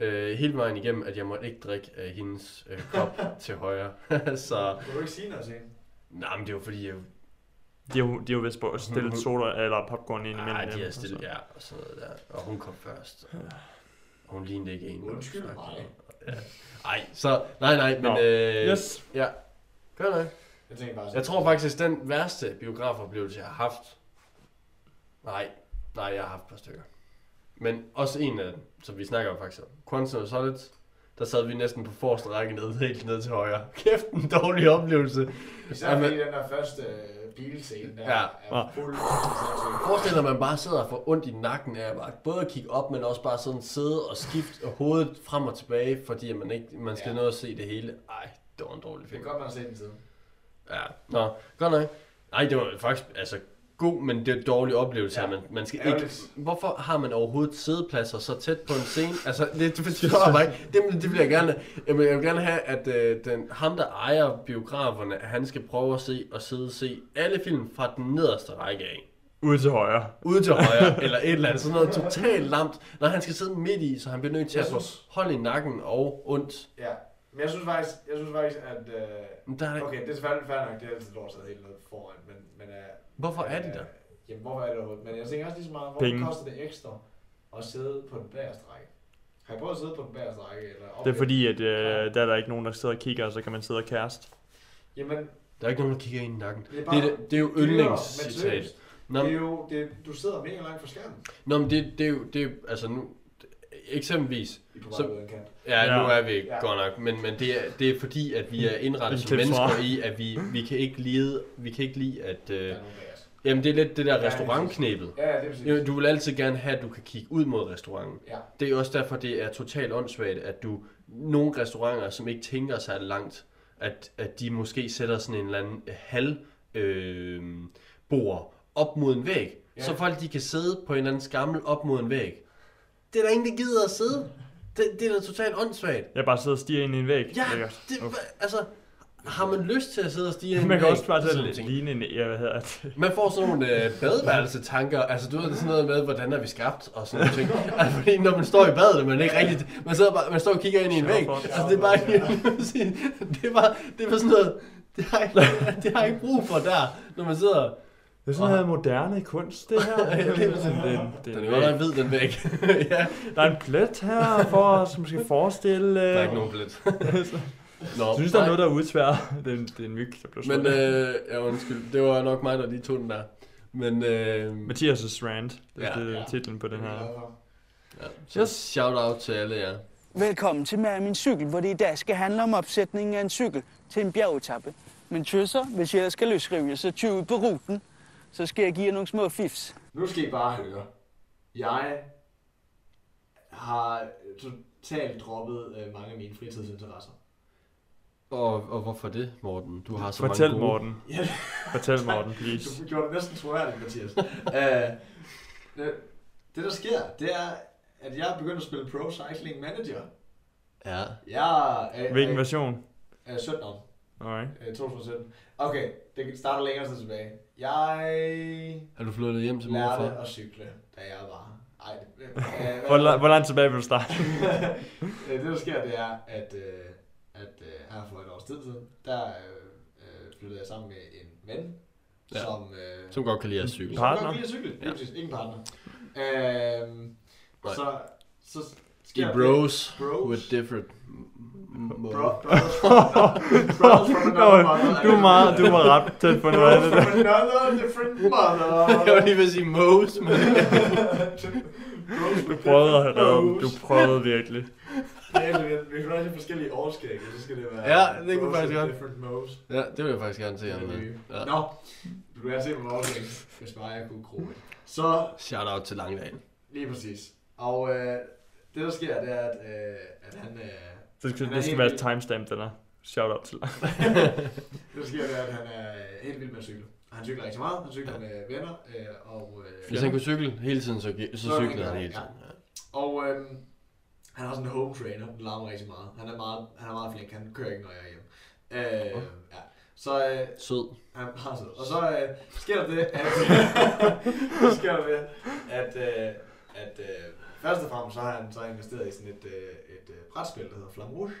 [SPEAKER 9] øh, hele vejen igennem, at jeg måtte ikke drikke af hendes øh, kop til højre. så,
[SPEAKER 8] Kan du ikke sige noget til hende?
[SPEAKER 9] nej, men det var fordi, jeg,
[SPEAKER 10] De har jo, de har jo vist på at stille soda eller popcorn ind imellem.
[SPEAKER 9] nej, de
[SPEAKER 10] dem,
[SPEAKER 9] havde
[SPEAKER 10] og
[SPEAKER 9] stillet,
[SPEAKER 10] så-
[SPEAKER 9] ja, og sådan noget der, og hun kom først. Og, og hun lignede ikke en.
[SPEAKER 8] Undskyld mig.
[SPEAKER 9] Ja. Ej, så, nej, nej, men,
[SPEAKER 10] Nå.
[SPEAKER 9] øh,
[SPEAKER 10] Yes.
[SPEAKER 9] ja, gør det.
[SPEAKER 8] Jeg tænker bare sådan.
[SPEAKER 9] Jeg tror faktisk, den værste biografoplevelse, jeg har haft... Nej, nej, jeg har haft et par stykker. Men også en af dem, som vi snakker om faktisk om. Quantum of Solace, der sad vi næsten på forreste række ned, helt ned til højre. Kæft, en dårlig oplevelse.
[SPEAKER 8] Især
[SPEAKER 9] Jamen-
[SPEAKER 8] fordi den der første øh, bilscene der
[SPEAKER 9] Ja.
[SPEAKER 8] er fuld.
[SPEAKER 9] Forestil dig, at man bare sidder og får ondt i nakken af bare både at kigge op, men også bare sådan sidde og skifte hovedet frem og tilbage, fordi at man, ikke, man skal
[SPEAKER 8] Ja.
[SPEAKER 9] ja. nå at se det hele. Ej, det var en dårlig
[SPEAKER 8] Det
[SPEAKER 9] film.
[SPEAKER 8] er godt, man har set den siden.
[SPEAKER 9] Ja, nå, godt nok. Nej, det var faktisk altså, god, men det er en dårlig oplevelse.
[SPEAKER 8] Ja.
[SPEAKER 9] Ja. Man, man skal ikke,
[SPEAKER 8] Ærgerligt.
[SPEAKER 9] hvorfor har man overhovedet sædepladser så tæt på en scene? Altså, det, det forstår jeg bare ikke. Det, det vil jeg gerne. Jeg vil, jeg vil gerne have, at øh, den, ham, der ejer biograferne, han skal prøve at se og sidde og se alle film fra den nederste række af.
[SPEAKER 10] Ude til højre.
[SPEAKER 9] Ude til højre, eller et eller andet. Sådan noget totalt lamt. Når han skal sidde midt i, så han bliver nødt til
[SPEAKER 8] Jeg
[SPEAKER 9] at få
[SPEAKER 8] synes-
[SPEAKER 9] hold i nakken og ondt.
[SPEAKER 8] Ja. Men jeg synes faktisk, jeg synes faktisk at... Øh,
[SPEAKER 9] Men Der er,
[SPEAKER 8] okay, det er selvfølgelig fair nok, det er altid lort sat helt noget foran, men... men øh,
[SPEAKER 9] Hvorfor er de der?
[SPEAKER 8] Øh, jamen, hvorfor er det overhovedet? Men jeg tænker også lige så meget, hvorfor
[SPEAKER 10] Penge.
[SPEAKER 8] koster det ekstra at sidde på den bagerste række? Har I prøvet at sidde på den bagerste række? Eller
[SPEAKER 10] Det
[SPEAKER 8] oplevet-
[SPEAKER 10] er fordi, at øh, der er der ikke nogen, der sidder og kigger, og så kan man sidde og kæreste.
[SPEAKER 8] Jamen,
[SPEAKER 9] der er ikke nogen, der kigger ind i nakken.
[SPEAKER 8] det er bare...
[SPEAKER 9] Det, er- det er jo
[SPEAKER 8] dyrere, men
[SPEAKER 9] yndlingscitat.
[SPEAKER 8] seriøst.
[SPEAKER 9] Nå,
[SPEAKER 8] Det er jo, det, du sidder mega langt fra skærmen.
[SPEAKER 9] Nå, men det, det er jo, det er, altså nu, eksempelvis,
[SPEAKER 8] I er på vej
[SPEAKER 9] Så-
[SPEAKER 8] ud af en kant.
[SPEAKER 9] ja,
[SPEAKER 10] Ja.
[SPEAKER 9] ja. nu er vi ikke
[SPEAKER 8] Ja.
[SPEAKER 9] ja. godt nok, men, men det, er, det er fordi, at vi er indrettet
[SPEAKER 10] Det er
[SPEAKER 9] som
[SPEAKER 10] klip fra.
[SPEAKER 9] mennesker i, at vi, vi kan ikke lide, vi kan ikke lide, at,
[SPEAKER 8] Der
[SPEAKER 9] øh,
[SPEAKER 8] er nogen bagerst.
[SPEAKER 9] jamen det er lidt det der
[SPEAKER 8] Ja,
[SPEAKER 9] restaurantknæbet.
[SPEAKER 8] Ja, det er præcis.
[SPEAKER 9] Jo, Du vil altid gerne have, at du kan kigge ud mod restauranten.
[SPEAKER 8] Ja.
[SPEAKER 9] Det er også derfor, det er totalt åndssvagt, at du, nogle restauranter, som ikke tænker sig langt, at, at de måske sætter sådan en eller anden halv øh, bord op mod en væg, ja. så folk de kan sidde på en eller anden skammel op mod en væg. Det er der ingen, der gider at sidde. Det, det er da totalt åndssvagt.
[SPEAKER 10] Jeg bare sidder og stiger ind i en væg.
[SPEAKER 9] Ja,
[SPEAKER 10] Lækkert.
[SPEAKER 9] det,
[SPEAKER 10] Uff.
[SPEAKER 9] hva- altså, har man lyst til at sidde og stige ind i en
[SPEAKER 10] Man kan
[SPEAKER 9] væg?
[SPEAKER 10] også bare
[SPEAKER 9] Det er sådan nogle
[SPEAKER 10] tage
[SPEAKER 9] ting.
[SPEAKER 10] ligne en... Ja, hvad hedder det?
[SPEAKER 9] Man får sådan nogle øh, badeværelsetanker, altså du ved, det er sådan noget med, hvordan er vi skabt, og sådan nogle ting. Altså, fordi når man står i badet, er man ikke rigtigt, man, sidder bare, man står og kigger ind i en væg. Altså det er bare, det er bare, det er bare sådan noget, det har, ikke, det har jeg ikke brug for der, når man sidder.
[SPEAKER 10] Det er sådan noget moderne kunst, det her.
[SPEAKER 9] Det er sådan,
[SPEAKER 10] den, den,
[SPEAKER 9] Den er godt nok hvid, den væg. ja,
[SPEAKER 10] Der er en plet her, for, som skal forestille...
[SPEAKER 9] der er
[SPEAKER 10] øh,
[SPEAKER 9] ikke nogen blæt. Nå,
[SPEAKER 10] Jeg synes, der er
[SPEAKER 9] nej.
[SPEAKER 10] noget, der er udsvær. Det er en, det er en myg, der bliver
[SPEAKER 9] Men,
[SPEAKER 10] slået. Men, øh...
[SPEAKER 9] øh, ja, undskyld, det var nok mig, der lige tog den der. Men, øh,
[SPEAKER 10] Mathias' Rand, det er
[SPEAKER 9] Ja.
[SPEAKER 10] ja, titlen på den her.
[SPEAKER 9] ja, så shout out til alle jer.
[SPEAKER 7] Velkommen til Mær min cykel, hvor det i dag skal handle om opsætningen af en cykel til en bjergetappe. Men tøsser, hvis jeg skal løsrive jer, så tyv ud på ruten, så skal jeg give jer nogle små fifs.
[SPEAKER 8] Nu skal I bare høre. Jeg har totalt droppet øh, mange af mine fritidsinteresser.
[SPEAKER 9] Og, og hvorfor det, Morten? Du har så
[SPEAKER 10] Fortæl,
[SPEAKER 9] mange gode...
[SPEAKER 10] Morten.
[SPEAKER 8] Ja,
[SPEAKER 10] Fortæl, Morten, please.
[SPEAKER 8] Du gjorde det næsten troværdigt, Mathias. uh, det, det, der sker, det er, at jeg er begyndt at spille Pro Cycling Manager.
[SPEAKER 9] Ja.
[SPEAKER 8] Jeg er,
[SPEAKER 10] Hvilken
[SPEAKER 8] er,
[SPEAKER 10] version?
[SPEAKER 8] er 17 år.
[SPEAKER 10] Alright.
[SPEAKER 8] Øh, 2017. Okay, det starter længere tid tilbage. Jeg
[SPEAKER 9] Er du flyttet hjem til mor og
[SPEAKER 8] lærte
[SPEAKER 9] far?
[SPEAKER 8] at cykle, da jeg var... Ej, det, øh,
[SPEAKER 10] Hvor, la- hvor langt tilbage vil du starte?
[SPEAKER 8] Øh, det, der sker, det er, at, øh, at øh, her for et års tid siden, der øh, øh, flyttede jeg sammen med en ven,
[SPEAKER 9] Ja.
[SPEAKER 8] ja. som... Øh,
[SPEAKER 9] Som godt kan lide at cykle.
[SPEAKER 10] Par- partner.
[SPEAKER 8] Som godt kan lide at cykle, ja. præcis. Ikke en partner. Øhm, og
[SPEAKER 9] Nej.
[SPEAKER 8] så, så
[SPEAKER 9] I
[SPEAKER 8] sker det-
[SPEAKER 9] bros,
[SPEAKER 8] Bros.
[SPEAKER 9] with different...
[SPEAKER 8] Bro,
[SPEAKER 9] Bro.
[SPEAKER 8] bro, Brothers from another mother.
[SPEAKER 10] du er meget, du var ret tæt på noget
[SPEAKER 8] Brothers
[SPEAKER 10] andet.
[SPEAKER 8] from another different mother.
[SPEAKER 9] Jeg var lige ved at sige mos, men...
[SPEAKER 8] Bros
[SPEAKER 10] Du
[SPEAKER 8] with
[SPEAKER 10] prøvede at
[SPEAKER 8] different
[SPEAKER 10] røve.
[SPEAKER 8] bros.
[SPEAKER 10] Du prøvede virkelig.
[SPEAKER 8] Ja, men Vi kan have lidt forskellige årskæg, så skal det være...
[SPEAKER 9] Ja, det kunne
[SPEAKER 8] bros
[SPEAKER 9] faktisk
[SPEAKER 8] with
[SPEAKER 9] godt.
[SPEAKER 8] Different moves.
[SPEAKER 9] Ja, det vil jeg faktisk gerne se jer med.
[SPEAKER 8] Ja.
[SPEAKER 9] Ja.
[SPEAKER 8] Nå, du kan se mig overlæg, hvis bare jeg kunne kroge. Så,
[SPEAKER 9] Shout out til Langdal.
[SPEAKER 8] lige præcis. Og øh, det der sker, det er, at, øh, at han... Øh,
[SPEAKER 10] Det skal,
[SPEAKER 8] Han er
[SPEAKER 10] det
[SPEAKER 8] helt
[SPEAKER 10] skal være et
[SPEAKER 8] vild.
[SPEAKER 10] timestamp, den er. Shout out til dig.
[SPEAKER 8] det der sker, det er, at han er øh, helt vild med at cykle. Han cykler rigtig meget, han cykler med venner, øh, og... Øh,
[SPEAKER 9] Hvis han kunne cykle hele tiden, så, gi- så
[SPEAKER 8] Så er det
[SPEAKER 9] cyklede han
[SPEAKER 8] ikke
[SPEAKER 9] hele
[SPEAKER 8] godt,
[SPEAKER 9] tiden. Ja.
[SPEAKER 8] Og øh, han har sådan en home trainer, den larmer rigtig meget. Han er meget, han er meget flink, han kører ikke, når jeg er hjemme. Øh, ja. Så øh,
[SPEAKER 9] Sød.
[SPEAKER 8] Han har så. Og så øh, sker der det, at, så sker der det, at, øh, at øh, først og fremmest så har han så investeret i sådan et, øh, et øh, brætspil, der hedder Flamme Rouge.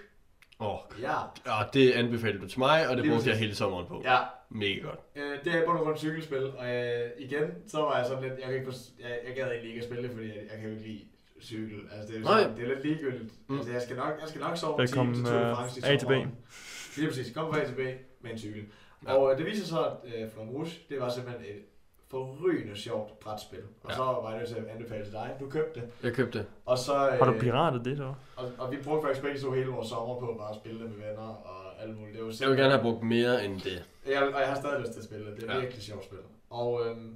[SPEAKER 9] Åh,
[SPEAKER 8] Ja.
[SPEAKER 9] ja, det anbefalede du til mig, og det
[SPEAKER 8] Lige
[SPEAKER 9] brugte jeg
[SPEAKER 8] præcis.
[SPEAKER 9] hele sommeren på.
[SPEAKER 8] ja.
[SPEAKER 9] Mega godt.
[SPEAKER 8] Øh, det er i bund og grund et cykelspil, og øh, igen, så var jeg sådan lidt, jeg, kan ikke, forst- jeg, jeg gad egentlig ikke at spille det, fordi jeg, jeg kan jo ikke lide cykel. Altså, det er, jo
[SPEAKER 9] Nej.
[SPEAKER 8] sådan, det er lidt ligegyldigt.
[SPEAKER 9] Mm.
[SPEAKER 8] Mm. Altså, jeg skal nok, jeg skal nok sove
[SPEAKER 10] Der
[SPEAKER 8] en time
[SPEAKER 10] kom,
[SPEAKER 8] til Tour de
[SPEAKER 10] øh,
[SPEAKER 8] France i
[SPEAKER 10] A til B.
[SPEAKER 8] sommeren. Lige præcis, kom fra A til B med en cykel.
[SPEAKER 9] Ja.
[SPEAKER 8] Ja. Og øh, det viser sig, at øh, Flamme Rouge, det var simpelthen et forrygende sjovt brætspil. Og
[SPEAKER 9] Ja.
[SPEAKER 8] så var jeg nødt til at anbefale til dig, du købte det.
[SPEAKER 9] Jeg købte det.
[SPEAKER 8] Og så, øh,
[SPEAKER 10] Har du piratet det, så?
[SPEAKER 8] og, og, vi brugte faktisk begge to hele vores sommer på bare at spille det med venner og alt muligt. Det var
[SPEAKER 9] Jeg vil gerne have brugt mere end det.
[SPEAKER 8] jeg, og jeg har stadig lyst til at spille det. Det er
[SPEAKER 9] Ja.
[SPEAKER 8] ja. virkelig sjovt spil. Og, øhm,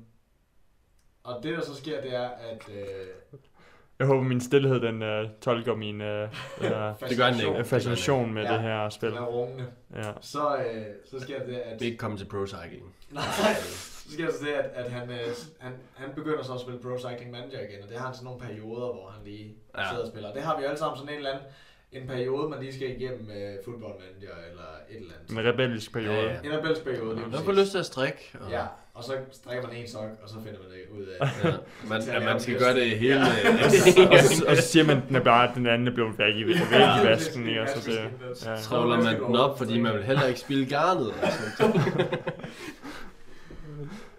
[SPEAKER 8] og det, der så sker, det er, at... Øh,
[SPEAKER 10] Jeg håber, min stillhed, den øh, tolker min øh, øh,
[SPEAKER 9] Det gør den ikke.
[SPEAKER 8] fascination
[SPEAKER 10] fascination med
[SPEAKER 8] Ja.
[SPEAKER 10] det her spil.
[SPEAKER 8] er rungende.
[SPEAKER 10] Ja.
[SPEAKER 8] Så, øh, så sker der det, at...
[SPEAKER 9] Det er ikke kommet til pro cycling.
[SPEAKER 8] Nej, så sker der så det, at, at han, øh, han, han begynder så at spille Pro Cycling Manager igen, og det har han sådan nogle perioder, hvor han lige
[SPEAKER 9] Ja.
[SPEAKER 8] ja. sidder og spiller. Det har vi jo alle sammen sådan en eller anden en periode, man lige skal igennem øh, Football Manager eller et eller andet.
[SPEAKER 10] En rebellisk periode.
[SPEAKER 9] Ja, ja.
[SPEAKER 8] En rebelsperiode, lige
[SPEAKER 9] Man
[SPEAKER 8] præcis.
[SPEAKER 9] får lyst til at strikke. Og...
[SPEAKER 8] Ja, og så strækker man en sok, og så finder man det ud af.
[SPEAKER 9] Ja. Man, at man skal gøre det hele.
[SPEAKER 10] Og, så- og så siger man, den er bare, at den anden er blevet væk i, væk i vasken, ikke? Og så det, ja.
[SPEAKER 9] Travler man den op, fordi man vil heller ikke spille garnet. Altså.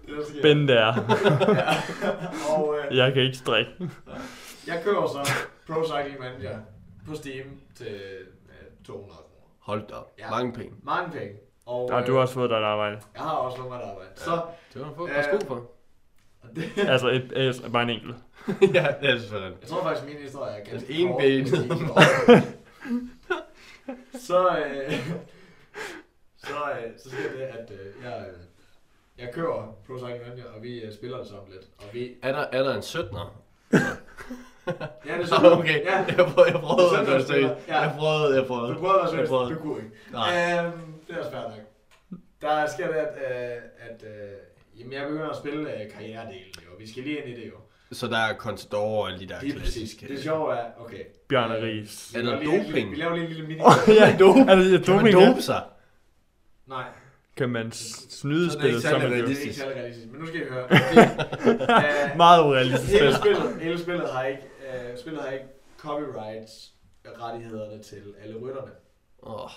[SPEAKER 8] Det, der sker.
[SPEAKER 10] Ben der,
[SPEAKER 8] Og øh,
[SPEAKER 10] jeg kan ikke strikke.
[SPEAKER 8] jeg køber så Pro Cycling Manager på Steam til øh, 200 kroner.
[SPEAKER 9] Hold da op.
[SPEAKER 8] Ja.
[SPEAKER 9] Mange penge.
[SPEAKER 8] Mange penge. Og
[SPEAKER 10] Og
[SPEAKER 8] øh,
[SPEAKER 10] du har også fået dig et arbejde.
[SPEAKER 8] jeg har også noget med at arbejde. Så,
[SPEAKER 9] Det var få godt
[SPEAKER 8] Øh.
[SPEAKER 9] sko for.
[SPEAKER 8] og det,
[SPEAKER 10] Altså, et, et, bare en enkelt.
[SPEAKER 9] ja, det er selvfølgelig.
[SPEAKER 8] jeg tror faktisk, min historie er ganske
[SPEAKER 9] Den ene
[SPEAKER 8] kort.
[SPEAKER 9] ben.
[SPEAKER 8] så, øh, så, øh, så sker det, at øh, jeg, øh, jeg køber Pro Cycling Manager, og vi øh, spiller det sammen lidt. Og vi,
[SPEAKER 9] Er der, er der en 17'er?
[SPEAKER 8] ja, det er
[SPEAKER 9] Ah, okay.
[SPEAKER 8] Ja,
[SPEAKER 9] Jeg prøvede, jeg prøvede at være seriøs.
[SPEAKER 8] 17'er spiller, ja.
[SPEAKER 9] Jeg prøvede, jeg prøvede.
[SPEAKER 8] du prøvede at være
[SPEAKER 9] Jeg
[SPEAKER 8] seriøs,
[SPEAKER 9] prøvede.
[SPEAKER 8] du kunne ikke.
[SPEAKER 9] Nej.
[SPEAKER 8] Øhm, det er også fair nok. Der sker det, at, øh, at øh, Jamen, jeg begynder at spille øh, karrieredelen, jo. Vi skal lige ind i det, jo.
[SPEAKER 9] Så der er Contador og alle de der
[SPEAKER 8] Lige præcis.
[SPEAKER 9] klassiske...
[SPEAKER 8] Det sjove er, okay.
[SPEAKER 10] Bjørn og Ries.
[SPEAKER 8] Vi
[SPEAKER 9] Er der
[SPEAKER 8] laver lige-
[SPEAKER 9] doping?
[SPEAKER 8] Vi laver lige en lille mini.
[SPEAKER 10] ja,
[SPEAKER 9] dope.
[SPEAKER 10] Altså, ja,
[SPEAKER 9] Kan man
[SPEAKER 10] doping, ja.
[SPEAKER 9] dope sig?
[SPEAKER 8] Nej,
[SPEAKER 10] Kan man s- snyde
[SPEAKER 8] så er det ikke
[SPEAKER 10] spillet, så er
[SPEAKER 8] særlig
[SPEAKER 10] man jo
[SPEAKER 8] realistisk. Det er ikke særlig realistisk. Men nu skal vi høre. Okay. Øh,
[SPEAKER 10] meget urealistisk spil.
[SPEAKER 8] hele spillet, hele spillet har ikke, øh, spillet har ikke copyrights rettighederne til alle rytterne.
[SPEAKER 9] Åh,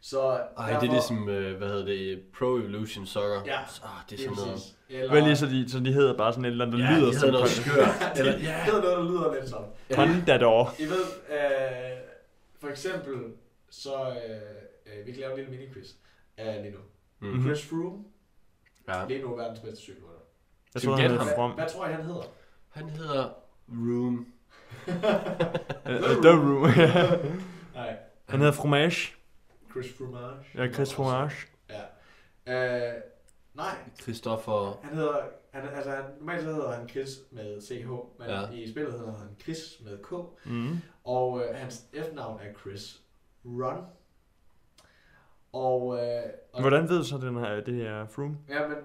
[SPEAKER 8] Så
[SPEAKER 9] Ej, det er ligesom, øh, hvad hedder det, Pro Evolution Soccer.
[SPEAKER 8] Ja.
[SPEAKER 9] Ah, det er sådan noget.
[SPEAKER 8] præcis. Eller,
[SPEAKER 10] Vel lige så de, så de hedder bare sådan et eller andet, der lyder
[SPEAKER 9] de
[SPEAKER 10] som
[SPEAKER 9] havde noget
[SPEAKER 10] kon-
[SPEAKER 9] skørt. Eller,
[SPEAKER 8] Eller, det
[SPEAKER 9] ja.
[SPEAKER 8] hedder noget, der lyder lidt sådan.
[SPEAKER 10] Condador.
[SPEAKER 8] I ved, øh, for eksempel, så øh, øh, vi kan lave en lille mini-quiz af Lino.
[SPEAKER 9] Mhm.
[SPEAKER 8] Chris Froome,
[SPEAKER 9] ja.
[SPEAKER 8] Lino er verdens bedste cykelrytter.
[SPEAKER 10] Jeg
[SPEAKER 9] To
[SPEAKER 10] tror,
[SPEAKER 9] get
[SPEAKER 10] han hedder
[SPEAKER 9] ham.
[SPEAKER 10] From.
[SPEAKER 8] Hvad, hvad tror I, han hedder?
[SPEAKER 9] Han hedder Room.
[SPEAKER 10] Øh, øh, The Room. ja.
[SPEAKER 8] Nej,
[SPEAKER 10] Han hedder Fromage.
[SPEAKER 8] Chris Fromage.
[SPEAKER 10] Ja, Chris Fromage.
[SPEAKER 8] Ja. Øh, nej,
[SPEAKER 9] Christoffer.
[SPEAKER 8] han hedder, han, altså han, normalt så hedder han Chris med CH, men
[SPEAKER 9] Ja.
[SPEAKER 8] ja. i spillet hedder han Chris med K,
[SPEAKER 10] Mm.
[SPEAKER 8] og øh, hans efternavn er Chris Run. Og, øh, og
[SPEAKER 10] Hvordan ved du så, den her, det er Froome?
[SPEAKER 8] Ja, men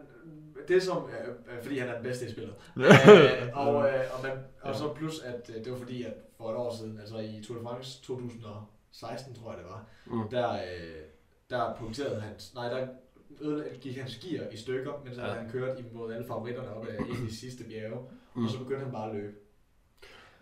[SPEAKER 8] det som, øh, øh, fordi han er den bedste i spillet.
[SPEAKER 10] Ja.
[SPEAKER 8] øh, og, øh, og, man, og så plus, at øh, det var fordi, at for et år siden, altså i Tour de France 2016, tror jeg det var,
[SPEAKER 9] Mm.
[SPEAKER 8] der, øh, der punkterede hans, nej, der ødelag- gik hans gear i stykker, mens
[SPEAKER 9] Ja.
[SPEAKER 8] ja. han kørte imod alle favoritterne op ad en af de sidste bjerge,
[SPEAKER 9] Mm.
[SPEAKER 8] og så begyndte han bare at løbe.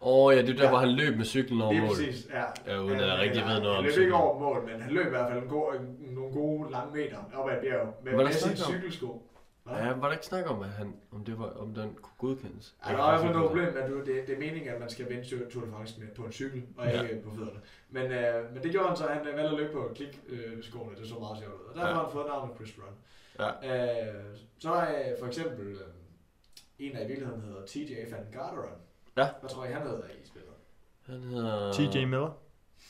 [SPEAKER 9] Åh, oh, ja, det er der,
[SPEAKER 8] Ja.
[SPEAKER 9] hvor han løb med cyklen over
[SPEAKER 8] Lige
[SPEAKER 9] mål.
[SPEAKER 8] præcis, ja.
[SPEAKER 9] Ja, uden at
[SPEAKER 8] Han-
[SPEAKER 9] jeg rigtig
[SPEAKER 8] han-
[SPEAKER 9] ved noget om
[SPEAKER 8] Han løb
[SPEAKER 9] cykling.
[SPEAKER 8] ikke over mål, men han løb i hvert fald en god, nogle gode lange meter op ad et bjerg med,
[SPEAKER 9] Var der
[SPEAKER 8] med sin
[SPEAKER 9] snak om-
[SPEAKER 8] cykelsko. Hvad?
[SPEAKER 9] Ja, var der ikke snak om, at han, om, det var, om den kunne godkendes?
[SPEAKER 8] Ja, der er i hvert fald noget problem med, at du, det, det er meningen, at man skal vinde Tour Tour de France med, på en cykel, og
[SPEAKER 9] Ja.
[SPEAKER 8] ja. ikke øh, på fødderne. Men, øh, men det gjorde han så, han øh, valgte at løbe på klik øh, skoene, det så meget sjovt ud. Og der
[SPEAKER 9] Ja.
[SPEAKER 8] ja. har han fået navnet Chris Run.
[SPEAKER 9] Ja.
[SPEAKER 8] Øh, så er øh, for eksempel øh, en af i virkeligheden hedder TJ Van Garderen.
[SPEAKER 9] Ja.
[SPEAKER 8] Hvad tror I, han hedder i spillet?
[SPEAKER 9] Han hedder...
[SPEAKER 10] TJ Miller.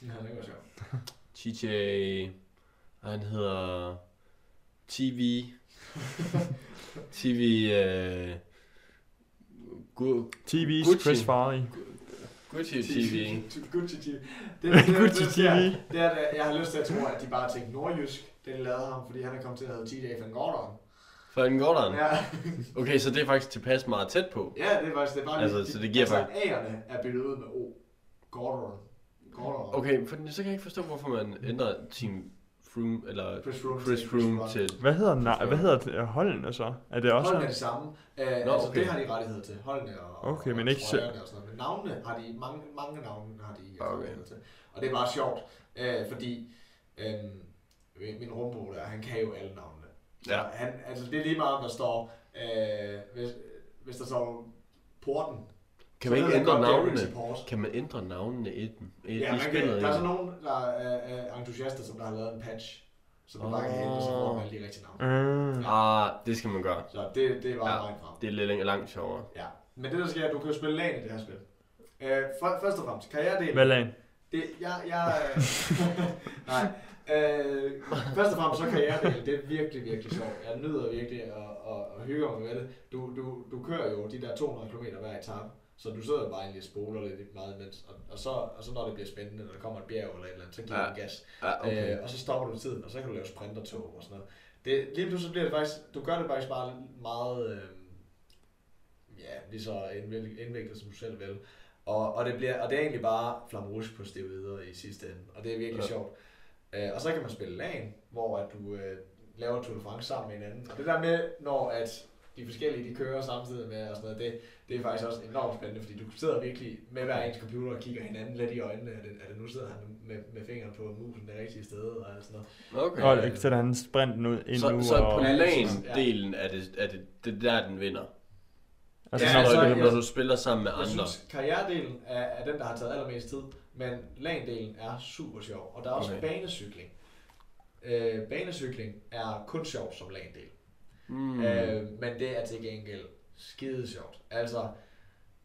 [SPEAKER 8] Ja, det var sjovt.
[SPEAKER 9] TJ... Han hedder... TV... TV... Øh, Gu-
[SPEAKER 10] TV's
[SPEAKER 9] Gucci.
[SPEAKER 10] Chris Farley.
[SPEAKER 9] Gucci TV.
[SPEAKER 8] Gucci TV. Det, det, det,
[SPEAKER 10] Gucci
[SPEAKER 8] det, det,
[SPEAKER 10] TV.
[SPEAKER 8] det, er, at jeg har lyst til at tro, at de bare tænkte nordjysk, den lavede ham, fordi han er kommet til at hedde TJ Van Garderen.
[SPEAKER 9] For den går der.
[SPEAKER 8] Ja.
[SPEAKER 9] Okay, så det er faktisk tilpas meget tæt på.
[SPEAKER 8] Ja, det er faktisk, det er bare
[SPEAKER 9] Altså, så det giver
[SPEAKER 8] altså,
[SPEAKER 9] faktisk-
[SPEAKER 8] A'erne er byttet ud med O. Gordon. Gordon.
[SPEAKER 9] Okay, for så kan jeg ikke forstå, hvorfor man ændrer Team Froome, eller
[SPEAKER 8] Chris Froome.
[SPEAKER 9] Chris
[SPEAKER 8] til
[SPEAKER 9] Froome
[SPEAKER 8] Brown.
[SPEAKER 9] til...
[SPEAKER 10] Hvad hedder, na- hvad hedder øh, holdene så? Er det også
[SPEAKER 8] Holdene er
[SPEAKER 10] ham?
[SPEAKER 8] det samme. Uh, Nå, altså,
[SPEAKER 9] okay.
[SPEAKER 8] det har de rettighed til. Holdene og,
[SPEAKER 10] Okay, men
[SPEAKER 8] og
[SPEAKER 10] ikke
[SPEAKER 8] trøjerne og sådan noget. Men navnene har de, mange, mange navne har de altså,
[SPEAKER 9] Okay.
[SPEAKER 8] rettighed til. Og det er bare sjovt, uh, fordi øhm, min- min rumbo der, han kan jo alle navnene. Så
[SPEAKER 9] Ja.
[SPEAKER 8] Han, altså, det er lige meget, om der står, uh, hvis, hvis der står porten.
[SPEAKER 9] Kan
[SPEAKER 8] så
[SPEAKER 9] man
[SPEAKER 8] ved
[SPEAKER 9] ikke
[SPEAKER 8] jeg
[SPEAKER 9] ændre
[SPEAKER 8] godt, det er Richie
[SPEAKER 9] navnene?
[SPEAKER 8] Porte.
[SPEAKER 9] Kan man ændre navnene i den? I,
[SPEAKER 8] Ja,
[SPEAKER 9] i
[SPEAKER 8] man kan,
[SPEAKER 9] spillet?
[SPEAKER 8] der er
[SPEAKER 9] ja.
[SPEAKER 8] så nogen, der er, er entusiaster, som der har lavet en patch, som oh. bare kan hente, så får man alle de rigtige navne.
[SPEAKER 10] Øh,
[SPEAKER 9] Ah, det skal man gøre.
[SPEAKER 8] Så det, det var
[SPEAKER 9] Ja.
[SPEAKER 8] ja. vejen frem.
[SPEAKER 9] Det er lidt langt sjovere.
[SPEAKER 8] Ja. Men det der sker, er, at du kan jo spille LAN i det her spil. Øh, for, først og fremmest, karrieredelen.
[SPEAKER 10] hvad lag?
[SPEAKER 8] Det, jeg, jeg, øh, nej. Øh, først og fremmest, så karrieredelen, det er virkelig, virkelig sjovt. Jeg nyder virkelig at, at, at hygge mig med det. Du, du, du kører jo de der 200 km hver etape, så du sidder jo bare egentlig og spoler lidt meget imens. Og, og, så, og så når det bliver spændende, når der kommer et bjerg eller et eller andet, så giver
[SPEAKER 9] Ja.
[SPEAKER 8] ja. gas.
[SPEAKER 9] Ah, okay.
[SPEAKER 8] Okay. Øh, og så stopper du tiden, og så kan du lave sprintertog og sådan noget. Det, lige pludselig bliver det faktisk, du gør det faktisk bare meget, øh, ja, lige så indvik- indviklet som du selv vil. Og, og, det bliver, og det er egentlig bare flamme rouge på steroider i sidste ende, og det er virkelig
[SPEAKER 9] Ja.
[SPEAKER 8] ja. sjovt. Øh, og så kan man spille lagen, hvor at du øh, laver Tour de France sammen med hinanden. Og det der med, når at de forskellige de kører samtidig med og sådan noget, det, det er faktisk også enormt spændende, fordi du sidder virkelig med hver ens computer og kigger hinanden lidt i øjnene. Er det, er det nu sidder han med, med fingeren på musen det rigtige sted og alt sådan noget.
[SPEAKER 9] Okay.
[SPEAKER 10] Og ikke sætter han sprinten ud endnu.
[SPEAKER 9] Så, så på
[SPEAKER 10] og,
[SPEAKER 9] LAN-delen er det, er det, det der, den vinder.
[SPEAKER 10] altså,
[SPEAKER 8] Ja,
[SPEAKER 10] når,
[SPEAKER 9] når,
[SPEAKER 8] så-
[SPEAKER 9] du,
[SPEAKER 8] ja.
[SPEAKER 9] når du spiller sammen med
[SPEAKER 8] Jeg
[SPEAKER 9] andre.
[SPEAKER 8] synes, karrieredelen er, er den, der har taget allermest tid, men lagdelen er super sjov. Og der er også
[SPEAKER 9] Okay.
[SPEAKER 8] okay. banecykling. Øh, banecykling er kun sjov som lagdel.
[SPEAKER 9] Mm.
[SPEAKER 8] Mm. Øh, men det er til gengæld skide sjovt. Altså,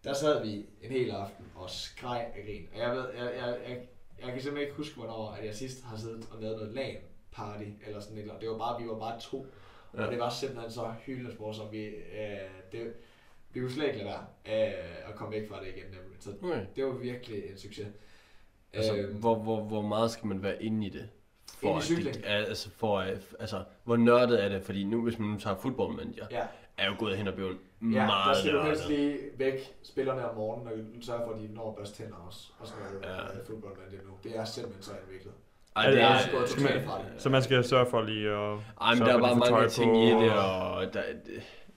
[SPEAKER 8] der sad vi en hel aften og skreg af grin. Og jeg ved, jeg, jeg, jeg, jeg kan simpelthen ikke huske, hvornår at jeg sidst har siddet og lavet noget LAN party eller sådan et eller andet. Det var bare, vi var bare to. Ja.
[SPEAKER 9] Ja.
[SPEAKER 8] Og det var simpelthen så hyldes som vi, øh, det, vi kunne slet ikke lade være øh, at komme væk fra det igen. Nemlig. Så
[SPEAKER 9] Okay.
[SPEAKER 8] det var virkelig en succes.
[SPEAKER 9] Altså,
[SPEAKER 8] Øhm,
[SPEAKER 9] hvor, hvor, hvor meget skal man være inde i det? For
[SPEAKER 8] Inde i
[SPEAKER 9] at
[SPEAKER 8] cykling?
[SPEAKER 9] Det, ja, altså, for, at- altså, hvor nørdet er det? Fordi nu, hvis man nu tager fodboldmanager,
[SPEAKER 8] ja,
[SPEAKER 9] er jo gået hen og blevet
[SPEAKER 8] Ja, der
[SPEAKER 9] meget altså.
[SPEAKER 8] skal du helst
[SPEAKER 9] nørdet.
[SPEAKER 8] lige væk spillerne om morgenen og sørge for, at de når at børste tænder også. Og sådan noget
[SPEAKER 9] Ja.
[SPEAKER 8] ja. med fodbold, hvad det er nu. Det er simpelthen så indviklet.
[SPEAKER 9] Ej, det
[SPEAKER 10] Ja,
[SPEAKER 9] er,
[SPEAKER 10] det
[SPEAKER 8] gået
[SPEAKER 10] Altså, skal man-
[SPEAKER 8] totalt fra det.
[SPEAKER 10] Så man skal sørge for lige at...
[SPEAKER 9] ej, men
[SPEAKER 10] sørge
[SPEAKER 9] der
[SPEAKER 10] for
[SPEAKER 9] var
[SPEAKER 10] lige at få
[SPEAKER 9] mange
[SPEAKER 10] tøj
[SPEAKER 9] ting
[SPEAKER 10] på,
[SPEAKER 9] i det, og der,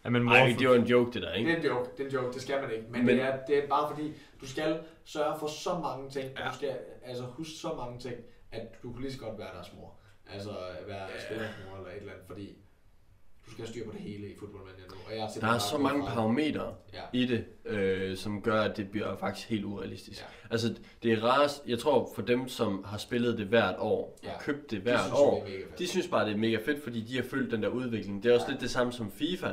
[SPEAKER 10] At man mor,
[SPEAKER 9] ej, det var en joke, det der,
[SPEAKER 8] Det er
[SPEAKER 9] ikke?
[SPEAKER 8] en joke, det er en joke, det skal man ikke. Men,
[SPEAKER 9] Men-
[SPEAKER 8] Men det, er, det er bare fordi, du skal sørge for så mange ting, ja. du skal altså huske så mange ting, at du kunne lige så godt være deres mor. Altså være ja. spillers mor eller et eller andet, fordi du skal have styr på det hele i fodboldmanden nu. Og jeg
[SPEAKER 9] Der er så mange parametre
[SPEAKER 8] Ja.
[SPEAKER 9] i det, øh, som gør, at det bliver faktisk helt urealistisk.
[SPEAKER 8] Ja.
[SPEAKER 9] Altså, det er rarest, jeg tror for dem, som har spillet det hvert år,
[SPEAKER 8] Ja.
[SPEAKER 9] og købt det
[SPEAKER 8] De
[SPEAKER 9] hvert
[SPEAKER 8] synes jo, det er
[SPEAKER 9] år,
[SPEAKER 8] mega fedt.
[SPEAKER 9] de synes bare, det er mega fedt, fordi de har følt den der udvikling. Det er også lidt det samme som FIFA.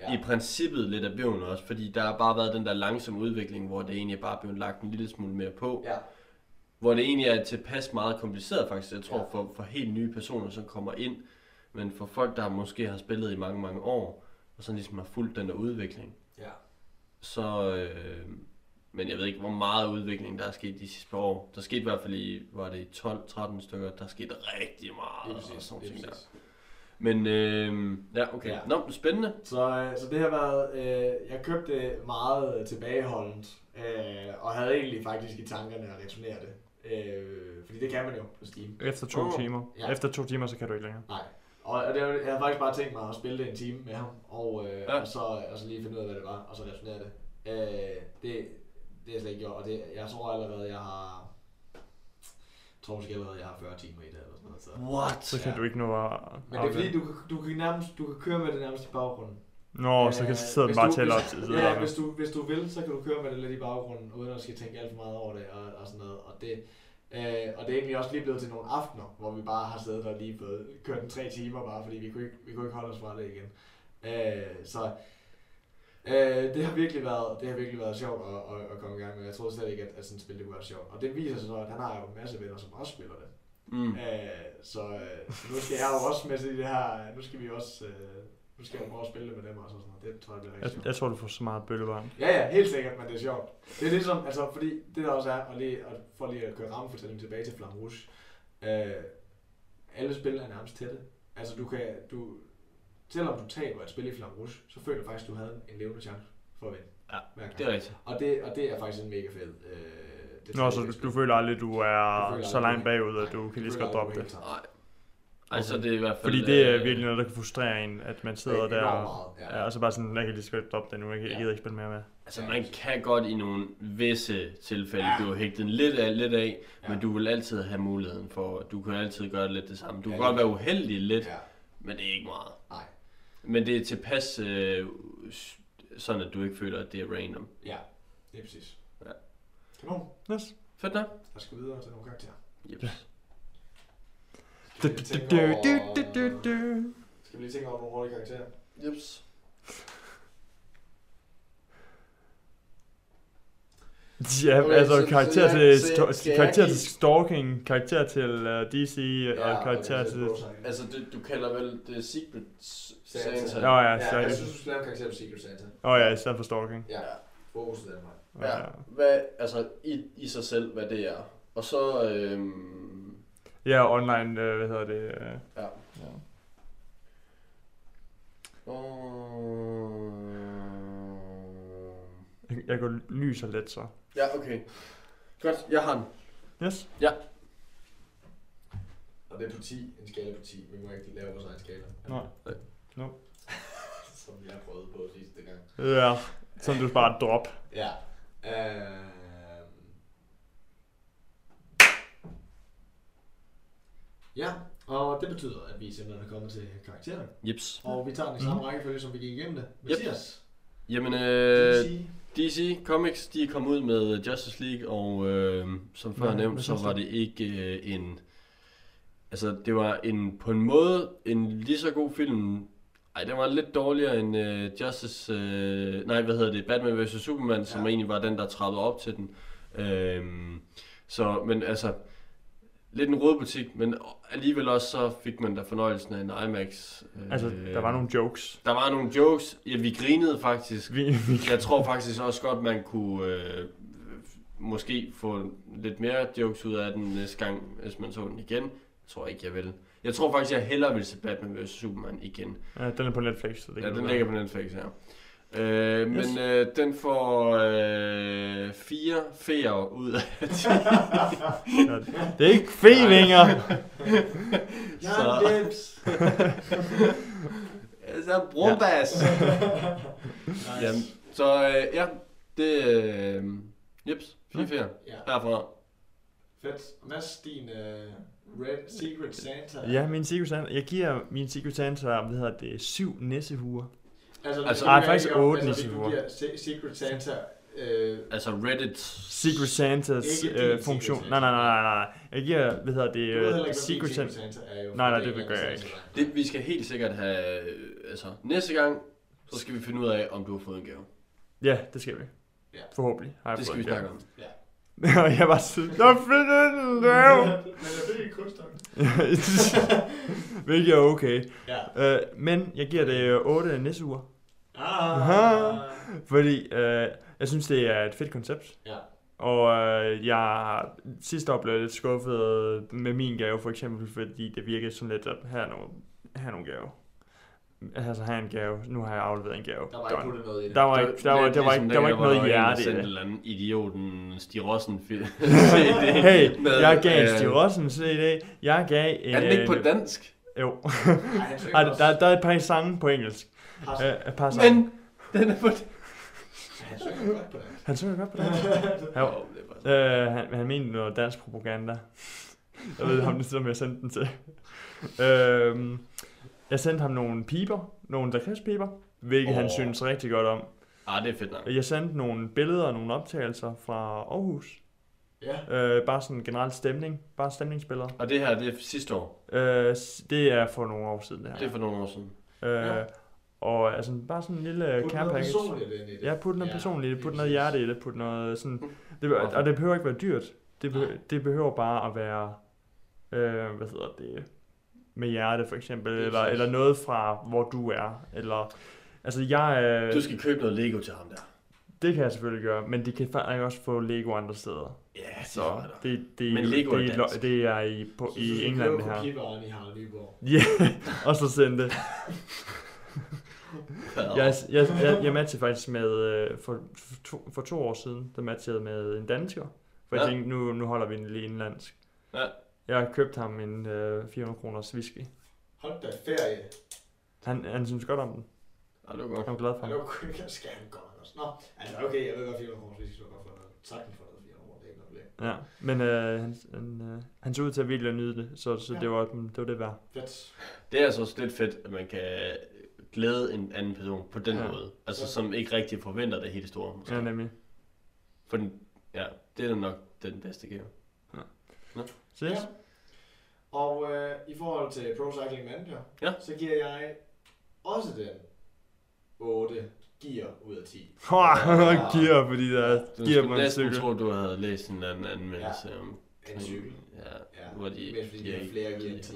[SPEAKER 8] Ja.
[SPEAKER 9] I princippet lidt af bøven også, fordi der har bare været den der langsomme udvikling, hvor det egentlig bare er blevet lagt en lille smule mere på.
[SPEAKER 8] Ja,
[SPEAKER 9] Hvor det egentlig er tilpas meget kompliceret faktisk, jeg tror,
[SPEAKER 8] Ja.
[SPEAKER 9] for, for helt nye personer, som kommer ind. Men for folk, der måske har spillet i mange, mange år, og sådan ligesom har fulgt den der udvikling,
[SPEAKER 8] ja.
[SPEAKER 9] så... Øh, men jeg ved ikke, hvor meget udvikling der er sket de sidste par år. Der skete i hvert fald i, var det i 12-13 stykker, der skete rigtig
[SPEAKER 8] Lige
[SPEAKER 9] meget og
[SPEAKER 8] præcis,
[SPEAKER 9] sådan
[SPEAKER 8] lige
[SPEAKER 9] ting der.
[SPEAKER 8] præcis.
[SPEAKER 9] Men øh, ja, okay.
[SPEAKER 8] Ja.
[SPEAKER 9] Ja. Nå, spændende.
[SPEAKER 8] Så, øh, så det har været, øh, jeg købte meget øh, tilbageholdent, øh, og havde egentlig faktisk i tankerne at returnere det. Øh, fordi det kan man jo på Steam.
[SPEAKER 10] efter to
[SPEAKER 9] Åh,
[SPEAKER 10] timer.
[SPEAKER 8] ja.
[SPEAKER 10] Efter to timer, så kan du ikke længere.
[SPEAKER 8] Nej. Og og det, var- jeg havde faktisk bare tænkt mig at spille det en time med ham, og, øh,
[SPEAKER 9] Ja.
[SPEAKER 8] ja. og, så, og så lige finde ud af, hvad det var, og så returnere det. Øh, det. Det er jeg slet ikke gjort, og det, jeg tror allerede, jeg har... Jeg tror måske allerede, jeg har 40 timer i det, eller sådan noget. Så.
[SPEAKER 9] What?
[SPEAKER 10] Så kan
[SPEAKER 8] Ja.
[SPEAKER 10] du ikke nå at...
[SPEAKER 8] Men det er fordi, du, kan- du, kan nærmest, du kan køre med det nærmest i baggrunden.
[SPEAKER 10] Nå, så kan
[SPEAKER 8] Øh,
[SPEAKER 10] så sidder den
[SPEAKER 8] hvis
[SPEAKER 10] bare
[SPEAKER 8] du-
[SPEAKER 10] til
[SPEAKER 8] hvis-
[SPEAKER 10] at sidde
[SPEAKER 8] Ja,
[SPEAKER 10] ja,
[SPEAKER 8] hvis du, hvis du vil, så kan du køre med det lidt i baggrunden, uden at skal tænke alt for meget over det og, og sådan noget. Og det, øh, og det er egentlig også lige blevet til nogle aftener, hvor vi bare har siddet og lige fået kørt en tre timer bare, fordi vi kunne ikke, vi kunne ikke holde os fra det igen. Øh, så øh, det har virkelig været, det har virkelig været sjovt at, at, at komme i gang med. Jeg troede slet ikke, at, at sådan et spil det kunne være sjovt. Og det viser sig så, at han har jo en masse venner, som også spiller det.
[SPEAKER 9] Mm.
[SPEAKER 8] Øh, så øh, så nu skal jeg jo også med til det her, nu skal vi også, øh, nu skal jeg jo prøve at spille det med dem også og sådan noget. Det tror jeg bliver rigtig
[SPEAKER 10] Jeg,
[SPEAKER 8] sjovt.
[SPEAKER 10] jeg tror, du får så meget bøllevarm.
[SPEAKER 8] Ja, ja, helt sikkert, men det er sjovt. Det er ligesom, altså, fordi det der også er, og lige, at, for lige at køre rammefortællingen tilbage til Flamme Rouge, øh, alle spil er nærmest tætte. Altså, du kan, du, selvom du taber et spil i Flamme Rouge, så føler du faktisk, at du havde en levende chance for at vinde.
[SPEAKER 9] Ja,
[SPEAKER 8] hver gang.
[SPEAKER 9] Det er rigtigt.
[SPEAKER 8] Og det, og det er faktisk en mega fed... Øh, det
[SPEAKER 10] Nå, så du, du føler aldrig, du er
[SPEAKER 8] føler
[SPEAKER 10] så
[SPEAKER 8] aldrig,
[SPEAKER 10] langt
[SPEAKER 8] du-
[SPEAKER 10] bagud, at du kan lige så godt droppe det.
[SPEAKER 9] Nej. Altså, det er i hvert fald...
[SPEAKER 10] Fordi det er
[SPEAKER 9] øh,
[SPEAKER 10] virkelig noget, der kan frustrere en, at man sidder
[SPEAKER 8] enormt
[SPEAKER 10] der og,
[SPEAKER 8] meget, ja.
[SPEAKER 10] ja, og så bare sådan, jeg kan lige så godt droppe det nu, jeg kan- jeg
[SPEAKER 8] Ja.
[SPEAKER 10] gider ikke spille mere med.
[SPEAKER 9] Altså, man kan godt i nogle visse tilfælde
[SPEAKER 8] Ja.
[SPEAKER 9] ja. blive hægtet lidt af, lidt af ja.
[SPEAKER 8] Ja.
[SPEAKER 9] men du vil altid have muligheden for, du kan altid gøre lidt det samme. Du
[SPEAKER 8] Ja,
[SPEAKER 9] kan
[SPEAKER 8] det-
[SPEAKER 9] godt være uheldig lidt,
[SPEAKER 8] Ja,
[SPEAKER 9] ja. men det er ikke meget.
[SPEAKER 8] nej.
[SPEAKER 9] Men det er tilpas øh, s- sådan, at du ikke føler, at det er random.
[SPEAKER 8] Ja, det er præcis.
[SPEAKER 9] Ja.
[SPEAKER 8] Kanon,
[SPEAKER 10] Yes.
[SPEAKER 9] Fedt nok.
[SPEAKER 8] der skal vi videre til nogle karakterer.
[SPEAKER 9] Jeps.
[SPEAKER 10] Du,
[SPEAKER 8] Skal vi
[SPEAKER 10] du,
[SPEAKER 8] tænke
[SPEAKER 10] du,
[SPEAKER 8] over-
[SPEAKER 10] du, du, du, du.
[SPEAKER 8] Skal vi lige tænke over nogle hurtige karakterer?
[SPEAKER 9] Jeps.
[SPEAKER 10] Ja,
[SPEAKER 8] Okay,
[SPEAKER 10] altså
[SPEAKER 8] så- så
[SPEAKER 10] karakter
[SPEAKER 8] jeg-
[SPEAKER 10] til,
[SPEAKER 8] så jeg-
[SPEAKER 10] sto-
[SPEAKER 8] skal jeg
[SPEAKER 10] karakter
[SPEAKER 8] give-
[SPEAKER 10] til stalking, karakter til øh, DC og karakter
[SPEAKER 8] okay, så
[SPEAKER 10] til...
[SPEAKER 8] Bros Science.
[SPEAKER 9] Altså, det, du kalder vel det Secret
[SPEAKER 8] Santa.
[SPEAKER 9] Santa.
[SPEAKER 10] Nå ja,
[SPEAKER 8] Ja,
[SPEAKER 10] så
[SPEAKER 8] jeg synes, du skal lave en karakter på Secret Santa.
[SPEAKER 10] Åh oh, ja, i stedet for stalking.
[SPEAKER 8] Ja, fokus til Danmark.
[SPEAKER 9] Ja.
[SPEAKER 10] Ja.
[SPEAKER 9] Hvad, altså, i, i sig selv, hvad det er. Og så... Øhm,
[SPEAKER 10] Ja, online, øh, hvad hedder det? øh,
[SPEAKER 9] Ja.
[SPEAKER 10] Ja.
[SPEAKER 9] Åh.
[SPEAKER 10] Jeg, jeg går lyser lidt så.
[SPEAKER 9] Ja, okay. Godt, jeg har den.
[SPEAKER 10] Yes.
[SPEAKER 8] Og det er på 10, en skala på 10. Vi må ikke lave vores egen skala.
[SPEAKER 10] Nej. No.
[SPEAKER 8] Som jeg prøvede på sidste gang.
[SPEAKER 10] Ja, som du bare drop.
[SPEAKER 8] Ja. Øh... Ja, og det betyder, at vi simpelthen er kommet til karakteren.
[SPEAKER 9] Jeps.
[SPEAKER 8] Og vi tager den i
[SPEAKER 10] Mhm.
[SPEAKER 8] samme rækkefølge, som vi gik igennem det. Mathias,
[SPEAKER 9] Jamen,
[SPEAKER 8] det vil
[SPEAKER 9] øh,
[SPEAKER 8] sige...
[SPEAKER 9] DC Comics, de er kommet ud med Justice League, og øh, som før
[SPEAKER 10] Hvad- hvad
[SPEAKER 9] nævnt, så
[SPEAKER 10] synes du?
[SPEAKER 9] var det ikke øh, en... Altså, det var en på en måde en lige så god film. Ej, den var lidt dårligere end øh, Justice... Øh, nej, hvad hedder det? Batman vs. Superman, ja. som
[SPEAKER 8] Ja.
[SPEAKER 9] egentlig var den, der trappede op til den. Øh, så, men altså... Lidt en rådbutik, men alligevel også så fik man da fornøjelsen af en IMAX. Øh,
[SPEAKER 10] Altså, der var nogle jokes.
[SPEAKER 9] Der var nogle jokes. Ja, vi grinede faktisk.
[SPEAKER 10] Vi, vi,
[SPEAKER 9] Jeg tror faktisk også godt, man kunne øh, måske få lidt mere jokes ud af den næste gang, hvis man så den igen. Jeg tror ikke, jeg vil. Jeg tror faktisk, jeg hellere vil se Batman vs. Superman igen.
[SPEAKER 10] Ja, den er på Netflix. Så det
[SPEAKER 9] Ja,
[SPEAKER 10] kan
[SPEAKER 9] den
[SPEAKER 10] du-
[SPEAKER 9] ligger på Netflix, ja. Øh, men
[SPEAKER 10] Yes.
[SPEAKER 9] øh, den får øh, fire feer ud af 10.
[SPEAKER 10] Det er ikke fevinger!
[SPEAKER 9] Så- Så brumbas! Jamen, så øh, ja, det øh, jeps, fire feer
[SPEAKER 8] Ja,
[SPEAKER 9] herfra.
[SPEAKER 8] fedt. Mads, din uh, Red Secret Santa.
[SPEAKER 10] Ja, min Secret Santa. Jeg giver min Secret Santa, hvad hedder det, syv næsehuer.
[SPEAKER 8] Altså,
[SPEAKER 9] Altså-
[SPEAKER 8] vi
[SPEAKER 9] Ej,
[SPEAKER 8] er
[SPEAKER 10] faktisk
[SPEAKER 8] ikke om-
[SPEAKER 10] otte
[SPEAKER 8] altså, hvis du
[SPEAKER 10] nissehuer.
[SPEAKER 8] giver Se- Secret Santa øh,
[SPEAKER 9] Altså Reddit.
[SPEAKER 10] Secret Santas
[SPEAKER 8] Ikke din
[SPEAKER 10] øh,
[SPEAKER 8] Secret
[SPEAKER 10] funktion.
[SPEAKER 8] Santa.
[SPEAKER 10] Nej, nej, nej, nej, nej. Jeg giver, hvad hedder
[SPEAKER 8] Du ved
[SPEAKER 10] det,
[SPEAKER 8] heller ikke,
[SPEAKER 10] øh,
[SPEAKER 8] hvad
[SPEAKER 10] Secret
[SPEAKER 8] Secret
[SPEAKER 10] Santa.
[SPEAKER 8] Santa er jo.
[SPEAKER 10] Nej, nej,
[SPEAKER 8] er
[SPEAKER 10] det
[SPEAKER 8] en
[SPEAKER 10] gør jeg
[SPEAKER 8] Santa.
[SPEAKER 9] Det, vi skal helt sikkert have, øh, altså næste gang, så skal vi finde ud af, om du har fået en gave.
[SPEAKER 10] Ja, det skal vi.
[SPEAKER 8] Ja.
[SPEAKER 10] Forhåbentlig. Har jeg
[SPEAKER 9] Det skal
[SPEAKER 10] fået,
[SPEAKER 9] vi
[SPEAKER 10] ja.
[SPEAKER 9] snakke om.
[SPEAKER 10] Og jeg var sådan, jeg finder den lav!
[SPEAKER 8] Men jeg ved ikke kunstner.
[SPEAKER 10] Hvilket er okay.
[SPEAKER 8] Ja.
[SPEAKER 10] Øh, men jeg giver det øh, 8 næseuger.
[SPEAKER 8] Ah.
[SPEAKER 10] Fordi øh, jeg synes, det er et fedt koncept.
[SPEAKER 8] Ja.
[SPEAKER 10] Og øh, jeg sidste år blev jeg lidt skuffet med min gave, for eksempel, fordi det virkede sådan lidt, at her er nogle, her er nogle gave. Altså, her er en gave. Nu har jeg afleveret en gave.
[SPEAKER 8] Der var
[SPEAKER 10] Done.
[SPEAKER 8] ikke puttet noget i det.
[SPEAKER 10] der var, ikke, der var, der var,
[SPEAKER 9] ligesom
[SPEAKER 10] ikke, der var ikke noget hjerte i
[SPEAKER 9] det.
[SPEAKER 10] det.
[SPEAKER 9] eller anden idioten Stig Rossen film.
[SPEAKER 10] Hey, jeg gav Stig Rossen Øh, CD. Jeg gav...
[SPEAKER 9] øh, Er den ikke på dansk?
[SPEAKER 10] Jo.
[SPEAKER 8] Ej, han synger
[SPEAKER 10] Ej,
[SPEAKER 8] også.
[SPEAKER 10] der, der er et par sange på engelsk.
[SPEAKER 8] Pas.
[SPEAKER 10] Øh, et par sange.
[SPEAKER 9] Men den er på
[SPEAKER 8] Han synger godt på det.
[SPEAKER 10] Han synger godt på dansk. Jo.
[SPEAKER 9] det er bare sådan.
[SPEAKER 10] Øh, han, han mente noget dansk propaganda. Jeg ved ham, som jeg sendte den til. Øh, jeg sendte ham nogle piber, nogle lakridspiber, hvilket oh. han
[SPEAKER 9] Åh.
[SPEAKER 10] synes rigtig godt om.
[SPEAKER 9] Ah, det er fedt nok.
[SPEAKER 10] Jeg sendte nogle billeder og nogle optagelser fra Aarhus.
[SPEAKER 8] Ja.
[SPEAKER 10] Øh, bare sådan generel stemning, bare stemningsbilleder.
[SPEAKER 9] Og det her, det er sidste år.
[SPEAKER 10] Øh, s- det er for nogle år siden, det her.
[SPEAKER 9] Det er for nogle år siden.
[SPEAKER 10] Øh,
[SPEAKER 8] Ja.
[SPEAKER 10] Og altså bare sådan en lille
[SPEAKER 8] Put
[SPEAKER 10] care
[SPEAKER 8] noget
[SPEAKER 10] package.
[SPEAKER 8] personligt ind i det.
[SPEAKER 10] Ja, put noget
[SPEAKER 8] Ja,
[SPEAKER 10] personligt i det,
[SPEAKER 8] lige
[SPEAKER 10] put noget
[SPEAKER 8] præcis.
[SPEAKER 10] hjerte i det, put noget sådan...
[SPEAKER 9] Mm.
[SPEAKER 10] Det, be- og det behøver ikke være dyrt. Det, be,
[SPEAKER 8] Nej.
[SPEAKER 10] det behøver bare at være, øh, hvad hedder det, med hjerte for eksempel,
[SPEAKER 8] Lige
[SPEAKER 10] eller,
[SPEAKER 8] præcis.
[SPEAKER 10] eller noget fra, hvor du er, eller... Altså jeg, øh,
[SPEAKER 9] Du skal købe noget Lego til ham der.
[SPEAKER 10] det kan jeg selvfølgelig gøre, men de kan faktisk også få Lego andre steder.
[SPEAKER 9] Ja, det
[SPEAKER 10] Så
[SPEAKER 9] er det.
[SPEAKER 10] det, det,
[SPEAKER 9] Men Lego er
[SPEAKER 10] det,
[SPEAKER 9] dansk.
[SPEAKER 10] det, det er i, på,
[SPEAKER 8] Så synes
[SPEAKER 10] i
[SPEAKER 8] jeg,
[SPEAKER 10] England
[SPEAKER 8] vi
[SPEAKER 10] det
[SPEAKER 8] køber
[SPEAKER 10] her.
[SPEAKER 8] kopivaren i Harald Nyborg.
[SPEAKER 10] Ja, og så send det. Jeg, jeg, jeg, jeg matchede faktisk med, øh, for, for, to, for to år siden, der matchede jeg med en dansker. For jeg
[SPEAKER 9] Ja.
[SPEAKER 10] tænkte, nu, nu holder vi den lige indlandsk.
[SPEAKER 9] Ja.
[SPEAKER 10] Jeg købte ham en øh, 400 kroners whisky.
[SPEAKER 8] Hold da ferie.
[SPEAKER 10] Han, han synes godt om den.
[SPEAKER 9] Ja, det var godt.
[SPEAKER 10] Han var glad for
[SPEAKER 8] Han
[SPEAKER 10] den.
[SPEAKER 8] er jo kun jeg skal han godt nok også. Nå, altså okay, jeg ved godt, 400 kroner, hvis I så godt for noget. Sagtens for noget, 400 kroner, det er ikke noget problem.
[SPEAKER 10] Ja. Men øh, han, han, øh, han så ud til at virkelig at nyde det, så, så
[SPEAKER 8] Ja.
[SPEAKER 10] det, var, det var det værd.
[SPEAKER 8] Fedt.
[SPEAKER 9] Det er altså også lidt fedt, at man kan glæde en anden person på den
[SPEAKER 10] Ja.
[SPEAKER 9] ja. måde. Altså, som ikke rigtig forventer det helt store. Måske.
[SPEAKER 10] Ja,
[SPEAKER 9] Ja,
[SPEAKER 10] nemlig.
[SPEAKER 9] For den, ja, det er da nok den bedste gave.
[SPEAKER 10] Så yes.
[SPEAKER 8] Ja. Og øh, i forhold til Pro Cycling Manager,
[SPEAKER 9] Ja.
[SPEAKER 8] så giver jeg også den 8 gear ud af 10.
[SPEAKER 10] Ja. gear, fordi der
[SPEAKER 9] Du
[SPEAKER 10] giver
[SPEAKER 9] skulle
[SPEAKER 10] mig en
[SPEAKER 9] næsten
[SPEAKER 10] cykel.
[SPEAKER 9] tro, du havde læst en anden anmeldelse ja. om
[SPEAKER 8] En cykel.
[SPEAKER 9] Ja,
[SPEAKER 8] Ja,
[SPEAKER 9] hvor de
[SPEAKER 8] mest fordi de har flere gear end 10.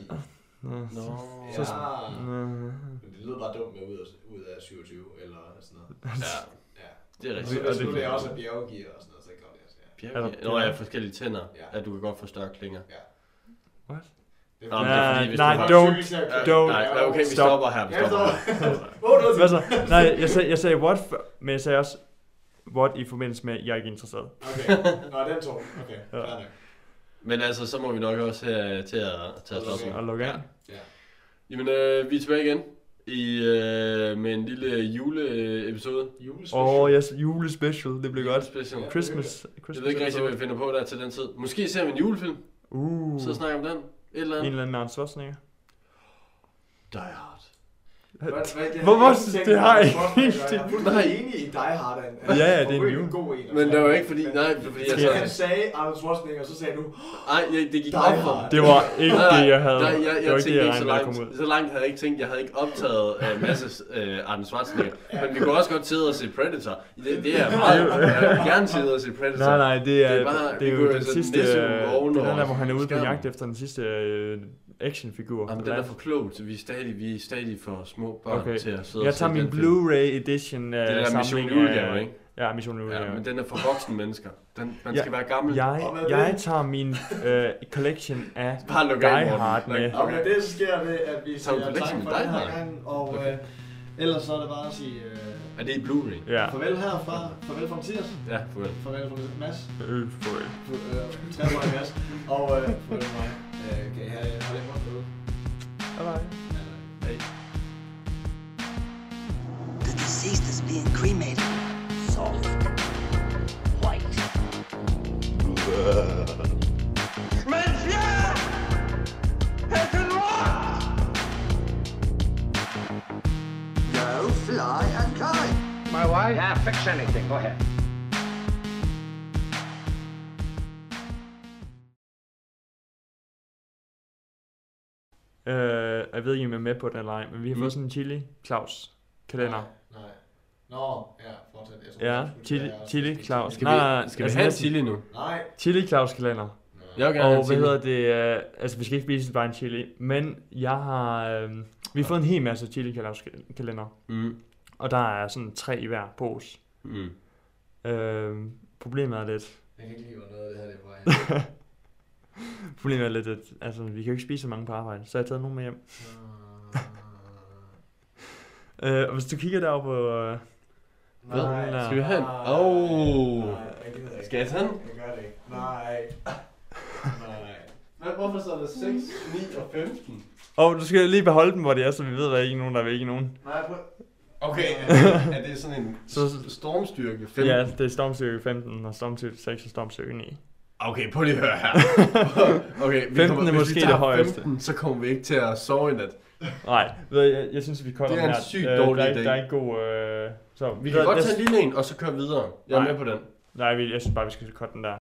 [SPEAKER 10] Nå.
[SPEAKER 9] Nå.
[SPEAKER 8] Ja,
[SPEAKER 9] Ja.
[SPEAKER 10] Mhm.
[SPEAKER 8] men det lyder bare dumt med ud af, ud af 27 eller sådan
[SPEAKER 10] Mhm.
[SPEAKER 8] noget.
[SPEAKER 9] ja.
[SPEAKER 8] Ja.
[SPEAKER 9] Det er
[SPEAKER 8] Så
[SPEAKER 9] rigtigt.
[SPEAKER 10] Og
[SPEAKER 8] hvis
[SPEAKER 10] det-
[SPEAKER 8] nu det er også bjergegear og sådan noget, så kan det også, ja.
[SPEAKER 9] Bjerg, Nå, jeg har forskellige tænder,
[SPEAKER 8] Ja.
[SPEAKER 9] at du kan godt få større klinger.
[SPEAKER 10] What?
[SPEAKER 8] Det
[SPEAKER 9] Nå,
[SPEAKER 8] fordi-
[SPEAKER 9] men det er fordi, hvis
[SPEAKER 10] nej,
[SPEAKER 9] du har-
[SPEAKER 10] don't,
[SPEAKER 8] Cykelklæder-
[SPEAKER 10] don't.
[SPEAKER 9] Nej, nej, okay, vi
[SPEAKER 10] Stop.
[SPEAKER 9] stopper her. Vi
[SPEAKER 8] Ja, vi
[SPEAKER 9] stopper her.
[SPEAKER 8] Otte ud af 10.
[SPEAKER 10] Hvad så? Nej, jeg sagde, jeg sagde what, før, men jeg sagde også what i forbindelse med, at jeg er ikke interesseret.
[SPEAKER 8] Okay, nå, den tog. Okay, fair nok.
[SPEAKER 9] Men altså, så må vi nok også have til at tage os
[SPEAKER 8] Okay.
[SPEAKER 10] Og logge af.
[SPEAKER 8] Ja.
[SPEAKER 9] Jamen, øh, vi er tilbage igen i, øh, med en lille juleepisode.
[SPEAKER 8] Julespecial.
[SPEAKER 10] Åh, oh, yes, julespecial, det bliver godt.
[SPEAKER 9] Special.
[SPEAKER 8] Ja.
[SPEAKER 10] Christmas.
[SPEAKER 9] Jeg
[SPEAKER 10] Christmas
[SPEAKER 9] ved ikke rigtig, hvad vi
[SPEAKER 10] episode.
[SPEAKER 9] finder på der til den tid. Måske ser vi en julefilm,
[SPEAKER 10] Uh,
[SPEAKER 9] så snakker vi om den. Et eller
[SPEAKER 10] en
[SPEAKER 9] andet.
[SPEAKER 10] eller anden med Arne Schwarzenegger.
[SPEAKER 9] Die Hard.
[SPEAKER 8] Hvad- Altså, hvad- jeg
[SPEAKER 10] Hvorfor
[SPEAKER 8] har ikke
[SPEAKER 10] synes-
[SPEAKER 8] tænkt
[SPEAKER 10] det
[SPEAKER 8] mig,
[SPEAKER 10] har jeg
[SPEAKER 8] hvorfor
[SPEAKER 10] ikke.
[SPEAKER 8] gør Jeg er fuldstændig enig i dig, Hardan.
[SPEAKER 10] Ja, ja, det er en jule.
[SPEAKER 8] Altså, god en.
[SPEAKER 9] Men det var ikke fordi, nej, det var fordi jeg
[SPEAKER 10] Ja.
[SPEAKER 8] Han
[SPEAKER 9] så...
[SPEAKER 8] sagde Arnold Schwarzenegger, og så sagde du,
[SPEAKER 9] Ej, jeg, det gik
[SPEAKER 8] Die
[SPEAKER 9] op for
[SPEAKER 8] Hard.
[SPEAKER 9] mig.
[SPEAKER 10] Det var ikke
[SPEAKER 9] Nej,
[SPEAKER 10] det, jeg havde.
[SPEAKER 9] Nej, jeg,
[SPEAKER 10] det
[SPEAKER 9] jeg tænkte
[SPEAKER 10] var ikke det, jeg
[SPEAKER 9] ikke så
[SPEAKER 10] regnede med at komme
[SPEAKER 9] langt.
[SPEAKER 10] ud.
[SPEAKER 9] Så langt havde jeg ikke tænkt. Jeg havde ikke optaget uh, masse uh, Arne Schwarzenegger. Men vi kunne også godt sidde og se Predator. Det, det er meget, jeg vil gerne sidde og se Predator.
[SPEAKER 10] Nej, nej, det er,
[SPEAKER 9] Det er bare-
[SPEAKER 10] det er
[SPEAKER 9] det
[SPEAKER 10] jo
[SPEAKER 9] er
[SPEAKER 10] den
[SPEAKER 9] sådan
[SPEAKER 10] sidste,
[SPEAKER 9] næste vågen
[SPEAKER 10] øh, det er den der,
[SPEAKER 9] over
[SPEAKER 10] hvor han er ude på
[SPEAKER 9] skærmen.
[SPEAKER 10] jagt efter den sidste øh, actionfigur.
[SPEAKER 9] Jamen, den er for klogt. Vi er stadig, vi er stadig for små børn
[SPEAKER 10] Okay.
[SPEAKER 9] til at sidde
[SPEAKER 10] Jeg
[SPEAKER 9] og
[SPEAKER 10] tager
[SPEAKER 9] se
[SPEAKER 10] min
[SPEAKER 9] den film.
[SPEAKER 10] Blu-ray edition uh,
[SPEAKER 9] Det er den der mission
[SPEAKER 10] samling
[SPEAKER 9] julegave, ikke?
[SPEAKER 10] Ja, Mission New
[SPEAKER 9] Ja,
[SPEAKER 10] York.
[SPEAKER 9] men den er for voksne mennesker. Den, man
[SPEAKER 10] Ja,
[SPEAKER 9] skal være gammel.
[SPEAKER 10] Jeg,
[SPEAKER 8] Og med
[SPEAKER 10] jeg
[SPEAKER 8] det-
[SPEAKER 10] tager min øh, collection af
[SPEAKER 9] Bare luk af,
[SPEAKER 10] Die
[SPEAKER 9] Morten.
[SPEAKER 10] Hard med.
[SPEAKER 9] Luk-
[SPEAKER 8] Og med det så sker det, at vi
[SPEAKER 9] Så er
[SPEAKER 8] siger
[SPEAKER 9] du på
[SPEAKER 8] tak
[SPEAKER 9] lektion
[SPEAKER 8] for
[SPEAKER 9] med
[SPEAKER 8] den
[SPEAKER 9] dig,
[SPEAKER 8] her
[SPEAKER 9] Mark.
[SPEAKER 8] gang, og
[SPEAKER 9] Okay.
[SPEAKER 8] øh, ellers så er det bare at sige øh,
[SPEAKER 9] Er det i Blu-ray?
[SPEAKER 10] Ja,
[SPEAKER 8] farvel herfra, farvel fra Mathias,
[SPEAKER 9] Ja, farvel.
[SPEAKER 8] farvel fra Mads,
[SPEAKER 10] øl for øl.
[SPEAKER 8] øh, farvel fra Mads, og øh, farvel fra mig. Øh, kan I have, have det godt derude?
[SPEAKER 10] Bye bye.
[SPEAKER 9] Hey.
[SPEAKER 3] The deceased is being cremated. Soft. White. Go fly and kite.
[SPEAKER 10] Øh, jeg ved ikke, om jeg er med på den eller ej, men vi har
[SPEAKER 9] Mm.
[SPEAKER 10] fået sådan en chili Claus kalender.
[SPEAKER 8] Nej, nej. Nå, ja, fortsæt. Jeg tror,
[SPEAKER 10] Ja,
[SPEAKER 8] jeg skulle-
[SPEAKER 10] chili,
[SPEAKER 8] jeg-
[SPEAKER 10] chili Claus.
[SPEAKER 9] Skal vi, skal vi have en
[SPEAKER 10] næsten.
[SPEAKER 9] chili nu?
[SPEAKER 8] Nej,
[SPEAKER 10] Altså, Chili Claus kalender.
[SPEAKER 9] Jeg vil gerne have
[SPEAKER 10] Og
[SPEAKER 9] en
[SPEAKER 10] hvad
[SPEAKER 9] chili.
[SPEAKER 10] hedder det? Øh, altså, vi skal ikke spise bare en chili, men jeg har... Øh, vi har fået en hel masse chili Claus kalender.
[SPEAKER 9] Mm.
[SPEAKER 10] Og der er sådan tre i hver pose.
[SPEAKER 9] Mm.
[SPEAKER 10] Øh, problemet er lidt...
[SPEAKER 8] jeg kan ikke lide, hvor noget af det her det er på vej.
[SPEAKER 10] Problemet er lidt, at altså, vi kan jo ikke spise så mange på arbejde, så jeg har taget nogle med hjem.
[SPEAKER 8] Ah.
[SPEAKER 10] Øh, og hvis du kigger derover på... Øh,
[SPEAKER 8] Nej,
[SPEAKER 10] Hvad?
[SPEAKER 9] Skal vi have en?
[SPEAKER 8] nej,
[SPEAKER 9] Åh.
[SPEAKER 8] nej, jeg gider ikke.
[SPEAKER 9] Skal jeg tage den?
[SPEAKER 8] Jeg gør det ikke. Nej. Nej. Men hvorfor så er det 6, 9 og 15?
[SPEAKER 10] og du skal lige beholde dem, hvor det er, så vi ved, at der er ikke nogen, der er ikke nogen.
[SPEAKER 8] Nej, prøv.
[SPEAKER 9] Okay, er det, er det sådan en
[SPEAKER 10] Så-
[SPEAKER 9] stormstyrke 5?
[SPEAKER 10] Ja, det er Stormstyrke 15 og Stormstyrke 6 og Stormstyrke 9.
[SPEAKER 9] Okay, prøv lige at høre her. Okay,
[SPEAKER 10] 15 er
[SPEAKER 9] hvis
[SPEAKER 10] måske
[SPEAKER 9] vi
[SPEAKER 10] det
[SPEAKER 9] tager
[SPEAKER 10] højeste.
[SPEAKER 9] 15, så kommer vi ikke til at sove i nat.
[SPEAKER 10] Nej, ved jeg, jeg, jeg synes, vi kommer
[SPEAKER 9] Det er en
[SPEAKER 10] her.
[SPEAKER 9] sygt
[SPEAKER 10] Øh,
[SPEAKER 9] dårlig
[SPEAKER 10] der, er ikke-
[SPEAKER 9] idé.
[SPEAKER 10] Der er ikke god... Øh, så,
[SPEAKER 9] Vi kan godt
[SPEAKER 10] jeg,
[SPEAKER 9] tage en lille en, og så køre videre. Jeg er
[SPEAKER 10] Nej.
[SPEAKER 9] med på den.
[SPEAKER 10] Nej, vi- jeg synes bare, vi skal cutte den der.